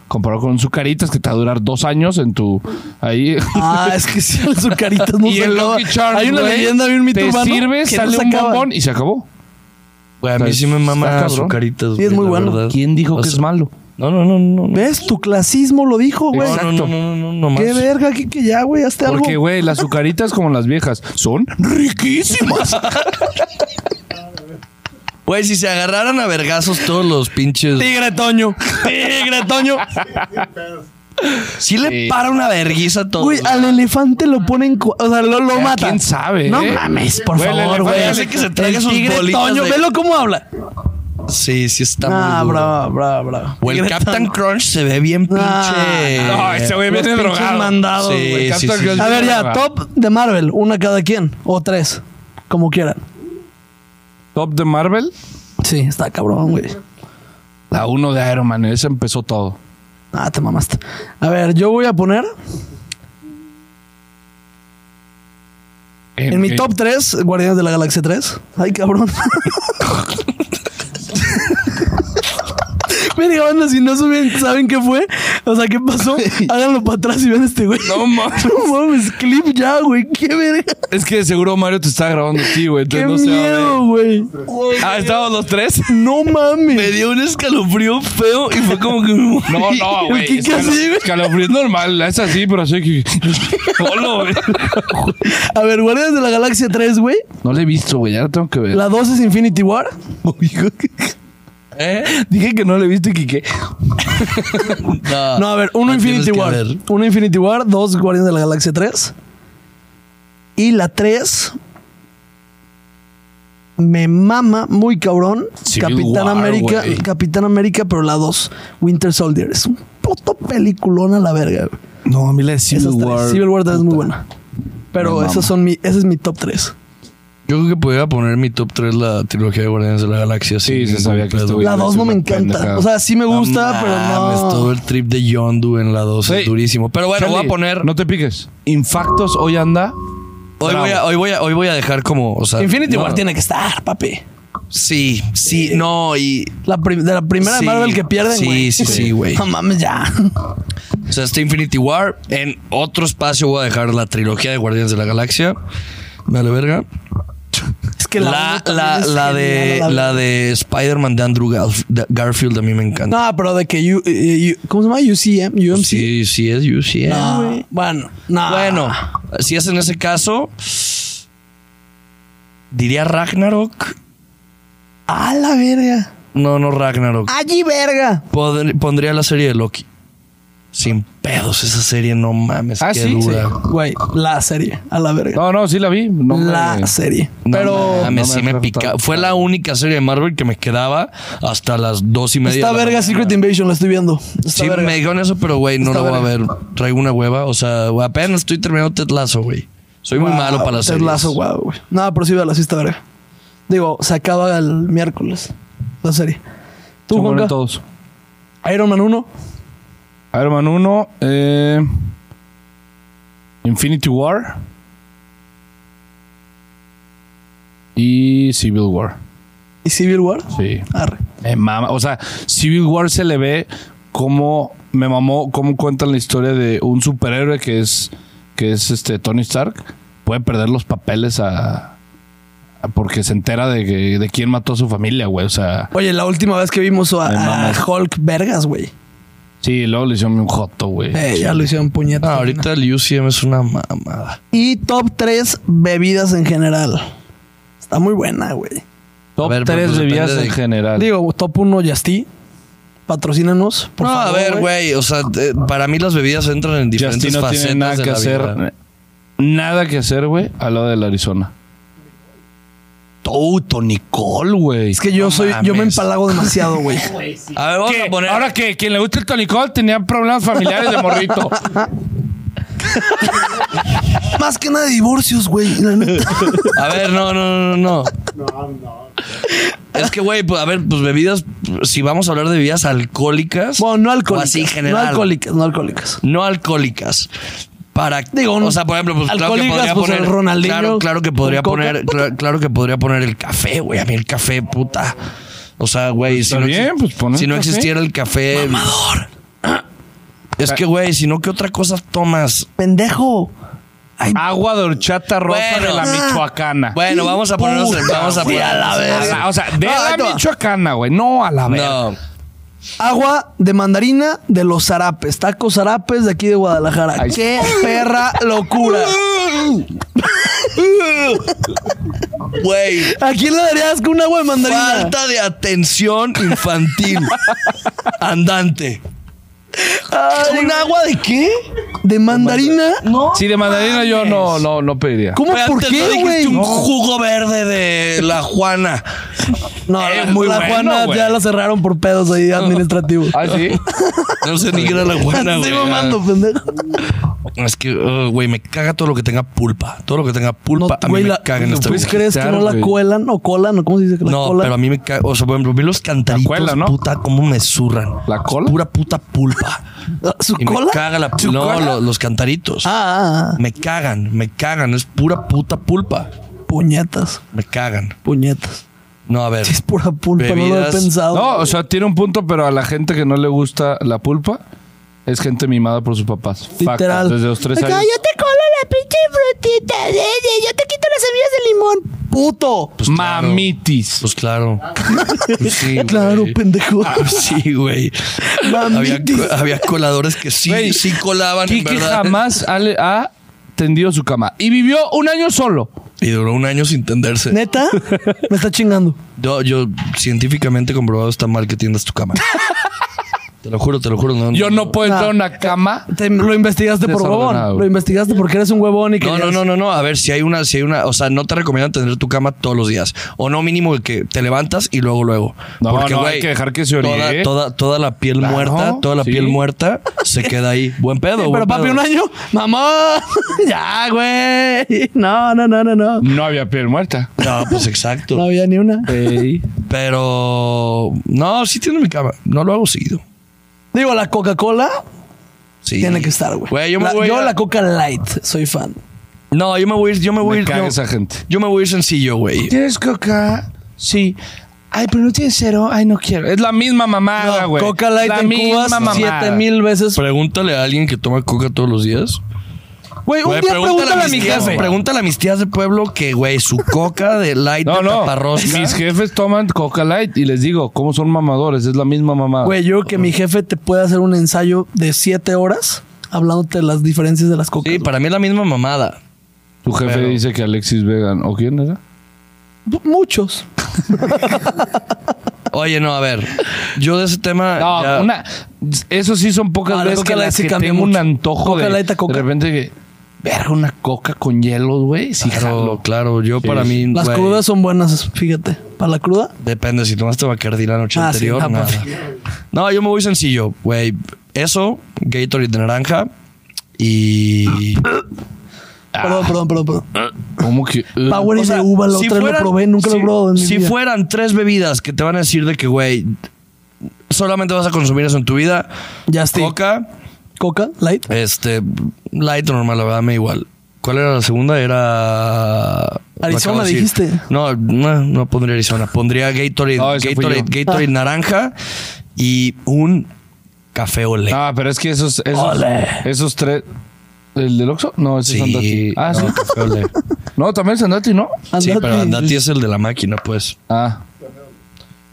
comparado con su caritas que te va a durar dos años en tu. Ahí.
[laughs] Ah, es que si su carita
[laughs]
no
y
se
el
acaba.
Lucky Charms.
Hay una
güey,
leyenda bien
Te
mitumana.
sirves, sale un bombón y se acabó.
Güey, a mí
Está-
sí me
está
mama
cabrón.
azucaritas.
Sí, es
güey,
muy
la
bueno.
verdad.
¿Quién dijo
O
que
sea,
es malo?
No, no, no, no. no.
¿Ves? Tu clasismo lo dijo, güey.
No, no, no,
Exacto.
no, no, no, más.
Qué verga, que, que ya, güey, hazte algo.
Porque, güey, las azucaritas como las viejas
[laughs]
son
[laughs]
riquísimas.
Güey, si se agarraran a vergazos todos los pinches.
Tigre Toño. Tigre Toño.
Sí le para una verguiza a
[laughs]
todos.
Güey, al elefante lo ponen. cu- O sea, lo, lo mata.
¿Quién sabe?
No
eh?
mames, por
Güey, el
favor,
elefante
güey.
hace que se traiga
El
sus
tigre
bolitas
Toño,
de-
velo cómo habla.
Sí, sí está
Ah,
muy duro.
bravo, bravo, bravo.
O el
Tigre
Captain
Toño.
Crunch se ve bien pinche.
Ah,
No, ese güey
Los
viene
pinches
drogado.
mandados,
Sí,
güey.
sí,
Captain
sí,
Crunch.
sí.
A ver, ya,
Droga.
top de Marvel, una cada quien, o tres, como quieran.
Top de Marvel,
Sí, está cabrón, güey.
la 1 de Iron Man. Ese empezó todo.
Ah, te mamaste. A ver, yo voy a poner en mi
Endgame.
top 3, Guardianes de la Galaxia 3. Ay, cabrón. [laughs] Mira, banda, si no saben, saben qué fue, o sea, qué
[laughs]
pasó, háganlo para atrás y vean este güey.
No
[laughs]
mames.
No mames, clip ya, güey. Qué verga.
[laughs] Es que de seguro Mario te está grabando a ti, güey.
Qué
Entonces no se va a ver.
miedo, güey.
Ah, ¿estábamos los [laughs] tres?
No mames.
Me dio un escalofrío feo
[laughs]
y fue como que.
No, no, güey.
¿Qué- qué
Escalo-
así, güey?
Escalofrío es normal. Es así, pero así que... [laughs] Solo, güey.
A ver, Guardianes de la Galaxia 3, güey.
No le he visto, güey. Ya lo tengo que ver.
La 2 es Infinity War. [laughs]
¿Eh?
Dije que no le he visto y que qué.
No,
No, a ver, 1
la Ah, tienes
Infinity
que
War.
ver.
1 Infinity War, 2 Guardianes de la Galaxia 3. Y la 3 me mama muy cabrón.
Civil
Capitán
War,
América,
güey.
Capitán América, pero la 2, Winter Soldier. Es un puto peliculón a la verga. güey.
No, a mí la de
Esas tres. Civil War también es muy buena. Pero
Me
esas
mama.
son mi, ese es mi top 3.
Yo creo que podría poner mi top 3 la trilogía de Guardianes de la Galaxia. sin
Sí, se
ningún
sabía que
pedo.
estuvo- Uy,
La
no,
2
es
no me
una
encanta.
pendejada.
O sea, sí me gusta, pero
mames,
no.
todo el trip de Yondu en la 2 es
Sí.
durísimo. Pero bueno,
Charlie,
voy a poner.
No te piques. Infactos hoy anda.
hoy, voy a, hoy, voy a, hoy voy a dejar como. O sea,
Infinity
no,
War tiene que estar, papi.
Sí, sí, no, y.
La prim- de la primera
Sí,
de Marvel que pierden,
sí,
güey.
sí, sí, güey.
[laughs] No mames, ya.
O sea, está Infinity War. En otro espacio voy a dejar la trilogía de Guardianes de la Galaxia. Me vale verga.
Es que
la,
uno
la,
también
la
es
de,
genial,
la de Spider-Man de Andrew Garf- de Garfield a mí me encanta.
No, pero de que... U- eh, U- ¿Cómo se llama? UCM. UMC.
Sí, sí es UCM.
No, güey. Bueno, no.
Bueno, si es en ese caso, diría Ragnarok.
A la verga.
No, no Ragnarok.
Allí, verga.
Podr- pondría la serie de Loki. Sin pedos, esa serie no mames.
Ah,
qué
sí,
dura.
sí.
Güey, la serie. A la verga.
No, no, sí la vi. No,
la
me-
serie.
No
pero...
mames,
no me
sí me
acuerdo
pica.
tanto.
Fue la única serie de Marvel que me quedaba hasta las dos y media.
Está
de la
verga
mañana.
Secret Invasion, la estoy viendo. Está
Sí,
verga.
me dijeron eso, pero güey, no
Está
la voy a ver.
verga.
Traigo una hueva. O sea, güey, apenas estoy terminando Ted Lasso, güey. Soy muy
Wow,
malo para las
Ted
series.
Lasso, wow, güey. No, pero sí, la sí está verga. Digo, se acaba el miércoles la serie.
Se
¿Tú,
mueren
Juanca?
todos.
Iron Man 1.
Iron Man 1. eh, Infinity War. Y Civil War.
y Civil War.
Sí.
Arre.
Me mama. O sea, Civil War se le ve como me mamó cómo cuentan la historia de un superhéroe que es que es este Tony Stark puede perder los papeles a, a- porque se entera de que de quién mató a su familia, güey. O sea,
Oye, la última vez que vimos a,
Me
a
mamas.
Hulk Vergas, güey.
sí, luego le hicieron un joto, güey.
Eh, ya lo hicieron puñetas.
Ah, ahorita el UCM es una mamada.
Y top 3 bebidas en general. Está muy buena, güey.
A
Top
ver,
tres
pues, depende
bebidas
de-
en general.
Digo, top 1 Yasti. Patrocínanos, por
no,
favor.
a ver, güey. O sea, te- para mí las bebidas entran en diferentes
Justin no
facetas
tiene nada
de
que
la
hacer.
vida.
Nada que hacer, güey, al lado del Arizona.
Oh, Tonicol,
güey.
Es que yo
No
soy, yo me
mames.
empalago demasiado, güey.
[laughs] A ver, vamos a
Que,
poner.
Ahora que quien le gusta el tonicol tenía problemas familiares de morrito.
Más que nada de divorcios, güey. la
[laughs]
neta.
A ver, no, no, no, no.
[laughs]
No, no. Es que, güey, pues, a ver, pues bebidas. Si vamos a hablar de bebidas alcohólicas.
bueno, no
O
alcohólicas.
así
No
general.
alcohólicas, no alcohólicas.
no alcohólicas. Para,
Digo,
o sea, por ejemplo, pues claro que
alcohólicas,
podría
pues,
poner
el Ronaldinho
claro, claro que podría
con
poner,
coca.
cla- claro que podría poner el café, güey, a mí el café, puta. O sea, güey, si
está
no,
bien,
exi-
pues, pon el
si no
café.
existiera el café, Es que, güey, si no, ¿qué otra cosa tomas?
Pendejo. Ay,
Agua de horchata rosa
Bueno. Ah.
de la Michoacana.
Bueno, vamos a ponernos.
Puta,
vamos a
güey,
ponernos.
a la
A
verga.
la- o sea, de
No,
la
ahí te va.
Michoacana, güey. No a la verga.
No.
Agua de mandarina de los zarapes. Tacos zarapes de aquí de Guadalajara.
Ay.
¡Qué perra
[laughs]
locura!
[laughs] Güey,
¿A quién le daría asco un agua de mandarina?
falta de atención
[laughs]
infantil andante.
Ay,
¿Un agua de qué?
¿De mandarina? No.
Sí, de mandarina yo no, no, no pediría.
¿Cómo?
Güey,
¿Por
antes no
qué,
dijiste
güey?
un
No,
jugo verde de la Juana. Eh,
la-
muy
la
bueno,
Juana
güey.
ya la cerraron por pedos ahí administrativos.
Ah, sí.
No sé ni qué era la Juana,
Estoy
güey.
mamando, pendejo.
Es que, uh, güey, me caga todo lo que tenga pulpa. Todo lo que tenga
No,
pulpa, a mí
güey,
me
la-
caga en esta
¿Pues
vida.
crees que no la
güey.
cuelan o colan o cómo se dice que la
No,
colan?
pero a mí me caga. O sea, por ejemplo, vi los cantaritos,
La cuela, ¿no?
puta, cómo me zurran.
¿La cola?
Pura
[laughs]
puta pulpa.
Ah, ¿Su
Y
cola?
me caga la
¿Su
No,
cola?
lo- los cantaritos.
Ah, ah, ah.
Me cagan, me cagan. Es pura puta pulpa.
puñetas,
Me cagan.
puñetas.
No, a ver.
Sí, es pura pulpa, no lo he
Bebidas.
pensado.
No, o sea, tiene un punto, pero a la gente que no le gusta la pulpa es gente mimada por sus papás. Facta,
Literal.
desde los tres
Acá,
años.
Yo te colo la pinche frutita, eh, eh, yo te quito las semillas de limón. ¡Puto!
Pues claro.
Mamitis.
Pues
[laughs]
claro. Pues sí, güey.
Claro,
[laughs]
pendejo.
Ah, Sí, güey. Había,
Mamitis.
co- había coladores que sí,
Güey,
sí colaban, en
Quique
verdad.
jamás ha, le- ha tendido su cama. Y vivió un año solo.
Y duró un año sin tenderse.
¿Neta? Me está chingando.
Yo, yo científicamente comprobado está mal que tiendas tu cama. te lo juro, te lo juro. No,
Yo no puedo entrar a
Ah.
una cama.
Te- lo investigaste por
Desordenado,
huevón. Lo
güey.
investigaste porque eres un huevón y que.
No, no, no, no, no. A ver, si hay una, si hay una, o sea, no te recomiendan tener tu cama todos los días. O no, mínimo que te levantas y luego, luego.
No, no,
güey,
hay que dejar que se
Toda,
oríe.
toda, toda la piel
Claro,
muerta, toda la
sí.
piel muerta se queda ahí. Buen pedo,
Pero
buen
papi,
pedo.
un año. ¡Mamá! [laughs] ya, güey. No, no, no, no, no.
No había piel muerta.
No, pues
[laughs]
exacto.
No había ni una.
Pero no, sí tiene mi cama. No lo hago seguido.
Digo, la Coca-Cola
Sí.
tiene que estar, güey.
Güey, yo me
La-
voy
yo
a-
la Coca Light, soy fan.
No, yo me voy a ir, yo me voy a
Me
ir.
caga
no.
esa gente.
Yo me voy a ir sencillo, güey.
¿Tienes coca? Sí. Ay, pero no tienes cero. Ay, no quiero. Es la misma
Ah,
mamada,
No,
güey.
Coca Light
la
en Cuba,
mamada.
siete mil veces.
Pregúntale a alguien que toma coca todos los días.
Güey, un
Güey,
día pregúntale a mi
mis tías,
jefe.
Pregúntale a mis tías de pueblo que, güey, su coca de light
[laughs] No,
de
no.
taparrosca.
Mis jefes toman Coca Light y les digo, ¿cómo son mamadores? Es la misma mamada.
Güey, yo creo que mi jefe te puede hacer un ensayo de siete horas hablándote de las diferencias de las cocas.
Sí, para mí es la misma mamada.
tu jefe
pero-
dice que Alexis Vegan. ¿O quién era?
güey. Muchos.
Oye, no, a ver. Yo de ese tema.
No,
ya-
una. Eso sí son pocas
Ah, la
veces
Coca
que,
Light
las
sí
que
cambia
tengo un
mucho.
antojo
Coca
de.
Light a Coca.
De repente que. Verga, una coca con hielo, güey. Sí,
Claro,
jalo.
claro. Yo para mí.
Las
güey,
crudas son buenas, fíjate. Para la cruda,
Depende, si tomaste Bacardi la noche
Ah, sí,
anterior,
ah,
nada.
papi.
No, yo me voy sencillo, güey. Eso, Gatorade de naranja y...
Perdón, perdón, perdón, perdón.
Ah, ¿Cómo que? eh?
Power
O Ah. sea,
de uva, la
si
otra vez
fueran-
lo probé, nunca
si-
lo probé en mi
Si
vida.
fueran tres bebidas que te van a decir de que, güey, solamente vas a consumir eso en tu vida.
Ya estoy.
Coca,
Coca, light.
este, light o normal, la verdad me da igual. ¿Cuál era la segunda? Era... lo
Arizona,
acabo de decir.
dijiste.
No, no, no pondría Arizona. Pondría Gatorade,
No, ese fui
Gatorade,
yo.
Ah.
Gatorade naranja y un café ole.
Ah, pero es que esos. Esos,
Ole.
esos tres. ¿El del Oxxo? No, ese es Andati.
Sí,
Ah,
no,
sí.
café ole.
No, también es Andati, ¿no?
Sí,
Andate.
pero Andati es el de la máquina, pues.
Ah.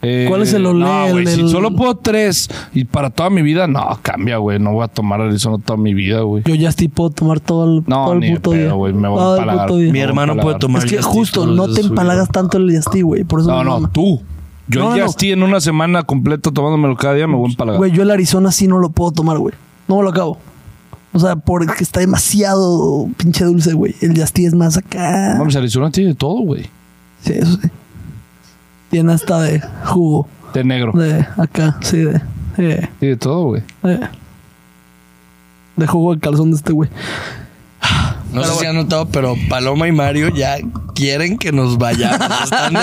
Eh,
¿Cuál es el olé?
No, güey,
El
si
del-
solo puedo tres y para toda mi vida, no, cambia, güey. No voy a tomar Arizona toda mi vida, güey.
Yo ya estoy puedo tomar todo el,
No,
todo el
ni de
puto
pedo,
día.
güey, me voy a
Todo el
empalagar.
puto día.
Mi
No,
hermano
palabra.
puede tomar
Es que
Yasti
justo
todos los
no
días
te
de su vida.
empalagas tanto el yastí, güey. Por eso
No,
me
no,
mama.
tú. Yo
No, no,
ya
no.
estoy en una semana completa tomándomelo cada día, me voy a empalagar.
Güey, yo el Arizona sí no lo puedo tomar, güey. No me lo acabo. O sea, porque está demasiado pinche dulce, güey. El yastí es más acá.
Mames, Arizona tiene de todo, güey.
Sí, eso sí. Tiene hasta de jugo.
De negro.
De acá, sí, de. de-
Tiene de todo, güey.
de, de jugo de calzón de este güey.
No sé si han notado, pero Paloma y Mario ya quieren que
[laughs]
nos vayamos. Están de.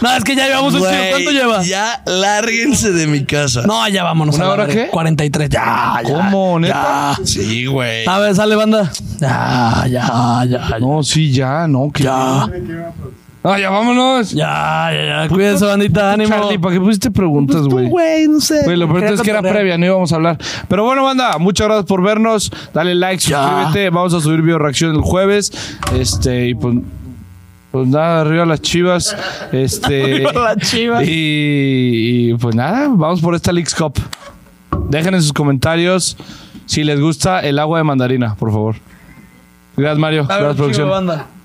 No, es que ya llevamos un chingo.
"Güey,
Pues, ¿Cuánto lleva?
Ya lárguense de mi casa.
No, ya vámonos.
¿Una
a la
hora
verga.
qué?
43. Ya, ya.
¿Cómo, neta?
Sí, güey.
A ver, sale banda. Ya, ya, ya. ya.
No, sí, ya, no. que-
Ya.
No, Ah, ya vámonos.
Ya, ya, ya. Cuídense, bandita. Ánimo.
Pues
Pues
Charlie, ¿para qué pusiste preguntas,
Tú,
güey?
güey, no sé.
Güey, lo peor
Quería
es que era
cotorrear.
previa, no íbamos a hablar. Pero bueno, banda, muchas gracias por vernos. Dale like,
Ya.
suscríbete. Vamos a subir video reacción el jueves. Este, y pues. Pues nada, arriba las chivas.
[laughs]
Este.
Arriba las chivas.
Y, y, pues nada, vamos por esta Leagues Cup. Dejen en sus comentarios si les gusta el agua de mandarina, por favor. Gracias, Mario.
A ver,
Gracias, producción.
chivo, banda.